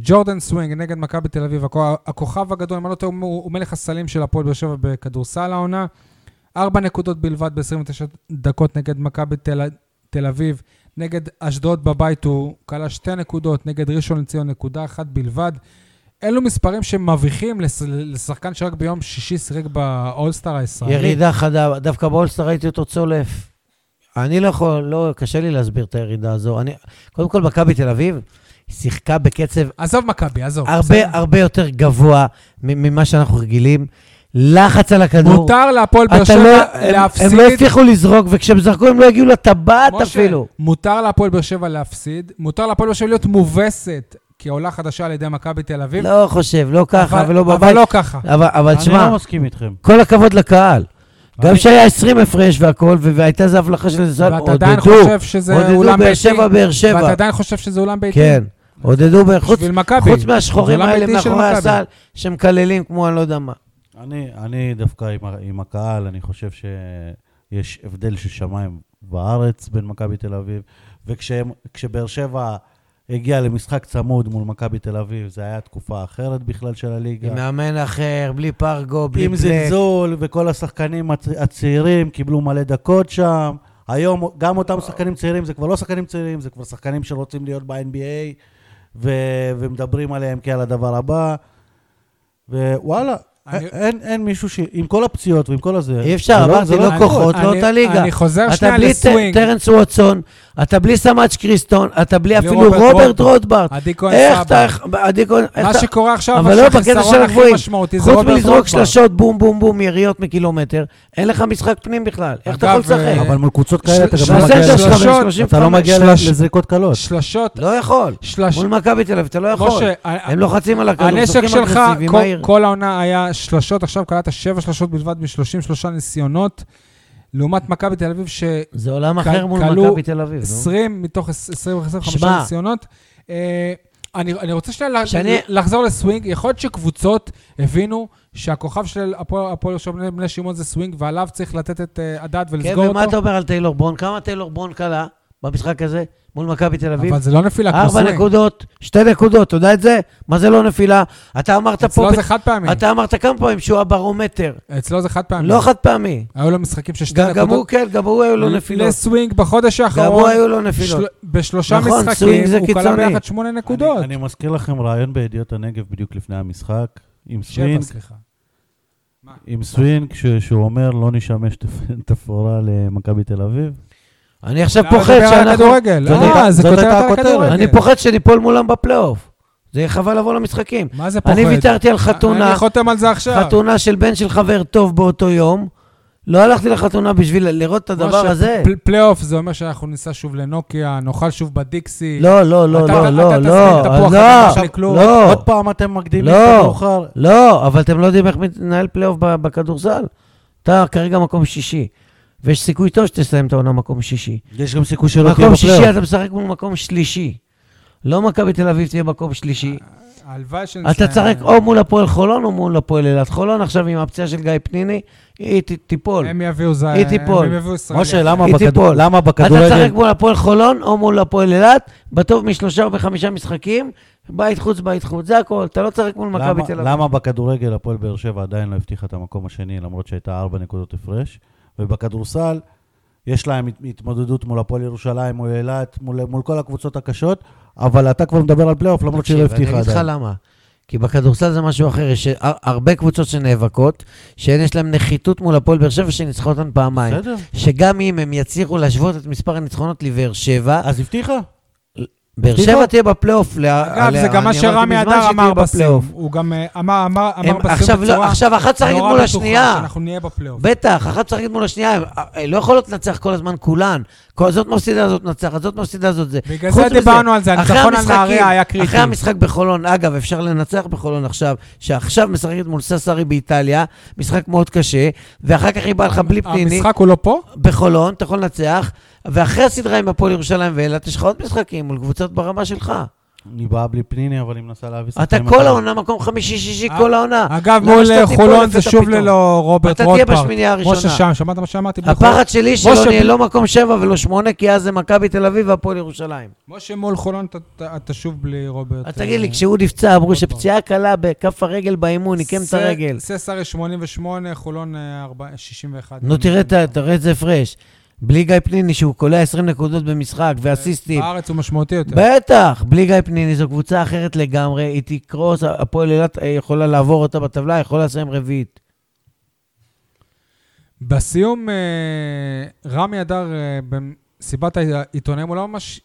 ג'ורדן סווינג נגד מכבי תל אביב, הכ- הכוכב הגדול, אם אני לא טועה, הוא הוא מלך הסלים של הפועל באר שבע בכדורסל העונה. ארבע נקודות בלבד ב-29 דקות נגד מכבי תל, תל אביב. נגד אשדוד בבית הוא כלה שתי נקודות, נגד ראשון לציון נקודה אחת בלבד. אלו מספרים שמביכים לש, לשחקן שרק ביום שישי שיחק באולסטאר הישראלי.
ירידה חדה, דווקא באולסטר ראיתי אותו צולף. אני לא יכול, לא, קשה לי להסביר את הירידה הזו. אני, קודם כל, מכבי תל אביב שיחקה בקצב
עזוב מכבי, עזוב.
הרבה
בסדר?
הרבה יותר גבוה מ- ממה שאנחנו רגילים. לחץ על הכדור.
מותר להפועל באר
אתה
שבע
לא- הם-
להפסיד.
הם לא הצליחו לזרוק, וכשהם זרקו הם לא הגיעו לטבעת
משה,
אפילו.
מותר להפועל באר שבע להפסיד, מותר להפועל באר שבע להיות מובסת כעולה חדשה על ידי מכבי תל אביב.
לא חושב, לא ככה
אבל-
ולא
אבל
בבית.
לא ככה.
אבל- אבל
אני
תשמע,
לא מסכים איתכם.
כל הכבוד לקהל. גם
אני-
שהיה 20 הפרש והכל, ו- והייתה איזו הבלחה של זל,
ואתה עדיין
עודדו,
חושב שזה
עודדו
אולם
באר
ביתי.
שבע, באר
ואתה
שבע.
עדיין חושב שזה אולם ביתי.
כן, עודדו, באר- חוץ-
בשביל מכבי.
חוץ מהשחורים
זה עולם
האלה
ביתי של
מאחורי
מכבי. לא,
הסל, שמקללים כמו אני לא יודע מה.
אני, אני דווקא עם, ה- עם הקהל, אני חושב שיש הבדל של שמיים בארץ בין מכבי תל אביב, וכשהם- כשבאר שבע הגיע למשחק צמוד מול מכבי תל אביב, זה היה תקופה אחרת בכלל של
עם
הליגה.
מאמן אחר, בלי פרגו, בלי
עם
פלק.
זלזול, וכל השחקנים הצ- הצעירים קיבלו מלא דקות שם, היום גם אותם שחקנים צעירים, זה כבר לא שחקנים צעירים, זה כבר שחקנים שרוצים להיות ב-NBA, ו- ומדברים עליהם כעל הדבר הבא, ווואלה,
אני-
אין- אין, אין מישהו ש... עם כל הפציעות ועם כל הזה...
אי אפשר,
זה לא-
אמרתי,
זה
לא
אני-
כוחות, לא
אני-
אותה ליגה.
אני חוזר
אתה
שנייה
בלי ט-
לסווינג.
טרנס ווטסון, אתה בלי סמאץ' קריסטון, אתה בלי
בלי
אפילו
רוברט
רוברט
רוטברט.
רוטברט.
עדי כהן
איך
סבא.
אתה... איך- עדי כהן... איך
מה
אתה-
שקורה עכשיו,
אבל לא, בקטע של
שהחיסרון הכי
הגבוהים.
משמעותי זה
חוץ
רוברט
מלזרוק
רוטברט.
שלשות בום בום בום, יריות מקילומטר, אין לך משחק פנים בכלל. איך אתה יכול
אגב,
לשחק?
אה,
אבל מול קבוצות
ש-
כאלה אתה גם לא
שלושה
מגיע...
בסדר
שלשות,
שלך ב-
אתה לא
35.
מגיע
שלוש-
לזריקות קלות.
שלשות,
לא יכול.
שלש-
מול מכבי תל אביב אתה לא יכול.
משה, אה,
הם לוחצים על הכדור,
הנשק
משחקים
שלך,
אגרסיבי,
כל-
מהיר.
כל העונה היה שלשות, עכשיו קלעת שבע שלשות בלבד מ-33 ניסיונות, לעומת מכבי תל אביב ש-20
זה עולם אחר
כלו-
מול
כלו
מכבי תל אביב. אה, נו.
מתוך 25
שמע.
ניסיונות. אה, אני אני רוצה שנייה לה-
שאני-
לחזור לסווינג, יכול להיות שקבוצות הבינו שהכוכב של הפועל הפועל עכשיו בני- בני שמעון זה סווינג, ועליו צריך לתת את אה, הדעת
כן,
ולסגור
ומה אתה
אותו,
אומר על טיילור ברון? כמה טיילור ברון כלה במשחק הזה מול מכבי תל אביב?
אבל זה לא נפילה כמו
ארבע
סווינג.
נקודות, שתי נקודות, אתה יודע את זה? מה זה לא נפילה? אתה אמרת פה,
אצלו זה חד פעמי,
אתה אמרת כמה פעמים שהוא הברומטר,
אצלו זה חד פעמי.
לא חד פעמי.
היו לו משחקים של שתי
גם
נקודות.
גם הוא כן, גם הוא היו לו נפילות.
לסווינג בחודש האחרון.
גם הוא היו לו נפילות.
של- בשלושה
נכון,
משחקים,
סווינג זה
הוא כלל
קיצוני.
ביחד שמונה נקודות.
אני, אני מזכיר לכם רעיון בידיעות הנגב בדיוק לפני המשחק, עם
שבע,
סווינג,
סליחה.
עם סווינג, ש- שהוא אומר לא נשמש תפ- תפאורה למכבי תל אביב.
אני עכשיו
אתה
פוחד
לא, מדבר על
שאנחנו...
הכדורגל.
זאת
אה,
הייתה-
זה
זאת
כותרת
הייתה
על
הכותרת.
הכדורגל.
אני פוחד שניפול מולם בפלייאוף. זה יהיה חבל לבוא למשחקים.
מה זה פוחד? אה,
אני ויתרתי על חתונה,
אני חותם על זה עכשיו.
חתונה של בן של חבר טוב באותו יום. לא הלכתי לחתונה בשביל לראות את הדבר
משה,
הזה.
פל- פלייאוף זה אומר שאנחנו ניסע שוב לנוקיה, נאכל שוב בדיקסי.
לא, לא, לא,
אתה-
לא,
אתה
לא,
תזמין
לא,
תפוח
לא,
אדמה שלי, כלום.
לא.
עוד פעם אתם מקדימים
לא.
את המאוחר.
לא, אבל אתם לא יודעים איך מתנהל פלייאוף ב- בכדורסל. אתה כרגע מקום שישי, ויש סיכוי טוב שתסיים את העונה מקום שישי.
יש גם סיכוי שלא תהיה
מקום שישי
בפלייאוף.
אתה משחק מול מקום שלישי. לא מכבי תל אביב תהיה מקום שלישי.
הלוואי ש...
אתה תשחק או מול הפועל חולון או מול הפועל אילת. חולון עכשיו עם הפציעה של גיא פניני, היא ת- תיפול.
הם יביאו זה...
היא תיפול.
הם יביאו ישראלי.
משה, למה
היא
בכד-
תיפול.
למה
אתה
בכדורגל...
תשחק מול הפועל חולון או מול הפועל אילת, בטוב משלושה או בחמישה משחקים, בית חוץ, בית חוץ, זה הכל. אתה לא תשחק מול מכבי
למה-
תל אביב.
למה בכדורגל הפועל באר שבע עדיין לא הבטיחה את המקום השני, למרות שהייתה ארבע נקודות הפרש? ובכדורסל, יש להם הת- התמודדות מול הפועל ירושלים, מול אילת, מול מול כל הקבוצות הקשות, אבל אתה כבר מדבר על פלייאוף, למרות שהיא לא
תקשיב,
הבטיחה
אני אגיד לך
עדיין.
למה. כי בכדורסל זה משהו אחר, יש הר- הרבה קבוצות שנאבקות, שהן יש להן נחיתות מול הפועל באר שבע, שניצחו אותן פעמיים.
בסדר.
שגם אם הם יצליחו להשוות את מספר הניצחונות לבאר שבע,
אז הבטיחה?
באר
הבטיחו?
שבע תהיה בפלייאוף. לה-
אגב,
עליה-
זה גם מה
אני אמרתי
שרמי
מזמן
אדר
שהיא
אמר
תהיה
בסיום.
בפלייאוף.
הוא גם אה, אמר אמר- אמר
הם-
בסיום
עכשיו לא-
בצורה
עכשיו אחת שחקת
נורא
מול
בטוחה
השנייה.
שאנחנו נהיה בפלייאוף.
בטח, אחת משחקת מול השנייה, אה, לא יכולות לנצח כל הזמן כולן. כל- זאת מפסידה, זאת מנצחת, זאת מפסידה, זאת זה.
בגלל
חוץ
זה
מזה,
דיברנו על זה,
אחרי
הניצחון על
המשחקים,
נהריה היה קריטי.
אחרי המשחק בחולון, אגב, אפשר לנצח בחולון עכשיו, שעכשיו משחקת מול ססרי באיטליה, משחק מאוד קשה, ואחר כך היא באה לך בלי פניני,
המשחק הוא לא פה?
בחולון, אתה יכול לנצח, ואחרי הסדרה עם הפועל ירושלים ואילת, יש לך עוד משחקים מול קבוצות ברמה שלך.
היא באה בלי פניני, אבל היא מנסה להביא
אתה
שחקנים
כל
אחרים.
העונה מקום חמישי-שישי,
אה,
כל העונה.
אגב,
למה
מול
שאתה
אה,
תיפול
חולון
לפתע
זה שוב
פתאום?
ללא רוברט
אתה תהיה
רוטפארט.
בשמינייה
משה
הראשונה.
שם, שמעת מה שאמרתי? מול חולון?
הפחד שלי שלא
משה,
נהיה
פ-
לא מקום שבע ולא שמונה, כי אז זה מכבי תל אביב והפועל ירושלים.
משה מול חולון אתה- אתה- אתה שוב בלי רוברט.
אז
אה,
תגיד לי, כשהוא נפצע אמרו
עוד
שפציעה קלה בכף הרגל באימון, ניקם את
ס-
הרגל.
ססרי 88, חולון אה, ארבע- 61.
נו, תראה את ה- תראה איזה הפרש. בלי גיא פניני, שהוא קולע 20 נקודות במשחק, ואסיסטים.
בארץ הוא משמעותי יותר.
בטח, בלי גיא פניני, זו קבוצה אחרת לגמרי, היא תקרוס, הפועל אילת אה, יכולה לעבור אותה בטבלה, יכולה לסיים רביעית.
בסיום, אה, רמי אדר, אה, במסיבת העיתונאים, הוא לא ממש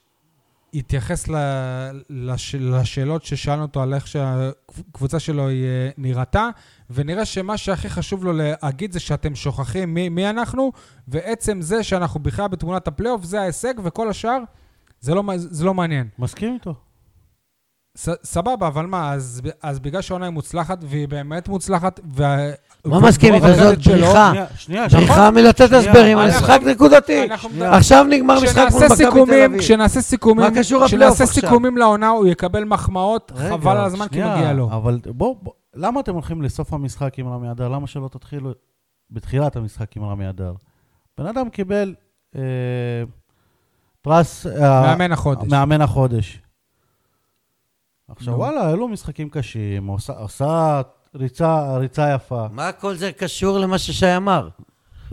התייחס ל- לש- לשאלות ששאלנו אותו על איך שהקבוצה שלו היא אה, נראתה, ונראה שמה שהכי חשוב לו להגיד זה שאתם שוכחים מי, מי אנחנו, ועצם זה שאנחנו בכלל בתמונת הפלייאוף זה ההישג, וכל השאר זה לא, מע- זה לא מעניין.
מסכים איתו.
ס, סבבה, אבל מה, אז, אז בגלל שהעונה היא מוצלחת, והיא באמת מוצלחת, וה...
מה מסכים איתו?
והקרדיט
זאת
שלו-
בריחה. אה,
שנייה, שנייה, שנייה.
בריחה מלתת הסברים על
נכון. אנחנו-
משחק נקודתי.
אנחנו-
שנייה.
עכשיו נגמר משחק מול
כשנעשה
מכבי תל
סיכומים,
אביב.
כשנעשה סיכומים,
מה קשור הפלייאוף
כשנעשה
עכשיו?
סיכומים לעונה, הוא יקבל מחמאות,
רגע,
חבל על הזמן, כי
שנייה,
מגיע לו.
אבל בואו, בוא, למה אתם הולכים לסוף המשחק עם רמי אדר? למה שלא תתחילו בתחילת המשחק עם רמי אדר? בן אדם קיבל אה, פרס... אה,
מאמן החודש.
מאמן החודש. עכשיו,
נו.
וואלה, היו לו משחקים קשים, עושה, עושה ריצה, ריצה יפה.
מה כל זה קשור למה ששי אמר?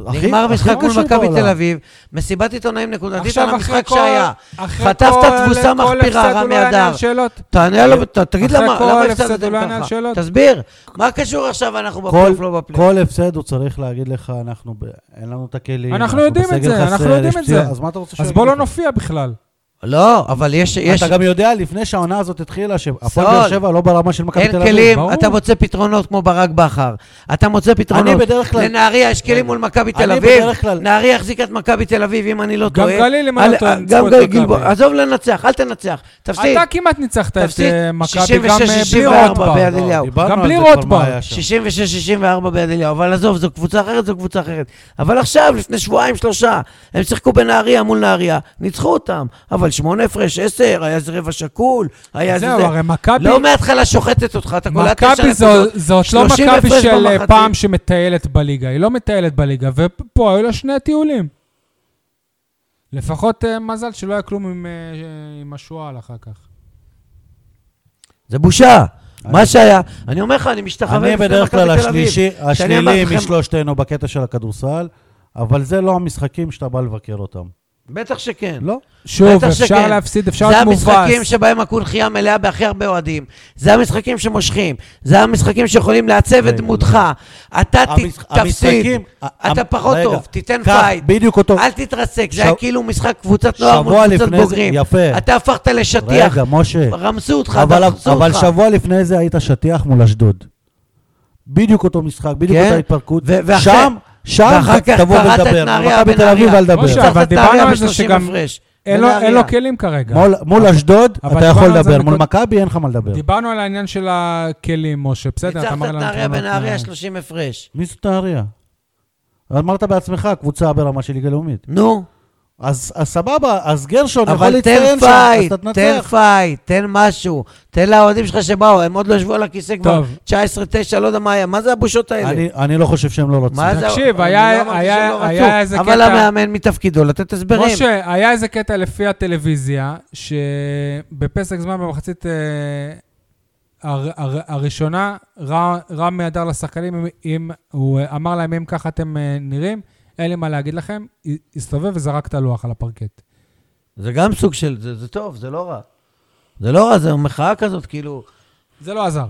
הכי-
נגמר
הכי
משחק מול
קשה
מכבי
בעולם.
תל אביב, מסיבת עיתונאים נקודתית על
עכשיו אחרי
המשחק
כל...
שהיה.
אחרי
חטפת
כל-
תבוסה
כל
מחפירה,
הפסד הוא
רמי
לא יענה
אדר.
על שאלות.
תענה לו, ת- תגיד
אחרי
למה,
כל
למה
הפסד
הפסדתם
הוא לא ענה על
ככה?
שאלות.
תסביר, מה קשור עכשיו אנחנו
כל,
בפלייאוף, לא בפלייאוף?
כל הפסד הוא צריך להגיד לך, אנחנו, ב... אין לנו את הכלים.
אנחנו יודעים את
בסגל
זה, אנחנו
חסר,
יודעים
יש
את
פציעות,
זה.
אז מה אתה רוצה
אז
שיגיד
בוא לא
לך?
נופיע בכלל.
לא, אבל יש... יש...
אתה גם יודע לפני שהעונה הזאת התחילה, שהפועל
סול.
באר שבע לא ברמה של מכבי תל
אין
אביב.
כלים,
ברור.
אתה מוצא פתרונות כמו ברק בכר. אתה מוצא
אני
פתרונות.
בדרך כלל...
לנהריה יש
כן.
כלים מול מכבי
אני
תל אביב.
בדרך כלל-
נהריה החזיקה את מכבי תל אביב, אם אני לא
גם
טועה.
גליל, אם אני
אל-
לא טועה, ניצחו
גם
את
גליל
מכבי.
גלבוע. עזוב לנצח, אל תנצח. תפסיד.
אתה כאילו- כמעט ניצחת את
תפסיד.
אה, מכבי גם אה, בלי
66-64
רוטבאום.
ביד אליהו.
דיברנו
גם
על
בלי
זה כבר, מה
רוטבאום.
היה שם.
66-64 ביד אליהו, אבל עזוב, זו קבוצה אחרת, זו קבוצה אחרת. אבל עכשיו, לפני שבועיים, שלושה, הם שיחקו בנהריה מול נהריה, ניצחו אותם. אבל שמונה הפרש, עשר, היה איזה רבע שקול, היה איזה...
זהו,
זה.
הרי מכבי...
לא מההתחלה שוחטת אותך, אתה קולע תשע
מכבי זו- זאת לא
30
מכבי
הפרש
של אה,
במחצית.
פעם שמטיילת בליגה, היא לא מטיילת בליגה, ופה היו לה שני טיולים. לפחות אה, מזל שלא היה כלום עם, אה, עם השועל אחר כך.
זה בושה.
אני-
מה שהיה, אני אומר לך, אני משתחווה
אני
בפני
בדרך
מכבי
כלל
תל אביב.
השלישי,
שאני אמרתי
השלילי
לכם-
משלושתנו בקטע של הכדורסל, אבל זה לא המשחקים שאתה בא לבקר אותם.
בטח שכן.
לא.
שוב,
בטח
אפשר
שכן.
להפסיד, אפשר
זה
להיות מובס.
המשחקים שבהם הקונכייה מלאה בהכי הרבה אוהדים. זה המשחקים שמושכים. זה המשחקים שיכולים לעצב את
רגע,
דמותך. אתה ת-
המשח-
תפסיד.
המשחקים-
אתה
ה-
פחות
רגע,
טוב, תיתן
קח
פייט.
בדיוק אותו.
אל תתרסק, זה
שב-
היה כאילו משחק קבוצת נוער מול
שבוע
קבוצת
לפני זה,
בוגרים.
יפה.
אתה הפכת לשטיח.
רגע, משה.
רמסו אותך,
אבל,
דחסו
אבל
אותך.
שבוע לפני זה היית שטיח מול אשדוד. בדיוק אותו משחק, בדיוק
כן?
אותה התפרקות.
ו- ואחרי-
שם, שם
ואחר כך
תבוא
קרעת את
ולדבר.
נהריה
מכבי תל אביב
בנהריה.
אל תדבר.
משה,
ניצחת
אבל
את
דיברנו
נהריה
על זה
ב- 30
שגם
הפרש.
אין לו- אין
בנהריה.
לו כלים כרגע.
מול- מול אשדוד
אבל
אתה יכול
דיברנו על זה
לדבר, מול
מקוד-
מכבי אין לך מה לדבר.
דיברנו על העניין של הכלים, משה, בסדר,
ניצחת
אתה
את
מראה לנו...
נהריה
תמונות, אה,
בנהריה 30 הפרש.
מי זאת נהריה? אמרת בעצמך, קבוצה ברמה של ליגה לאומית.
נו,
אז אז סבבה, אז גרשון יכול
אבל תן
להצטיין שם, אז
פייט,
אתה
תן
תנצח.
פייט, תן משהו. תן לאוהדים שלך שבאו, הם עוד לא ישבו על הכיסא כבר
טוב.
19-9, לא יודע מה היה. מה זה הבושות האלה?
אני- אני לא חושב שהם לא רצו.
מה זה-
תקשיב,
אני
היה-
לא אמרתי
היה-
שהם לא
היה
רצו,
איזה
אבל
קטע-
המאמן מתפקידו לתת הסברים.
משה, היה איזה קטע לפי הטלוויזיה, שבפסק זמן במחצית אה, הר, הר, הראשונה, רע- רם מהדר לשחקנים, אם, אם הוא אה, אמר להם, אם ככה אתם אה, נראים, אין לי מה להגיד לכם, ה- הסתובב וזרק את הלוח על הפרקט.
זה גם סוג של, זה זה טוב, זה לא רע. זה לא רע, זה מחאה כזאת, כאילו,
זה לא עזר.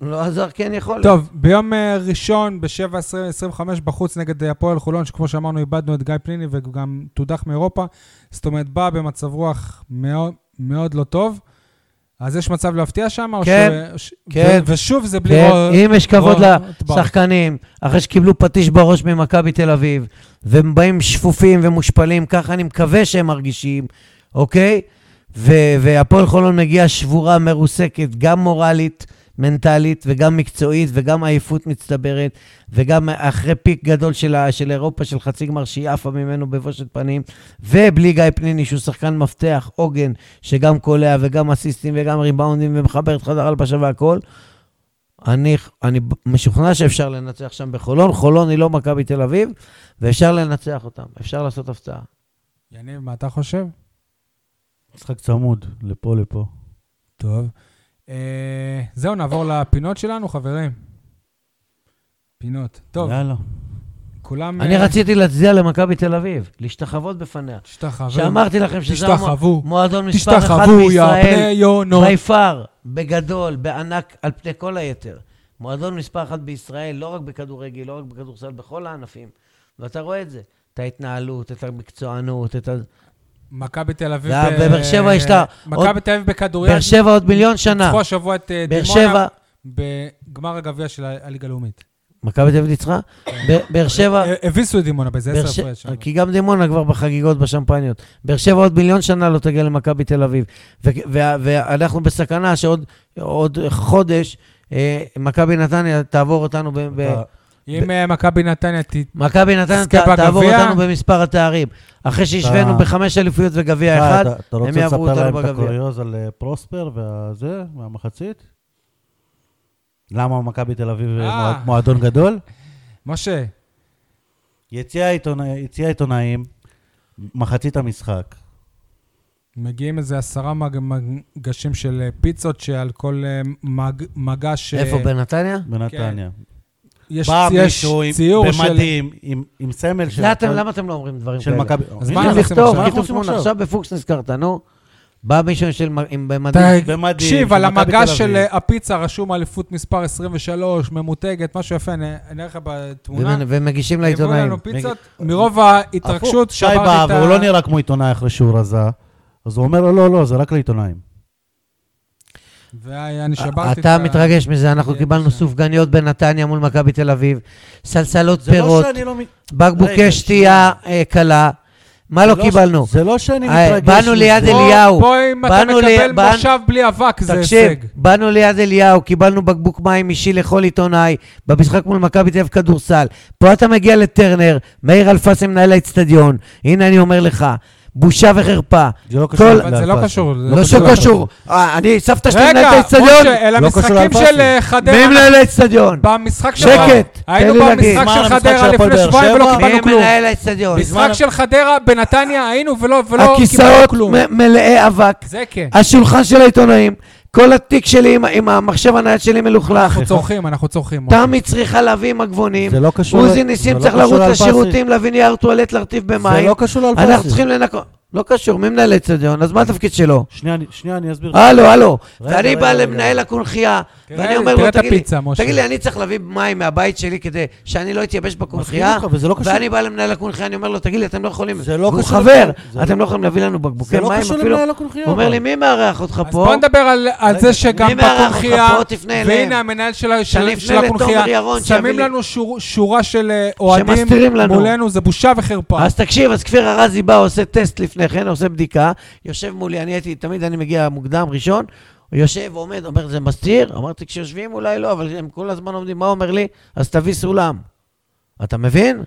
לא עזר כן יכול.
טוב, ביום אה, ראשון, ב-7.25 בחוץ נגד אה, הפועל חולון, שכמו שאמרנו, איבדנו את גיא פליני וגם תודח מאירופה. זאת אומרת, בא במצב רוח מאוד, מאוד לא טוב. אז יש מצב להפתיע שם? או
כן,
ש...
כן.
ו- ושוב זה בלי
כן,
רו-
אם יש כבוד
רוטבאום.
לשחקנים, אחרי שקיבלו פטיש בראש ממכבי תל אביב, והם באים שפופים ומושפלים, ככה אני מקווה שהם מרגישים, אוקיי? ו- והפועל חולון מגיעה שבורה, מרוסקת, גם מורלית, מנטלית, וגם מקצועית, וגם עייפות מצטברת, וגם אחרי פיק גדול של, ה- של אירופה, של חצי גמר, שהיא עפה ממנו בבושת פנים, ובלי גיא פניני, שהוא שחקן מפתח, עוגן, שגם קולע, וגם אסיסטים, וגם ריבאונדים, ומחבר את חדר הלבשה והכול. אני, אני משוכנע שאפשר לנצח שם בחולון. חולון היא לא מכבי תל אביב, ואפשר לנצח אותם. אפשר לעשות הפתעה.
יניב, מה אתה חושב?
משחק צמוד, לפה לפה.
טוב. אה, זהו, נעבור לפינות שלנו, חברים. פינות. טוב,
יאללה.
כולם...
אני
אה,
רציתי להצדיע למכבי תל אביב, להשתחוות בפניה.
תשתחוו.
שאמרתי לכם שזה המוע-
תשתחוו.
מועדון מספר אחד
תשתחוו, יא בני
בישראל,
יונות.
ביפר, בגדול, בענק, על פני כל היתר. מועדון מספר אחת בישראל, לא רק בכדורגל, לא רק בכדורסל, בכל הענפים. ואתה רואה את זה. את ההתנהלות, את המקצוענות, את ה...
מכבי תל אביב...
זה
ב-
בבאר שבע יש לה
מכבי
עוד-
תל אביב בכדוריד.
באר שבע עוד מיליון שנה.
ניצחו השבוע את אה,
באר
דימונה
שבע...
בגמר הגביע של ה- הליגה הלאומית.
מכבי תל אביב ניצחה? ב- באר שבע...
אה, הביסו את דימונה באיזה
באר אוקיי.
עשר
ש-
הפרש. אבל.
כי גם דימונה כבר בחגיגות בשמפניות. באר שבע עוד מיליון שנה לא תגיע למכבי תל אביב. ו- וה- ואנחנו בסכנה שעוד עוד חודש אה, מכבי נתניה תעבור אותנו ב... ב-
אתה-
אם אה, מכבי נתניה ת-
מכבי נתניה
תזכה
ת- תעבור
בגביע.
אותנו במספר התארים. אחרי שהשווינו
אתה-
בחמש אליפויות וגביע
אה,
אחד,
אתה- אתה
הם
רוצה
יעברו
לספר
אותנו
להם את
בגביע.
הקוריוז על אה, פרוספר והזה, והמחצית? למה מכבי תל אביב אה,
אה.
מועד- מועדון גדול?
משה,
יציע העיתונא- יציע העיתונאים, מחצית המשחק.
מגיעים איזה עשרה מג- מגשים של אה, פיצות שעל כל אה, מג- מגש... אה,
איפה, בנתניה?
בנתניה.
יש
בא
יש
מישהו עם-
ציור של...
במדים, עם- עם סמל של
למה אתם-
מכבי-
למה אתם לא אומרים דברים
של
כאלה?
מכבי.
אז
כן, אה, הנה,
מה אנחנו
צריך
עושים
לכתוב,
עכשיו?
אנחנו
כתוב
עושים
תמונה.
עכשיו.
עכשיו בפוקס נזכרת, נו. בא מישהו של מ- עם במדים.
אתה-
במדים,
תקשיב,
של
על
מכבי
המגש
תל
של
אביב.
אה, הפיצה רשום אליפות מספר 23, ממותגת, משהו יפה, אני אני אראה לך בתמונה.
ומנ- ומגישים
הביאו
לעיתונאים.
לנו פיצות, מרוב ההתרגשות
שי
שברתי
בא,
את ה-
והוא לא נראה כמו עיתונאי אחרי שהוא רזה, אז הוא אומר לו, לא, לא, זה רק לעיתונאים.
ואני
א-
שברתי את ה...
אה, אתה מתרגש מזה, אנחנו
כן,
קיבלנו
בבקשה.
סופגניות בנתניה מול מכבי תל אביב, סלסלות
זה לא
פירות,
שאני לא... מ- רגע,
בקבוקי שתייה אה, קלה. מה
זה
לא
ש-
קיבלנו?
זה לא שאני
אה,
מתרגש.
באנו
מזה. לא-
ליד
פה-
אליהו.
פה אם אתה
באנו ל-
מקבל
באנו-
מושב בלי אבק, זה הישג.
תקשיב, באנו ליד אליהו, קיבלנו בקבוק מים אישי לכל עיתונאי, במשחק מול מכבי תל אביב כדורסל. פה אתה מגיע לטרנר, מאיר אלפסי מנהל האצטדיון. הנה אני אומר לך, בושה וחרפה.
זה לא קשור
כל-
אבל זה לא
לאלפסי.
קשור. זה
לא שקשור. אה, אני, סבתא שלי מנהלת
רגע,
האצטדיון,
משה, אל
לא קשור
המשחקים
לאלפסי.
של אה, חדרה.
מי מנהל האצטדיון?
במשחק של...
שקט,
היינו
תן לי להגיד.
במשחק
מה,
של
המשחק של
חדרה
הפועל
לפני
באר
שבועיים ולא
שבע?
לא קיבלנו
מי
כלום.
מנהל האצטדיון?
משחק של חדרה בנתניה היינו ולא ולא קיבלנו
הכיסאות
כלום.
מ- אה, מלאי אבק,
זה כן.
השולחן של העיתונאים, כל התיק שלי עם- עם המחשב הנייד שלי מלוכלך.
אנחנו צורכים, אנחנו צורכים. משה.
תמי צריכה להביא עם הגבונים.
זה לא קשור...
עוזי
ל-
ניסים
זה
צריך
לא קשור
לרוץ
לאלפסי.
לשירותים, להביא נייר טואלט, להרטיב
זה
במים.
לא קשור לאלפסי.
אנחנו צריכים לנקות. לא קשור, מי מנהל האצטדיון? אז מה התפקיד שלו?
שנייה, אני- שנייה, אני אסביר.
הלו, הלו.
רגע,
ואני
רגע,
בא
רגע. כן,
למנהל הקונכייה,
תראה-
ואני אומר
תראה
לו,
את
תגיד לי,
הפיצה, משה."
תגיד לי, אני צריך להביא מים מהבית שלי כדי שאני לא אתייבש
מסכים
בקונכייה?
איתך, וזה לא קשור.
ואני בא למנהל הקונכייה, אני אומר לו, תגיד לי, אתם לא יכולים...
זה לא
והוא
קשור
חבר,
למנהל- זה
אתם
לא-
לא יכולים להביא לנו בקבוקי
זה לא
מים
קשור
אפילו.
למנהל הקונכייה.
הוא אומר
אבל.
לי, מי מארח אותך
אז בוא
פה?
נדבר על, על
רגע,
זה שגם
מי מארח אותך
בקונכייה,
פה? תפנה אליהם.
והנה המנהל של, של,
שאני
של
אפנה
הקונכייה,
לתומר ירון, שיביא
שמים
לי-
לנו שור, שורה של אה, אוהדים
שמסתירים לנו.
מולנו, זה בושה וחרפה.
אז תקשיב, אז כפיר ארזי בא, עושה טסט לפני כן, עושה בדיקה, יושב מולי, אני הייתי, תמיד אני מגיע מוקדם, ראשון, הוא יושב, עומד, אומר, זה מסתיר? אמרתי, כשיושבים אולי לא, אבל הם כל הזמן עומדים, מה הוא אומר לי? אז תביא סולם. אתה מבין?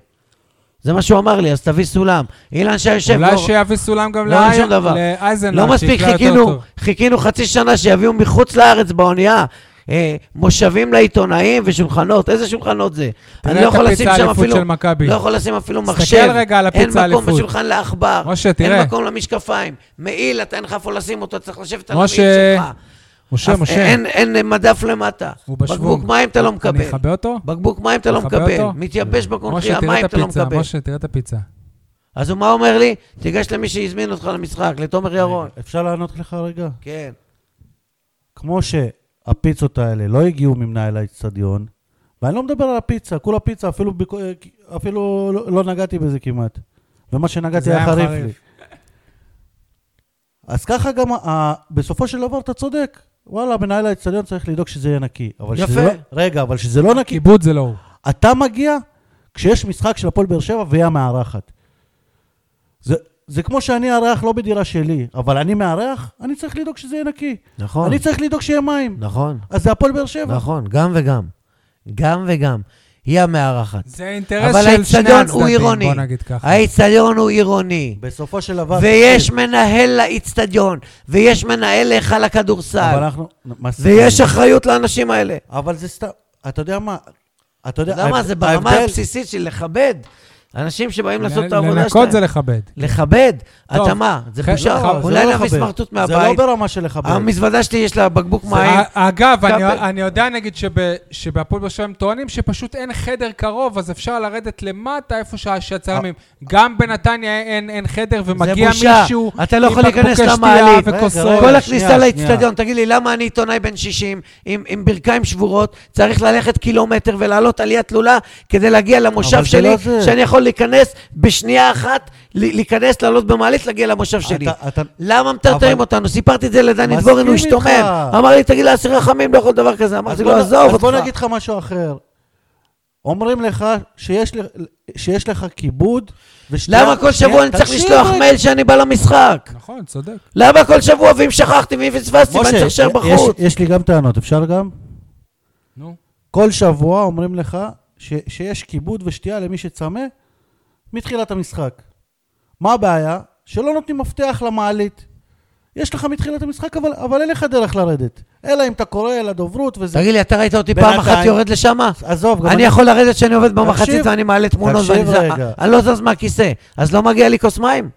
זה מה שהוא אמר לי, אז תביא סולם. אילן שי יושב,
אולי
לא,
שיביא סולם גם
לא
לאי-
שום דבר.
לאייזנאט,
לא מספיק
שיקלע יותר
חיכינו,
טוב.
חיכינו חצי שנה שיביאו מחוץ לארץ באונייה. אה, מושבים לעיתונאים ושולחנות, איזה שולחנות זה?
תראה
אני לא
את
יכול
הפיצה
לשים שם
האליפות
אפילו,
של מכבי.
לא יכול לשים אפילו
תסתכל
מחשב.
רגע על
אין
הפיצה
מקום
האליפות.
בשולחן לעכבר.
משה, תראה.
אין מקום למשקפיים. מעיל, אתה אין לך איפה לשים אותו, צריך לשבת על המעיל
משה,
שלך.
משה,
אף-
משה,
אין- אין מדף למטה.
הוא בשוונג.
בקבוק מים אתה לא
אני
מקבל.
אכבה אותו?
בקבוק מים אתה לא
נכבה
מקבל.
אותו?
מתייבש
משה,
בקונחייה,
תראה
מים
את
אתה לא
הפיצה,
מקבל.
משה, תראה את הפיצה.
אז הוא מה אומר לי? תיגש למי שהזמין אותך למשחק, לתומר ירון.
אפשר לענות לך רגע?
כן.
כמו שהפיצות האלה לא הגיעו ממנהל האצטדיון, ואני לא מדבר על הפיצה, כולה פיצה, אפילו, ביק... אפילו לא, לא נגעתי בזה כמעט. ומה שנגעתי
זה
היה
היה
חריף
חריף.
לי. אז ככה גם, ה- ה... בסופו של דבר אתה צודק. וואלה, מנהל האצטדיון צריך לדאוג שזה יהיה נקי. אבל
יפה.
שזה לא... רגע, אבל שזה לא נקי.
כיבוד זה לא הוא.
אתה מגיע כשיש משחק של הפועל באר שבע והיא המארחת. זה, זה כמו שאני אארח לא בדירה שלי, אבל אני מארח, אני צריך לדאוג שזה יהיה נקי.
נכון.
אני צריך לדאוג שיהיה מים.
נכון.
אז זה הפועל באר שבע.
נכון, גם וגם. גם וגם. היא המארחת.
זה אינטרס
אבל
של שני
האיצטדיון הוא
הצדדים,
עירוני.
בוא נגיד ככה.
האיצטדיון הוא עירוני.
בסופו של דבר...
ויש
תקשיב,
מנהל לאיצטדיון, ויש מנהל להיכל
אבל
הכדורסל,
אנחנו... מסכים.
ויש אחריות לאנשים האלה.
אבל זה סתם... אתה יודע מה? אתה
אתה
יודע...
יודע מה, זה
ההבדל-
ברמה הבסיסית של לכבד. אנשים שבאים לעשות את העבודה
לנקות זה
שלהם.
לכבד.
לכבד.
טוב,
אתה מה, זה
ח- ח-
בושה.
זה
זה
אולי
לא
להביא
לכבד.
סמרטוט
זה לא
מהבית.
ברמה של לכבד.
המזוודה שלי יש לה בקבוק מים.
א- אגב, אני-
כבל.
אני יודע נגיד שב- שבהפועל באר שבע הם טוענים שפשוט אין חדר קרוב, אז אפשר לרדת למטה איפה שה-
אה.
שהצלמים. גם בנתניה אין אין חדר ומגיע
בושה.
מישהו
אתה לא
עם
יכול להיכנס
בקבוקי
למעלית.
שתייה וכוסות.
רגע,
כל
רגע,
הכניסה
לא שנייה,
לאצטדיון, תגיד לי, למה אני עיתונאי בן 60 עם, עם ברכיים שבורות, צריך ללכת קילומטר ולעלות עלייה תלולה כדי להגיע למושב
אבל זה
שלי,
לא זה.
שאני יכול להיכנס בשנייה אחת, ל- להיכנס, לעלות במעלית, להגיע למושב שלי.
אתה- אתה-
למה מטרטרים
אבל-
אותנו? סיפרתי את זה לדני
מסכים
דבורין, הוא
איתך.
השתומם. אמר לי, תגיד לאסיר רחמים, לא יכול דבר כזה. אמרתי
אז
לו,
בוא נ-
עזוב
אז
אותך.
בוא נגיד לך משהו אחר. אומרים לך שיש, ל- שיש לך כיבוד ושתייה...
למה כל שבוע אני צריך
תקשיב
לשלוח
רגע.
מייל שאני בא למשחק?
נכון, צודק.
למה כל שבוע, ואם שכחתי, ואם פספסתי, ואני צריך
משה,
להישאר
יש,
בחוץ?
יש לי גם טענות, אפשר גם?
נו.
כל שבוע אומרים לך ש, שיש כיבוד ושתייה למי שצמא מתחילת המשחק. מה הבעיה? שלא נותנים מפתח למעלית. יש לך מתחילת המשחק, אבל, אבל אין לך דרך לרדת. אלא אם אתה קורא לדוברות וזה...
תגיד לי, אתה ראית אותי פעם
בינתיים-
אחת יורד לשם?
עזוב, גם
אני יכול לרדת כשאני עובד במחצית
תקשיב,
ואני מעלה תמונות
תקשיב
ואני זז-
רגע.
אני לא זז מהכיסא, אז לא מגיע לי כוס מים?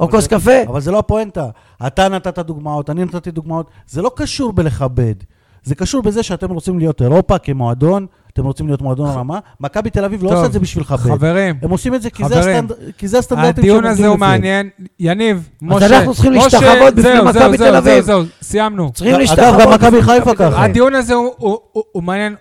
או
אבל
כוס
זה-
קפה?
אבל זה לא הפואנטה. אתה נתת דוגמאות, אני נתתי דוגמאות. זה לא קשור בלכבד. זה קשור בזה שאתם רוצים להיות אירופה כמועדון, אתם רוצים להיות מועדון הרמה, מכבי תל אביב לא
טוב,
עושה את זה בשבילך ב'.
חברים,
הם עושים את זה כי זה
חברים,
הסטנד- כי זה הסטנדרטים שהם
הדיון הזה הוא
עובדים לפיהם.
מעניין. יניב, משה,
אז אנחנו צריכים
משה,
להשתחוות בפני
זהו, זהו,
מכבי
זהו,
תל אביב.
זהו, זהו, סיימנו.
צריכים
אגב, גם
להשתחוות.
מכבי חיפה ככה.
הדיון הזה הוא- הוא הוא- הוא מעניין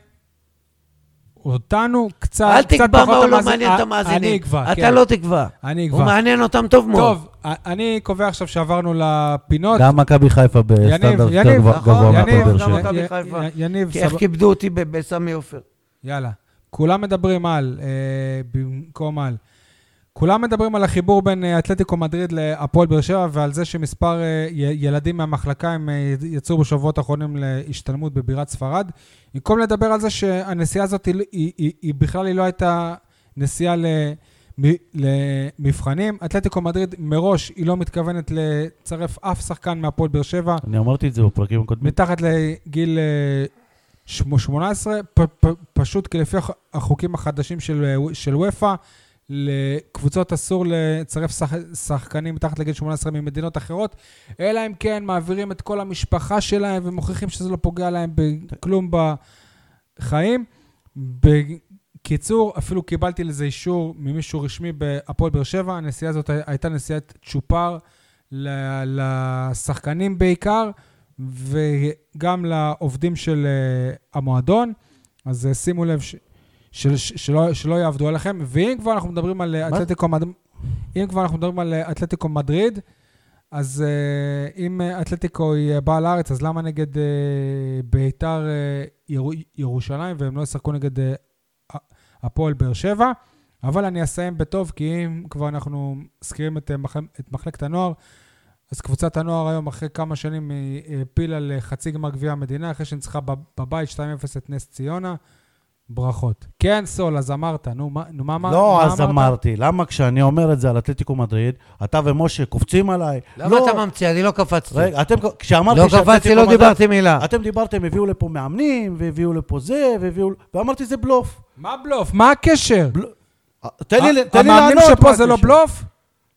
אותנו קצת,
אל
קצת
תקבע מה
פחות
הוא לא
המאזין-
מעניין את
א-
המאזינים.
אני אקבע,
אתה
כן.
לא תקבע.
אני
הוא
אקבע.
מעניין אותם טוב מאוד.
טוב, א- אני קובע עכשיו שעברנו לפינות.
גם מכבי חיפה בסטנדרט יותר
יניב,
גבוה-
נכון,
גבוה מהפועל
יניב,
באר
גם
שבע.
מכבי
י-
חיפה.
י- יניב,
כי איך
סבב-
כיבדו אותי ב- בסמי עופר.
יאללה. כולם מדברים על, אה, במקום על. כולם מדברים על החיבור בין אה, אתלטיקו מדריד להפועל באר שבע ועל זה שמספר אה, י- ילדים מהמחלקה הם אה, יצאו בשבועות האחרונים להשתלמות בבירת ספרד. במקום לדבר על זה שהנסיעה הזאת היא, היא, היא, היא בכלל היא לא הייתה נסיעה ל- מ- למבחנים. אתלטיקו מדריד מראש היא לא מתכוונת לצרף אף שחקן מהפועל באר שבע.
אני אמרתי את זה בפרקים הקודמים.
מתחת לגיל אה, שמ- 18, פ- פ- פשוט כי לפי הח- החוקים החדשים של, אה, של וופא, לקבוצות אסור לצרף שח- שחקנים מתחת לגיל 18 ממדינות אחרות, אלא אם כן מעבירים את כל המשפחה שלהם ומוכיחים שזה לא פוגע להם בכלום בחיים. בקיצור, אפילו קיבלתי לזה אישור ממישהו רשמי בהפועל באר שבע. הנסיעה הזאת הי- הייתה נסיעת צ'ופר ל- לשחקנים בעיקר, וגם לעובדים של אה, המועדון. אז אה, שימו לב ש... של, ש- שלא, שלא יעבדו עליכם, ואם כבר אנחנו מדברים על אה,
מה?
אתלטיקו, מד... אם כבר אנחנו מדברים על אה, אתלטיקו מדריד, אז אה, אם אה, אתלטיקו היא אה, באה לארץ, אז למה נגד אה, ביתר אה, יר, ירושלים, והם לא ישחקו נגד אה, ה- הפועל באר שבע? אבל אני אסיים בטוב, כי אם כבר אנחנו מזכירים את, אה, מח... את מחלקת הנוער, אז קבוצת הנוער היום, אחרי כמה שנים, היא העפילה לחצי גמר גביע המדינה, אחרי שניצחה בב- בבית 2-0 את נס ציונה. ברכות. כן, סול, אז אמרת, נו, מה, נו, מה, מה
לא,
מה
אז
אמרת?
אמרתי, למה כשאני אומר את זה על אתלטיקו מדריד, אתה ומשה קופצים עליי?
למה
לא,
אתה ממציא? אני לא קפצתי.
רגע, אתם, כשאמרתי
לא
שאתלטיקו
קפצתי, לא
מדריד-
דיברתי
אה.
מילה.
אתם דיברתם, הביאו לפה מאמנים, והביאו לפה זה, והביאו... ואמרתי, זה בלוף. אה,
מה בלוף? מה הקשר?
בל-
אה,
תן לי ל- תן לי לענות.
המאמנים שפה
מה
זה לא
הקשר.
בלוף?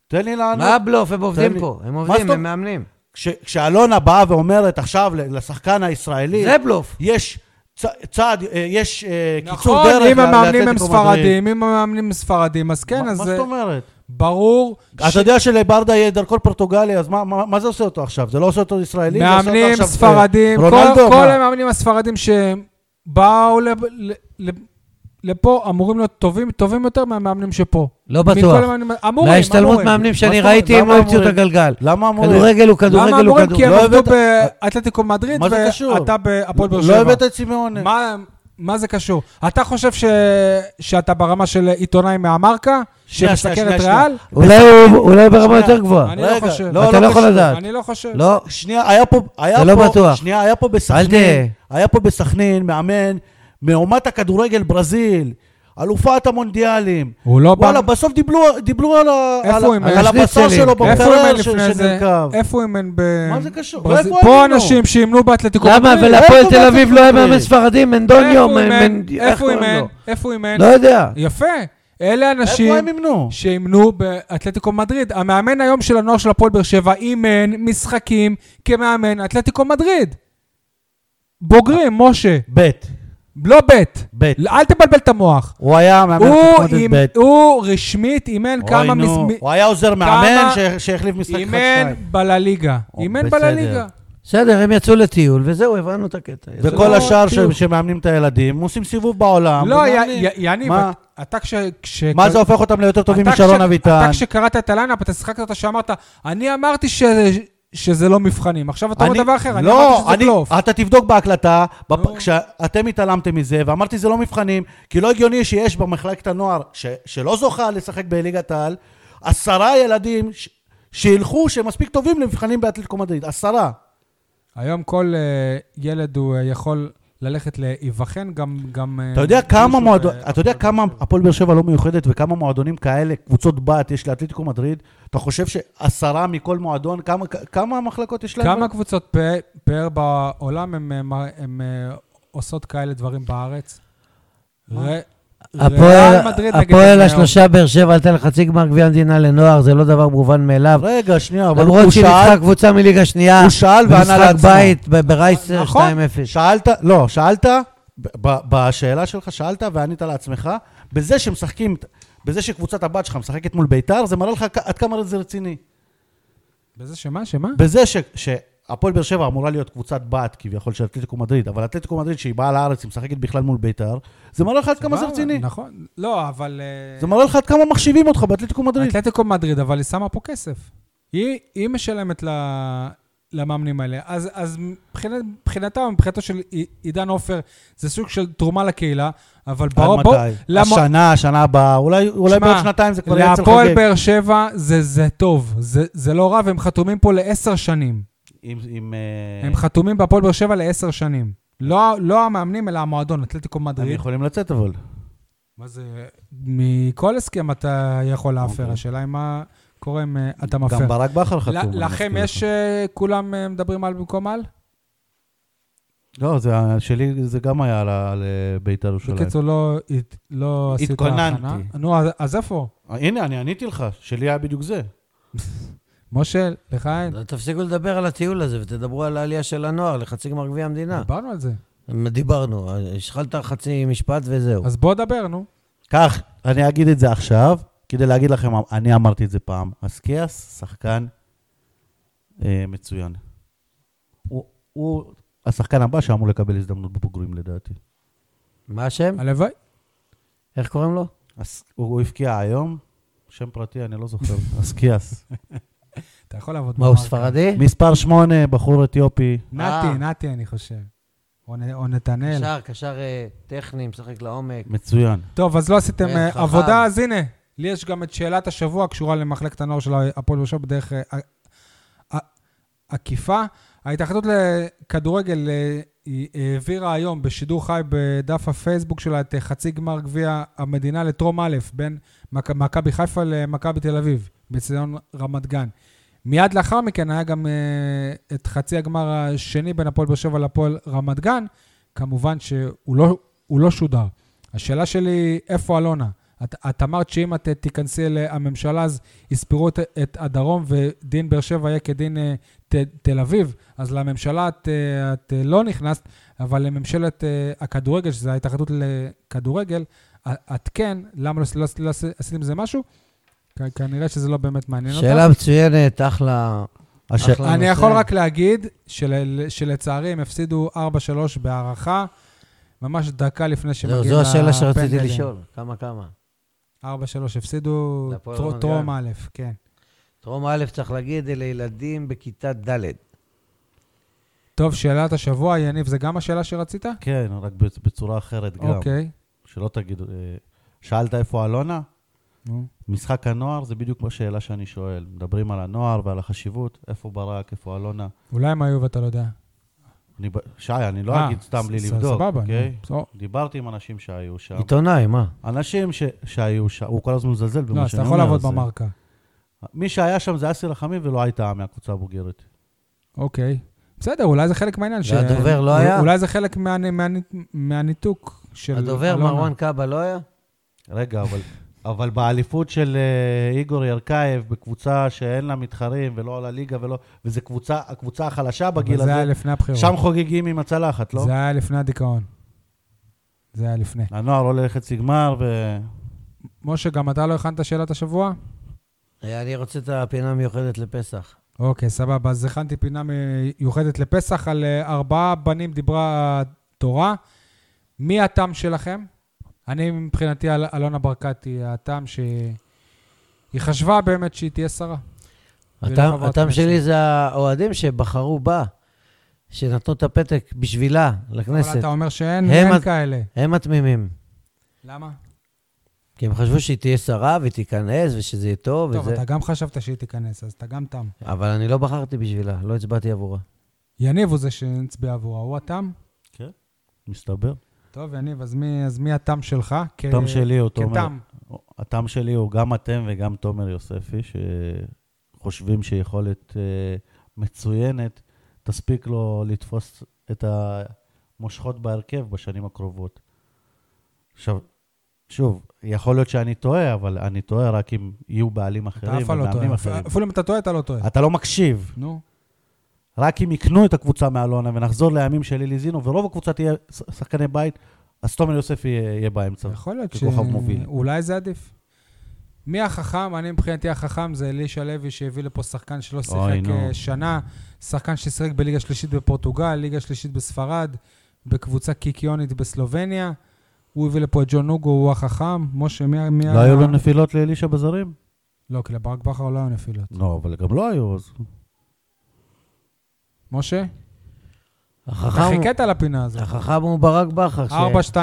תן לי לענות.
מה הבלוף? הם
לא- תן
עובדים
לי.
פה. הם
מה
עובדים,
זאת-
הם מאמנים.
כש- כשאלונה באה ואומרת עכשיו ל- לשחקן הישראלי,
זה בלוף.
יש צ- צעד, אה, יש אה, קיצור
נכון,
דרך
אם
ל-
המאמנים הם
לאתלטיקו מדריד.
ספרדים, אם המאמנים הם ספרדים, אז
מה-
כן, אז
מה
זה
זאת אומרת?
ברור
אתה יודע שלברדה יהיה דרכון פורטוגלי, אז מה- מה מה זה עושה אותו עכשיו? זה לא עושה אותו ישראלי? זה עושה אותו
מאמנים
עכשיו, אה,
ספרדים, כל-
רונלדו?
כל
מה?
המאמנים הספרדים שבאו ל- ל- ל- לפה אמורים להיות טובים טובים יותר מהמאמנים שפה.
לא בטוח.
מכל המאמנים- אמורים,
מההשתלמות
אמורים.
מאמנים
מה
שאני
זאת אומרת?
ראיתי, הם
למה
לא המציאו את
אמורים?
הגלגל.
למה אמורים?
כדורגל הוא
למה
כדורגל הוא
אמורים? כי
כדורגל.
הם
לא
עבדו
הבאת-
באתלטיקו מדריד,
מה זה קשור?
ואתה בהפועל באר
לא
שבע.
הבאת את סימאונה.
מה, מה זה קשור? אתה חושב ש... שאתה ברמה של עיתונאי מהמרקה,
שנייה, שנייה,
שמסקר את
שנייה,
ריאל?
אולי הוא- אולי ברמה
שנייה.
יותר גבוהה.
אני לא
רגע,
חושב.
לא,
אתה
לא
לא יכול
קשור.
לדעת.
אני לא חושב.
לא.
אה, שנייה, היה פה, היה
זה
פה,
לא בטוח.
שנייה, היה פה
אל תהיה.
בסכנין, היה פה בסכנין מאמן מאומת הכדורגל ברזיל, אלופת המונדיאלים.
הוא לא בא...
וואלה, בסוף דיבלו, דיבלו על, ה-
איפה
על,
הוא
ה-
אימן?
על הבשר
השניצלים.
שלו
איפה הוא אימן
במקרר ש-
לפני זה?
שנרקב.
איפה הוא אימן ב...
מה זה קשור?
ברזיל?
איפה
פה
היינו?
אנשים שאימנו באתלטיקו.
למה?
מדריד.
ולהפועל
איפה
תל אביב
באתם
לא היה
מדריד?
מאמן ספרדים, מנדוניו,
איפה הוא אימן?
מנ- איך
איפה הוא
קוראים
אימן?
לו?
איפה הוא אימן?
לא יודע.
יפה. אלה
איפה הם
אנשים
ימנו?
שאימנו באתלטיקו מדריד. המאמן היום של הנוער של הפועל באר שבע אימן משחקים כמאמן אתלטיקו מדריד. בוגרים, משה.
ב',
לא בית.
ב'.
אל תבלבל את המוח.
הוא היה מאמן
הוא,
קודמת
אימ-
ב'.
הוא רשמית אימן
אוי,
כמה...
נו.
מס-
הוא היה עוזר מאמן
כמה-
ש- שהחליף משחק אחד
אימן
שניים.
בלליגה.
או,
אימן
בסדר.
בלליגה.
בסדר, הם יצאו לטיול, וזהו, הבנו את הקטע. יצאו
וכל
לא
השאר ש-
טיול.
שמאמנים את הילדים, עושים סיבוב בעולם.
לא, י-
ומאמנים.
י- יניב,
אה, מה?
את- אתה כש... כש-
מה זה הופך אותם ליותר טובים
אתה
משרון
כש-
אביטן?
אתה כשקראת את הליינאפ, אתה שיחקת אותה שאמרת, אני אמרתי ש- שזה לא מבחנים. עכשיו אתה אומר
אני-
דבר אחר, אני
לא,
אמרתי שזה
אני-
פלייאוף.
אתה תבדוק בהקלטה, בפ-
נו.
כשאתם התעלמתם מזה, ואמרתי זה לא מבחנים, כי לא הגיוני שיש במחלקת הנוער, ש- שלא זוכה לשחק בליגת העל, עשרה ילדים ש- שילכו, שהם מספיק טובים למבחנים באתלטיקו מדריד, עשרה.
היום כל אה, ילד הוא אה, יכול ללכת להיבחן, גם... גם, אה,
אתה יודע כמה
מישהו
מועדון,
ב-
אתה יודע כמה הפועל באר שבע לא מיוחדת וכמה מועדונים כאלה, קבוצות בת יש לאתלטיקו מדריד? אתה חושב שעשרה מכל מועדון, כמה- כמה מחלקות יש להם?
כמה קבוצות פ- פאר בעולם הם, הם, הם אה, עושות כאלה דברים בארץ? ר- ריאל
הפועל-
מדריד נגד
הפועל
בני
השלושה באר שבע עלתה לחצי גמר גביע המדינה לנוער, זה לא דבר מובן מאליו.
רגע, שנייה, אבל
למרות
הוא
שהיא
שאל,
ניצחה קבוצה מליגה שנייה,
הוא שאל וענה
במשחק
לעצמו.
בית ב- ברייסר
נכון.
2-0.
שאלת, לא, שאלת, ב- ב- בשאלה שלך שאלת וענית לעצמך, בזה שמשחקים, בזה שקבוצת הבת שלך משחקת מול ביתר, זה מראה לך כ- עד כמה זה רציני.
בזה שמה? שמה?
בזה ש... שהפועל באר שבע אמורה להיות קבוצת בת, כביכול, של אתלטיקו מדריד, אבל אתלטיקו מדריד, שהיא באה לארץ, היא משחקת בכלל מול ביתר, זה מראה לך עד כמה זה
סבבה,
רציני.
נכון. לא, אבל... אה,
זה מראה לך עד כמה מחשיבים אותך באתלטיקו מדריד.
אתלטיקו מדריד, אבל היא שמה פה כסף. היא, היא משלמת ל- למאמנים האלה. אז, אז מבחינת, מבחינתה, מבחינתו של עי- עידן עופר, זה סוג של תרומה לקהילה, אבל ברור...
עד
אוקיי. בוא-
מתי?
למה-
השנה, השנה הבאה, אולי אולי
שמע,
בעוד שנתיים זה כבר יהיה אצל
להפועל
חגג.
באר שבע זה, זה טוב, זה, זה לא רע, והם חתומים פה לעשר שנים.
עם- עם, אה,
הם חתומים בהפועל באר שבע לעשר שנים. לא, לא המאמנים, אלא המועדון, אתלטיקו
הם
מדריד.
יכולים לצאת אבל.
מה זה, מכל הסכם אתה יכול להפר,
אוקיי.
השאלה היא מה קורה אם אה, אתה מפר.
גם ברק בכר חתום.
ל-
אני
לכם
מזכיר
יש,
לך.
אה, כולם אה, מדברים על במקום על?
לא, זה ה- שלי, זה גם היה על ה- על אה, ביתר ירושלים.
בקיצור, לא הת- לא עשית הכנה.
התכוננתי.
נו, אז- אז איפה?
אה, הנה, אני עניתי לך, שלי היה בדיוק זה.
משה, לך אין?
לא, תפסיקו לדבר על הטיול הזה ותדברו על העלייה של הנוער לחצי גמר גביע המדינה.
דיברנו על זה.
דיברנו, השחלת חצי משפט וזהו.
אז בוא דבר, נו.
כך, אני אגיד את זה עכשיו, כדי להגיד לכם, אני אמרתי את זה פעם. אסקיאס, שחקן אה, מצוין. הוא, הוא השחקן הבא שאמור לקבל הזדמנות בבוגרים, לדעתי.
מה השם?
הלוואי.
איך קוראים לו?
אס, הוא, הוא הבקיע היום, שם פרטי, אני לא זוכר, אסקיאס.
אתה יכול לעבוד.
מה, הוא
במרקר.
ספרדי?
מספר שמונה, בחור אתיופי.
נתי,
אה.
נתי, אני חושב. או נ- או נתנאל.
קשר, קשר אה, טכני, משחק לעומק.
מצוין.
טוב, אז לא עשיתם
אה,
אה,
חכם.
עבודה, אז הנה. לי יש גם את שאלת השבוע הקשורה למחלקת הנוער של הפועל באר שבע בדרך אה, אה, עקיפה. ההתאחדות לכדורגל אה, היא העבירה היום בשידור חי בדף הפייסבוק שלה את אה, חצי גמר גביע המדינה לטרום א' בין מכ- מכבי חיפה למכבי תל אביב, בציון רמת גן. מיד לאחר מכן היה גם אה, את חצי הגמר השני בין הפועל באר שבע להפועל רמת גן. כמובן שהוא לא, הוא לא שודר. השאלה שלי, איפה אלונה? את, את אמרת שאם את אה, תיכנסי לממשלה, אז יספרו את, את הדרום ודין באר שבע יהיה כדין אה, ת, תל אביב. אז לממשלה את, אה, את אה, לא נכנסת, אבל לממשלת אה, הכדורגל, שזו ההתאחדות לכדורגל, א- את כן, למה לא, לא, לא עשיתם עם זה משהו? כ- כנראה שזה לא באמת מעניין אותך.
שאלה לא מצוינת, אחלה.
הש...
אחלה.
אני
לנושא.
יכול רק להגיד של, שלצערי הם הפסידו 4-3 בהערכה, ממש דקה לפני שמגיעים
זהו,
לפנדלים.
זו השאלה שרציתי לשאול. כמה כמה?
4-3 הפסידו
להפועל
טר-
רמת
טרום
גן.
א', כן.
טרום א', צריך להגיד, אלה ילדים בכיתה ד'.
טוב, שאלת השבוע, יניב, זה גם השאלה שרצית?
כן, רק בצ- בצורה אחרת גם.
אוקיי.
שלא תגידו... אה, שאלת איפה אלונה?
נו.
משחק הנוער זה בדיוק השאלה שאני שואל. מדברים על הנוער ועל החשיבות, איפה ברק, איפה אלונה.
אולי הם היו ואתה לא יודע.
אני, ב- שי, אני לא
אה,
אגיד סתם בלי
ס- ס-
לבדוק,
סבבה,
אוקיי?
נו. בסדר.
דיברתי עם אנשים שהיו שם.
עיתונאי, מה?
אנשים ש... שהיו שם, הוא כל הזמן מזלזל
לא,
במה
אז אתה
שאני אומר.
יכול לעבוד
אז- אה,
במרקה.
מי שהיה שם זה אסי רחמים ולא הייתה מהקבוצה הבוגרת.
אוקיי. בסדר, אולי זה חלק מהעניין. ש-
והדובר לא היה?
אולי זה חלק מה- מה- מהניתוק של אלונה.
הדובר מרואן קאבה לא היה?
רגע, אבל... אבל באליפות של אה, איגור ירקייב, בקבוצה שאין לה מתחרים ולא על הליגה ולא... וזו קבוצה, הקבוצה החלשה בגיל
אבל זה היה
הזה,
לפני הבחירות.
שם חוגגים עם הצלחת, לא?
זה היה לפני הדיכאון. זה היה לפני.
הנוער עולה לחצי גמר ו...
משה, גם אתה לא הכנת שאלת השבוע?
אה, אני רוצה את הפינה המיוחדת לפסח.
אוקיי, סבבה. אז הכנתי פינה מיוחדת לפסח על אה, ארבעה בנים דיברה התורה. מי התם שלכם? אני מבחינתי, אל- אלונה ברקת היא התם ש... היא חשבה באמת שהיא תהיה שרה.
הטעם
ולחברת
הטעם שלי
כנסת.
זה האוהדים שבחרו בה, שנתנו את הפתק בשבילה
אבל
לכנסת.
אתה אומר שאין
הם
אין
אז-
כאלה.
הם התמימים.
למה?
כי הם חשבו שהיא תהיה שרה והיא תיכנס ושזה יהיה טוב
טוב,
וזה...
אתה גם חשבת שהיא תיכנס, אז אתה גם תם.
אבל אני לא בחרתי בשבילה, לא הצבעתי עבורה.
יניב הוא זה שהצביע עבורה, הוא התם?
כן, מסתבר.
טוב, יניב, אז מי, אז מי התם שלך? כ-
הטעם שלי הוא תומר.
כתם.
הטעם שלי הוא גם אתם וגם תומר יוספי, שחושבים שיכולת אה, מצוינת תספיק לו לתפוס את המושכות בהרכב בשנים הקרובות. עכשיו, שוב, יכול להיות שאני טועה, אבל אני טועה רק אם יהיו בעלים
אתה
אחרים
אף פעם לא
ומאמנים
טועה.
אחרים.
אפילו אם אתה טועה, אתה לא טועה.
אתה לא מקשיב.
נו.
רק אם יקנו את הקבוצה מאלונה ונחזור לימים של אלי זינו, ורוב הקבוצה תהיה ש- שחקני בית, אז תומר יוסף יהיה, יהיה באמצע.
יכול להיות ש...
ככוכב מוביל.
אולי זה עדיף. מי החכם? אני מבחינתי החכם זה אלישע לוי שהביא לפה שחקן שלא שיחק
אוי, נו.
אה, שנה, שחקן ששיחק בליגה שלישית בפורטוגל, ליגה שלישית בספרד, בקבוצה קיקיונית בסלובניה. הוא הביא לפה את ג'ון נוגו, הוא החכם. משה, מי... ה- מי
לא
ה-
היו לו נפילות לאלישע בזרים?
לא, כי לברק בכר לא היו נפילות.
לא, אבל גם לא היו, אז...
משה? אתה
החכם הוא-
חיכית על הפינה הזאת.
החכם הוא ברק בכר. ש-
4-2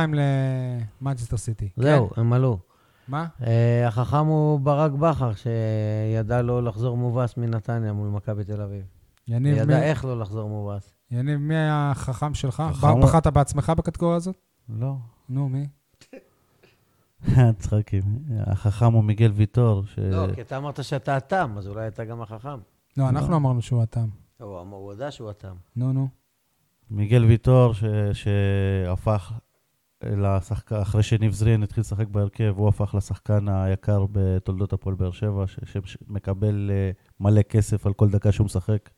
למנצ'סטר סיטי.
זהו,
כן?
הם עלו.
מה?
אה, החכם הוא ברק בכר, שידע לא לחזור מובס מנתניה מול מכבי תל אביב.
יניב, מי-
ידע איך לא לחזור מובס.
יניב, מי היה החכם שלך?
חכם-
בחרת בעצמך בקטגוריה הזאת?
לא.
נו, מי?
צחקים. החכם הוא מיגל ויטור, ש...
לא, כי אתה אמרת שאתה התם, אז אולי אתה גם החכם.
לא, אנחנו אמרנו שהוא התם.
הוא אמר- הוא הודה שהוא התם.
נו, נו.
מיגל ויטור, ש... שהפך לשחקן, אחרי שניב זרין התחיל לשחק בהרכב, הוא הפך לשחקן היקר בתולדות הפועל באר שבע, ש... שמקבל אה, מלא כסף על כל דקה שהוא משחק.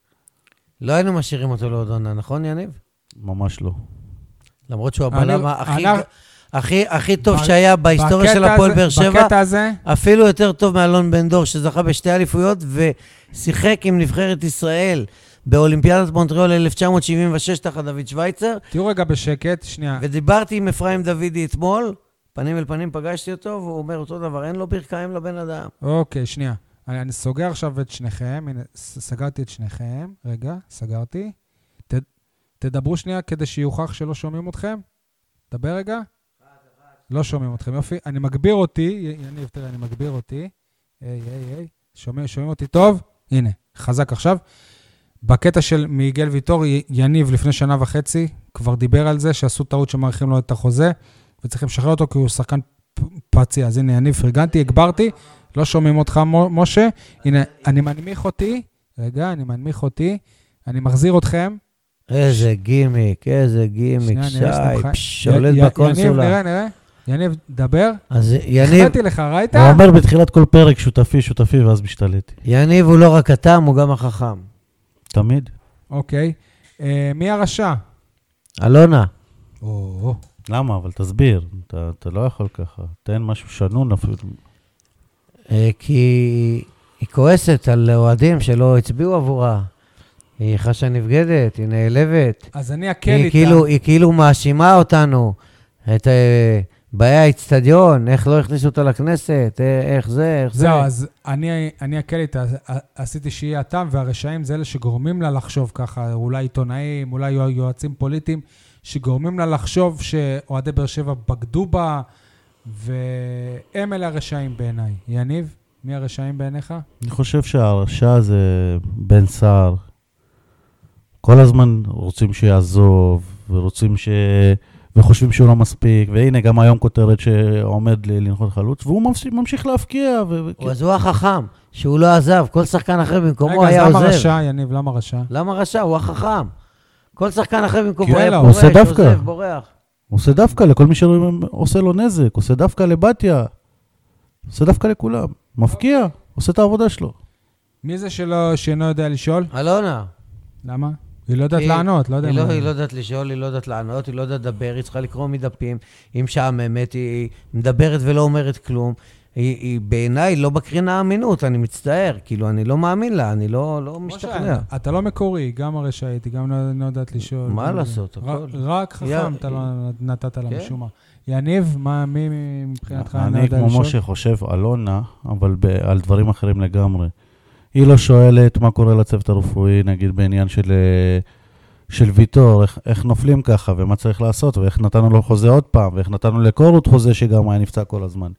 לא היינו משאירים אותו לעוד עונה, נכון, יניב?
ממש לא.
למרות שהוא
אני-
הבלם הכי-
אני-
הכי הכי טוב
בק-
שהיה בהיסטוריה של
בקטע
הפועל
הזה-
באר שבע,
בקטע הזה,
אפילו יותר טוב מאלון בן דור, שזכה בשתי אליפויות ושיחק עם נבחרת ישראל באולימפיאדת מונטריאול 1976 תחת דוד שווייצר,
תהיו רגע בשקט, שנייה.
ודיברתי עם אפרים דוידי אתמול, פנים אל פנים פגשתי אותו, והוא אומר אותו דבר, אין לו ברכיים לבן אדם.
אוקיי, שנייה. אני אני סוגר עכשיו את שניכם, הנה, ס- סגרתי את שניכם. רגע, סגרתי. ת- תדברו שנייה כדי שיוכח שלא שומעים אתכם. דבר רגע. לא שומעים אתכם, יופי. אני מגביר אותי, י- יניב, תראה, אני מגביר אותי. היי, היי, היי. שומעים, שומעים אותי טוב? הנה, חזק עכשיו. בקטע של מיגל ויטור, י- יניב לפני שנה וחצי כבר דיבר על זה שעשו טעות שמאריכים לו את החוזה, וצריכים לשחרר אותו כי הוא שחקן פ- פציע. אז הנה, יניב, פרגנתי, הגברתי. לא שומעים אותך, מו- משה. הנה, אני מנמיך אותי. רגע, אני מנמיך אותי. אני מחזיר אתכם.
איזה גימיק, איזה גימיק,
שנייה,
שי,
נראה שאתה מחי-
פש, שולט
י- י- יניב,
בקונסולה.
נראה, נראה. יניב, דבר.
אז יניב,
החלטתי לך, ראית?
הוא אומר בתחילת כל פרק, שותפי, שותפי, ואז משתלט.
יניב הוא לא רק התם, הוא גם החכם.
תמיד.
אוקיי. אה, מי הרשע?
אלונה,
או,
למה? אבל תסביר. אתה, אתה לא יכול ככה. תן משהו שנון אפילו.
אה, כי היא כועסת על אוהדים שלא הצביעו עבורה. היא חשה נבגדת, היא נעלבת.
אז אני אקל
היא
איתה.
כאילו, היא כאילו מאשימה אותנו, את אה, באי האיצטדיון, איך לא הכניסו אותה לכנסת, אה, איך זה, איך זה.
זהו, לא, אז אני, אני אקל איתה, אז ע- עשיתי שיהיה התם, והרשעים זה אלה שגורמים לה לחשוב ככה, אולי עיתונאים, אולי יוע- יועצים פוליטיים, שגורמים לה לחשוב שאוהדי באר שבע בגדו בה, והם אלה הרשעים בעיניי. יניב, מי הרשעים בעיניך?
אני חושב שההרשע זה בן סער. כל הזמן רוצים שיעזוב, ורוצים ש... וחושבים שהוא לא מספיק, והנה גם היום כותרת שעומד ל- לנחות חלוץ, והוא ממשיך, ממשיך להפקיע. ו... ו-
הוא- אז הוא החכם, שהוא לא עזב, כל שחקן אחר במקומו
רגע,
היה
אז
עוזב.
למה רשע, יניב, למה רשע?
למה רשע? הוא החכם. כל שחקן אחר במקומו
כי
היה
הוא
פורש,
עושה דווקא.
עוזב, בורח.
עושה דווקא לכל מי שעושה לו נזק, עושה דווקא לבתיה, עושה דווקא לכולם. מפקיע, עושה את העבודה שלו.
מי זה שלא, שאינו יודע לשאול?
אלונה.
למה? היא לא יודעת
היא-
לענות, לא יודע
היא
מה.
לא, היא לא יודעת לשאול, היא לא יודעת לענות, היא לא יודעת לדבר, היא צריכה לקרוא מדפים, היא משעממת, היא היא מדברת ולא אומרת כלום. היא, היא בעיניי לא מקרינה אמינות, אני מצטער. כאילו, אני לא מאמין לה, אני לא, לא
משה,
משתכנע.
אתה לא מקורי, גם הרשעית, היא גם לא- לא יודעת לשאול.
מה
גם-
לעשות,
רק-
הכל.
רק חכם
יא-
אתה לא נתת לה
כן.
משום מה. יניב, מה, מי מבחינתך לא
אני
יודע
כמו
לשאול?
משה חושב אלונה, אבל ב- על דברים אחרים לגמרי. היא לא שואלת מה קורה לצוות הרפואי, נגיד בעניין של, אה, של ויטור, איך, איך נופלים ככה ומה צריך לעשות, ואיך נתנו לו חוזה עוד פעם, ואיך נתנו לקורות חוזה שגם היה נפצע כל הזמן.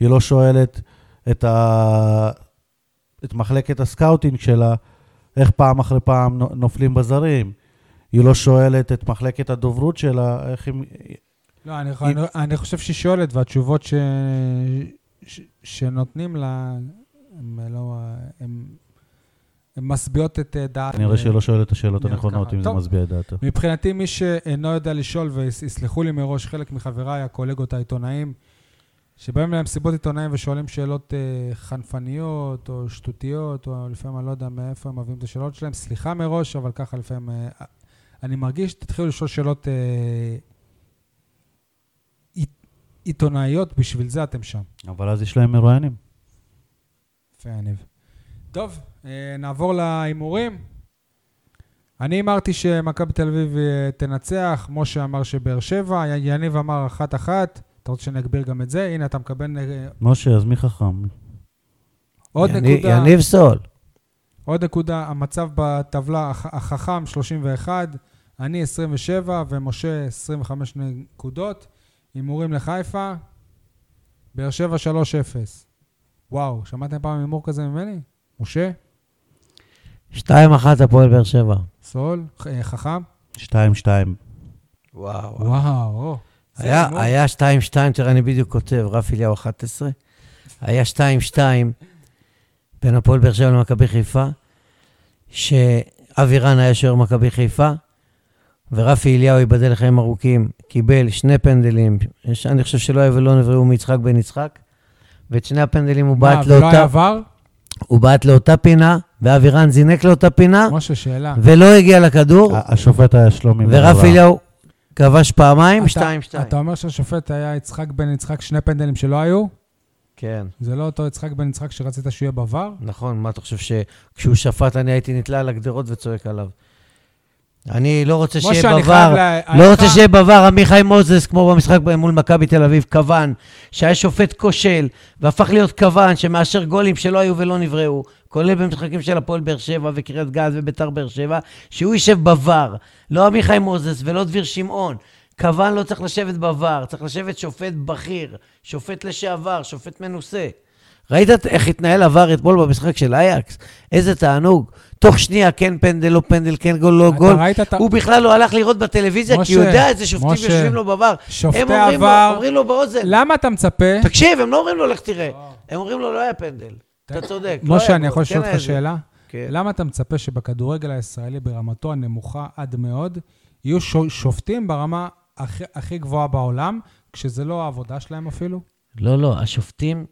היא לא שואלת את, ה... את מחלקת הסקאוטינג שלה, איך פעם אחרי פעם נו- נופלים בזרים. היא לא שואלת את מחלקת הדוברות שלה, איך היא,
לא, אני, אני, אני חושב שהיא שואלת, והתשובות ש, ש, שנותנים לה, הן לא... הן- הן משביעות את אה, דעת.
כנראה שהיא לא שואלת את השאלות
נראה
הנכונות,
ככה.
אם זה
טוב.
משביע את דעתה.
מבחינתי, מי שאינו יודע לשאול, ויסלחו לי מראש חלק מחבריי, הקולגות העיתונאים, שבאים למסיבות עיתונאים ושואלים שאלות אה, חנפניות או שטותיות, או לפעמים אני לא יודע מאיפה הם מביאים את השאלות שלהם. סליחה מראש, אבל ככה לפעמים... אה, אני מרגיש שתתחילו לשאול שאלות אה, עית- עיתונאיות, בשביל זה אתם שם.
אבל אז יש להם מרואיינים.
יפה, יניב. טוב, אה, נעבור להימורים. אני הימרתי שמכבי תל אביב אה, תנצח, משה אמר שבאר שבע, י- יניב אמר אחת-אחת. אתה רוצה שנגביר גם את זה? הנה, אתה מקבל אה,
משה, אז מי חכם?
עוד
יני-
נקודה.
יניב סול.
עוד נקודה, המצב בטבלה, הח- החכם 31, אני 27 ומשה 25 נקודות. הימורים לחיפה, באר שבע 3-0. וואו, שמעתם פעם הימור כזה ממני? משה,
2-1 הפועל באר שבע.
סול, ח- אה, חכם?
2-2.
וואו.
וואו, או. זה
היה
הימור.
היה 2-2, תראה, אני בדיוק כותב, רף אליהו 11. היה 2-2 בין הפועל באר שבע למכבי חיפה, שאבירן היה שוער מכבי חיפה, ורפי אליהו, ייבדל לחיים ארוכים, קיבל שני פנדלים, ש- אני חושב שלא היה ולא נבראו מיצחק בן יצחק, ואת שני הפנדלים הוא
מה,
בעט
ולא היה
לאותה,
עבר?
הוא בעט לאותה פינה, ואבירן זינק לאותה פינה,
משה, שאלה.
ולא הגיע לכדור,
ה- השופט היה שלומי
ורפי
מלווה.
אליהו כבש פעמיים,
אתה-
2-2.
אתה אומר שהשופט היה יצחק בן יצחק, שני פנדלים שלא היו?
כן.
זה לא אותו יצחק בן יצחק שרצית שהוא יהיה בעבר?
נכון, מה אתה חושב שכשהוא שפט אני הייתי נתלה על הגדרות וצועק עליו? אני לא רוצה שיהיה
משה, אני חייב
בבר,
לה-
לא
אני
רוצה
חייב-
שיהיה בבר, עמיחי מוזס, כמו במשחק מול מכבי תל אביב, כוון, שהיה שופט כושל, והפך להיות כוון, שמאשר גולים שלא היו ולא נבראו, כולל במשחקים של הפועל באר שבע וקריית גת וביתר באר שבע, שהוא יישב בבר, לא עמיחי מוזס ולא דביר שמעון. כוון לא צריך לשבת בבר, צריך לשבת שופט בכיר, שופט לשעבר, שופט מנוסה. ראית את- איך התנהל עבר אתמול במשחק של אייקס? איזה תענוג. תוך שנייה, כן פנדל, לא פנדל, כן גול, לא
אתה
גול.
ראית את ה-
הוא בכלל לא הלך לראות בטלוויזיה, כי הוא
משה,
יודע איזה שופטים
משה,
יושבים לו בבר.
שופטי
הם אומרים
עבר- לא.
לו, אומרים לו באוזן.
למה אתה מצפה?
תקשיב, הם לא אומרים לו, לך תראה. הם אומרים לו, לא היה פנדל. אתה צודק. לא
משה,
היה
אני
גול,
יכול
כן
לשאול
היה
אותך
זה.
שאלה?
כן.
למה אתה מצפה שבכדורגל הישראלי ברמתו הנמוכה עד מאוד, יהיו שו- שופטים ברמה הכי- הכי גבוהה בעולם, כשזה לא העבודה שלהם אפילו?
לא, לא, השופטים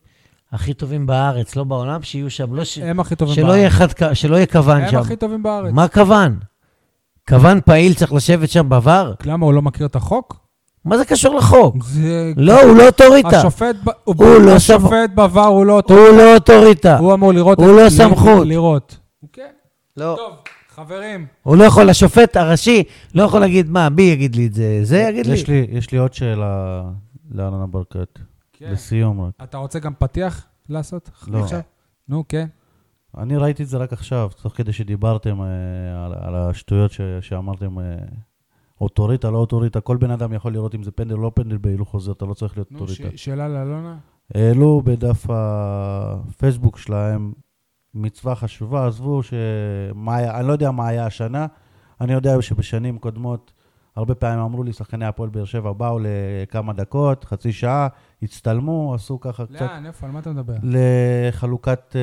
הכי טובים בארץ, לא בעולם, שיהיו שם. לא ש-
הם הכי טובים
שלא יהיה
בארץ.
אחד כ- שלא יהיה כוון
הם
שם.
הכי טובים בארץ.
מה כוון? כוון פעיל צריך לשבת שם בבר?
למה, הוא לא מכיר את החוק?
מה זה קשור לחוק?
זה...
לא, הוא לא אוטוריטה.
השופט, ב- הוא
הוא
ב-
לא
השופט בעבר הוא לא אותו,
הוא לא אוטוריטה.
הוא אמור לראות,
הוא לא
ל-
סמכות.
לראות. כן,
לא.
טוב, חברים,
הוא לא יכול, השופט הראשי לא יכול להגיד, מה, מי יגיד לי את זה? זה יגיד לי.
יש לי- יש לי עוד שאלה לאלונה ברקת.
כן.
לסיום רק.
אתה רוצה גם פתיח לעשות?
לא.
עכשיו? נו, כן.
אני ראיתי את זה רק עכשיו, תוך כדי שדיברתם אה, על, על השטויות ש, שאמרתם, אה, אוטוריטה, לא אוטוריטה, כל בן אדם יכול לראות אם זה פנדל או לא פנדל בהילוך חוזר, אתה לא צריך להיות
נו, ש-
אוטוריטה.
שאלה לאלונה?
העלו בדף הפייסבוק שלהם מצווה חשובה, עזבו שמה היה, אני לא יודע מה היה השנה, אני יודע שבשנים קודמות הרבה פעמים אמרו לי, שחקני הפועל באר שבע באו לכמה דקות, חצי שעה, הצטלמו, עשו ככה קצת,
לאן, איפה, על מה אתה מדבר?
לחלוקת... אה,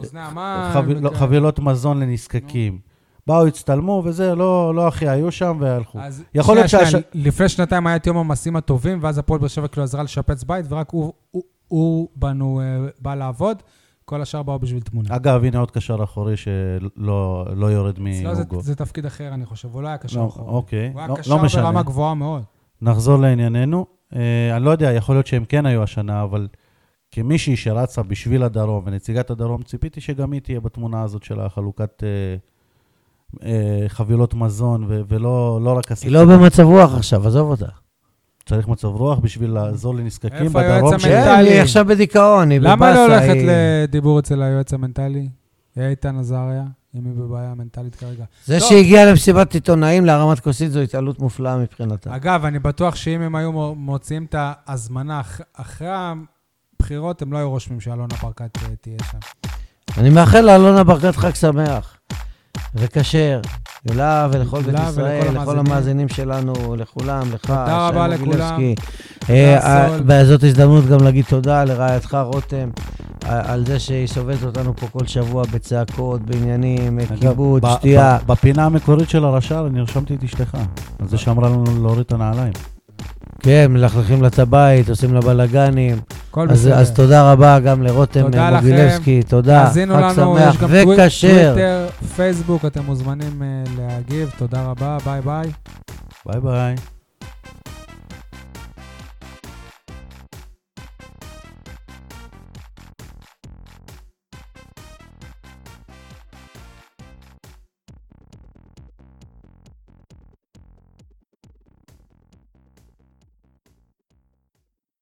אוזני המן.
חב... לא,
וכאלה.
חבילות מזון לנזקקים. באו, הצטלמו וזה, לא, לא אחי, היו שם והלכו.
אז
יכול
שנייה,
להיות
שנייה,
שהש-
לפני שנתיים היה את יום המעשים הטובים, ואז הפועל באר שבע כאילו עזרה לשפץ בית, ורק הוא- הוא- הוא בנו, אה, בא לעבוד, כל השאר באו בשביל תמונה.
אגב, הנה עוד קשר אחורי שלא לא יורד
אצלו זה-
מהוגו.
זה תפקיד אחר, אני חושב, הוא לא היה קשר
לא,
אחורי.
אוקיי,
הוא היה
לא-
קשר
לא משנה.
ברמה גבוהה מאוד.
נחזור לענייננו. אה, אני לא יודע, יכול להיות שהם כן היו השנה, אבל כמישהי שרצה בשביל הדרום ונציגת הדרום, ציפיתי שגם היא תהיה בתמונה הזאת של החלוקת אה, אה, חבילות מזון, ו- ולא לא רק
היא לא במצב רוח עכשיו, עזוב אותה.
צריך מצב רוח בשביל לעזור לנזקקים
איפה היועץ
בדרום. ש-
המנטלי?
כן, היא עכשיו בדיכאון, היא בבאסה.
למה היא לא הולכת
היא-
לדיבור אצל היועץ המנטלי? איתן עזריה, אם היא בבעיה מנטלית כרגע.
זה
טוב.
שהגיע למסיבת עיתונאים להרמת כוסית זו התעלות מופלאה מבחינתה.
אגב, אני בטוח שאם הם היו מ- מוציאים את ההזמנה אח- אחרי הבחירות, הם לא היו רושמים שאלונה ברקת אה, תהיה שם.
אני מאחל לאלונה ברקת חג שמח וכשר. ולה ולכל בית
לה
ישראל,
ולכל
לכל
המאזינים.
המאזינים שלנו, לכולם, לך,
תודה רבה
שי
לכולם.
מוגילבסקי.
תודה,
אה,
סול.
אה, זאת הזדמנות גם להגיד תודה לרעייתך, רותם, אה, על זה שהיא סובלת אותנו פה כל שבוע בצעקות, בעניינים, אה,
אגב,
כיבוד,
ב-
שתייה.
ב-
לא.
בפינה המקורית של הרש"ר אני רשמתי את אשתך. על זה שאמרה לנו להוריד את הנעליים.
כן, מלכלכים לה את הבית, עושים לה בלאגנים.
הכל
אז,
בסדר.
אז תודה רבה גם לרותם
תודה
אה,
לכם.
מוגילבסקי, תודה,
האזינו
חג
לנו,
שמח
יש גם טווי-
וכשר.
טוויטר, פייסבוק, אתם מוזמנים אה, להגיב, תודה רבה, ביי ביי.
ביי ביי.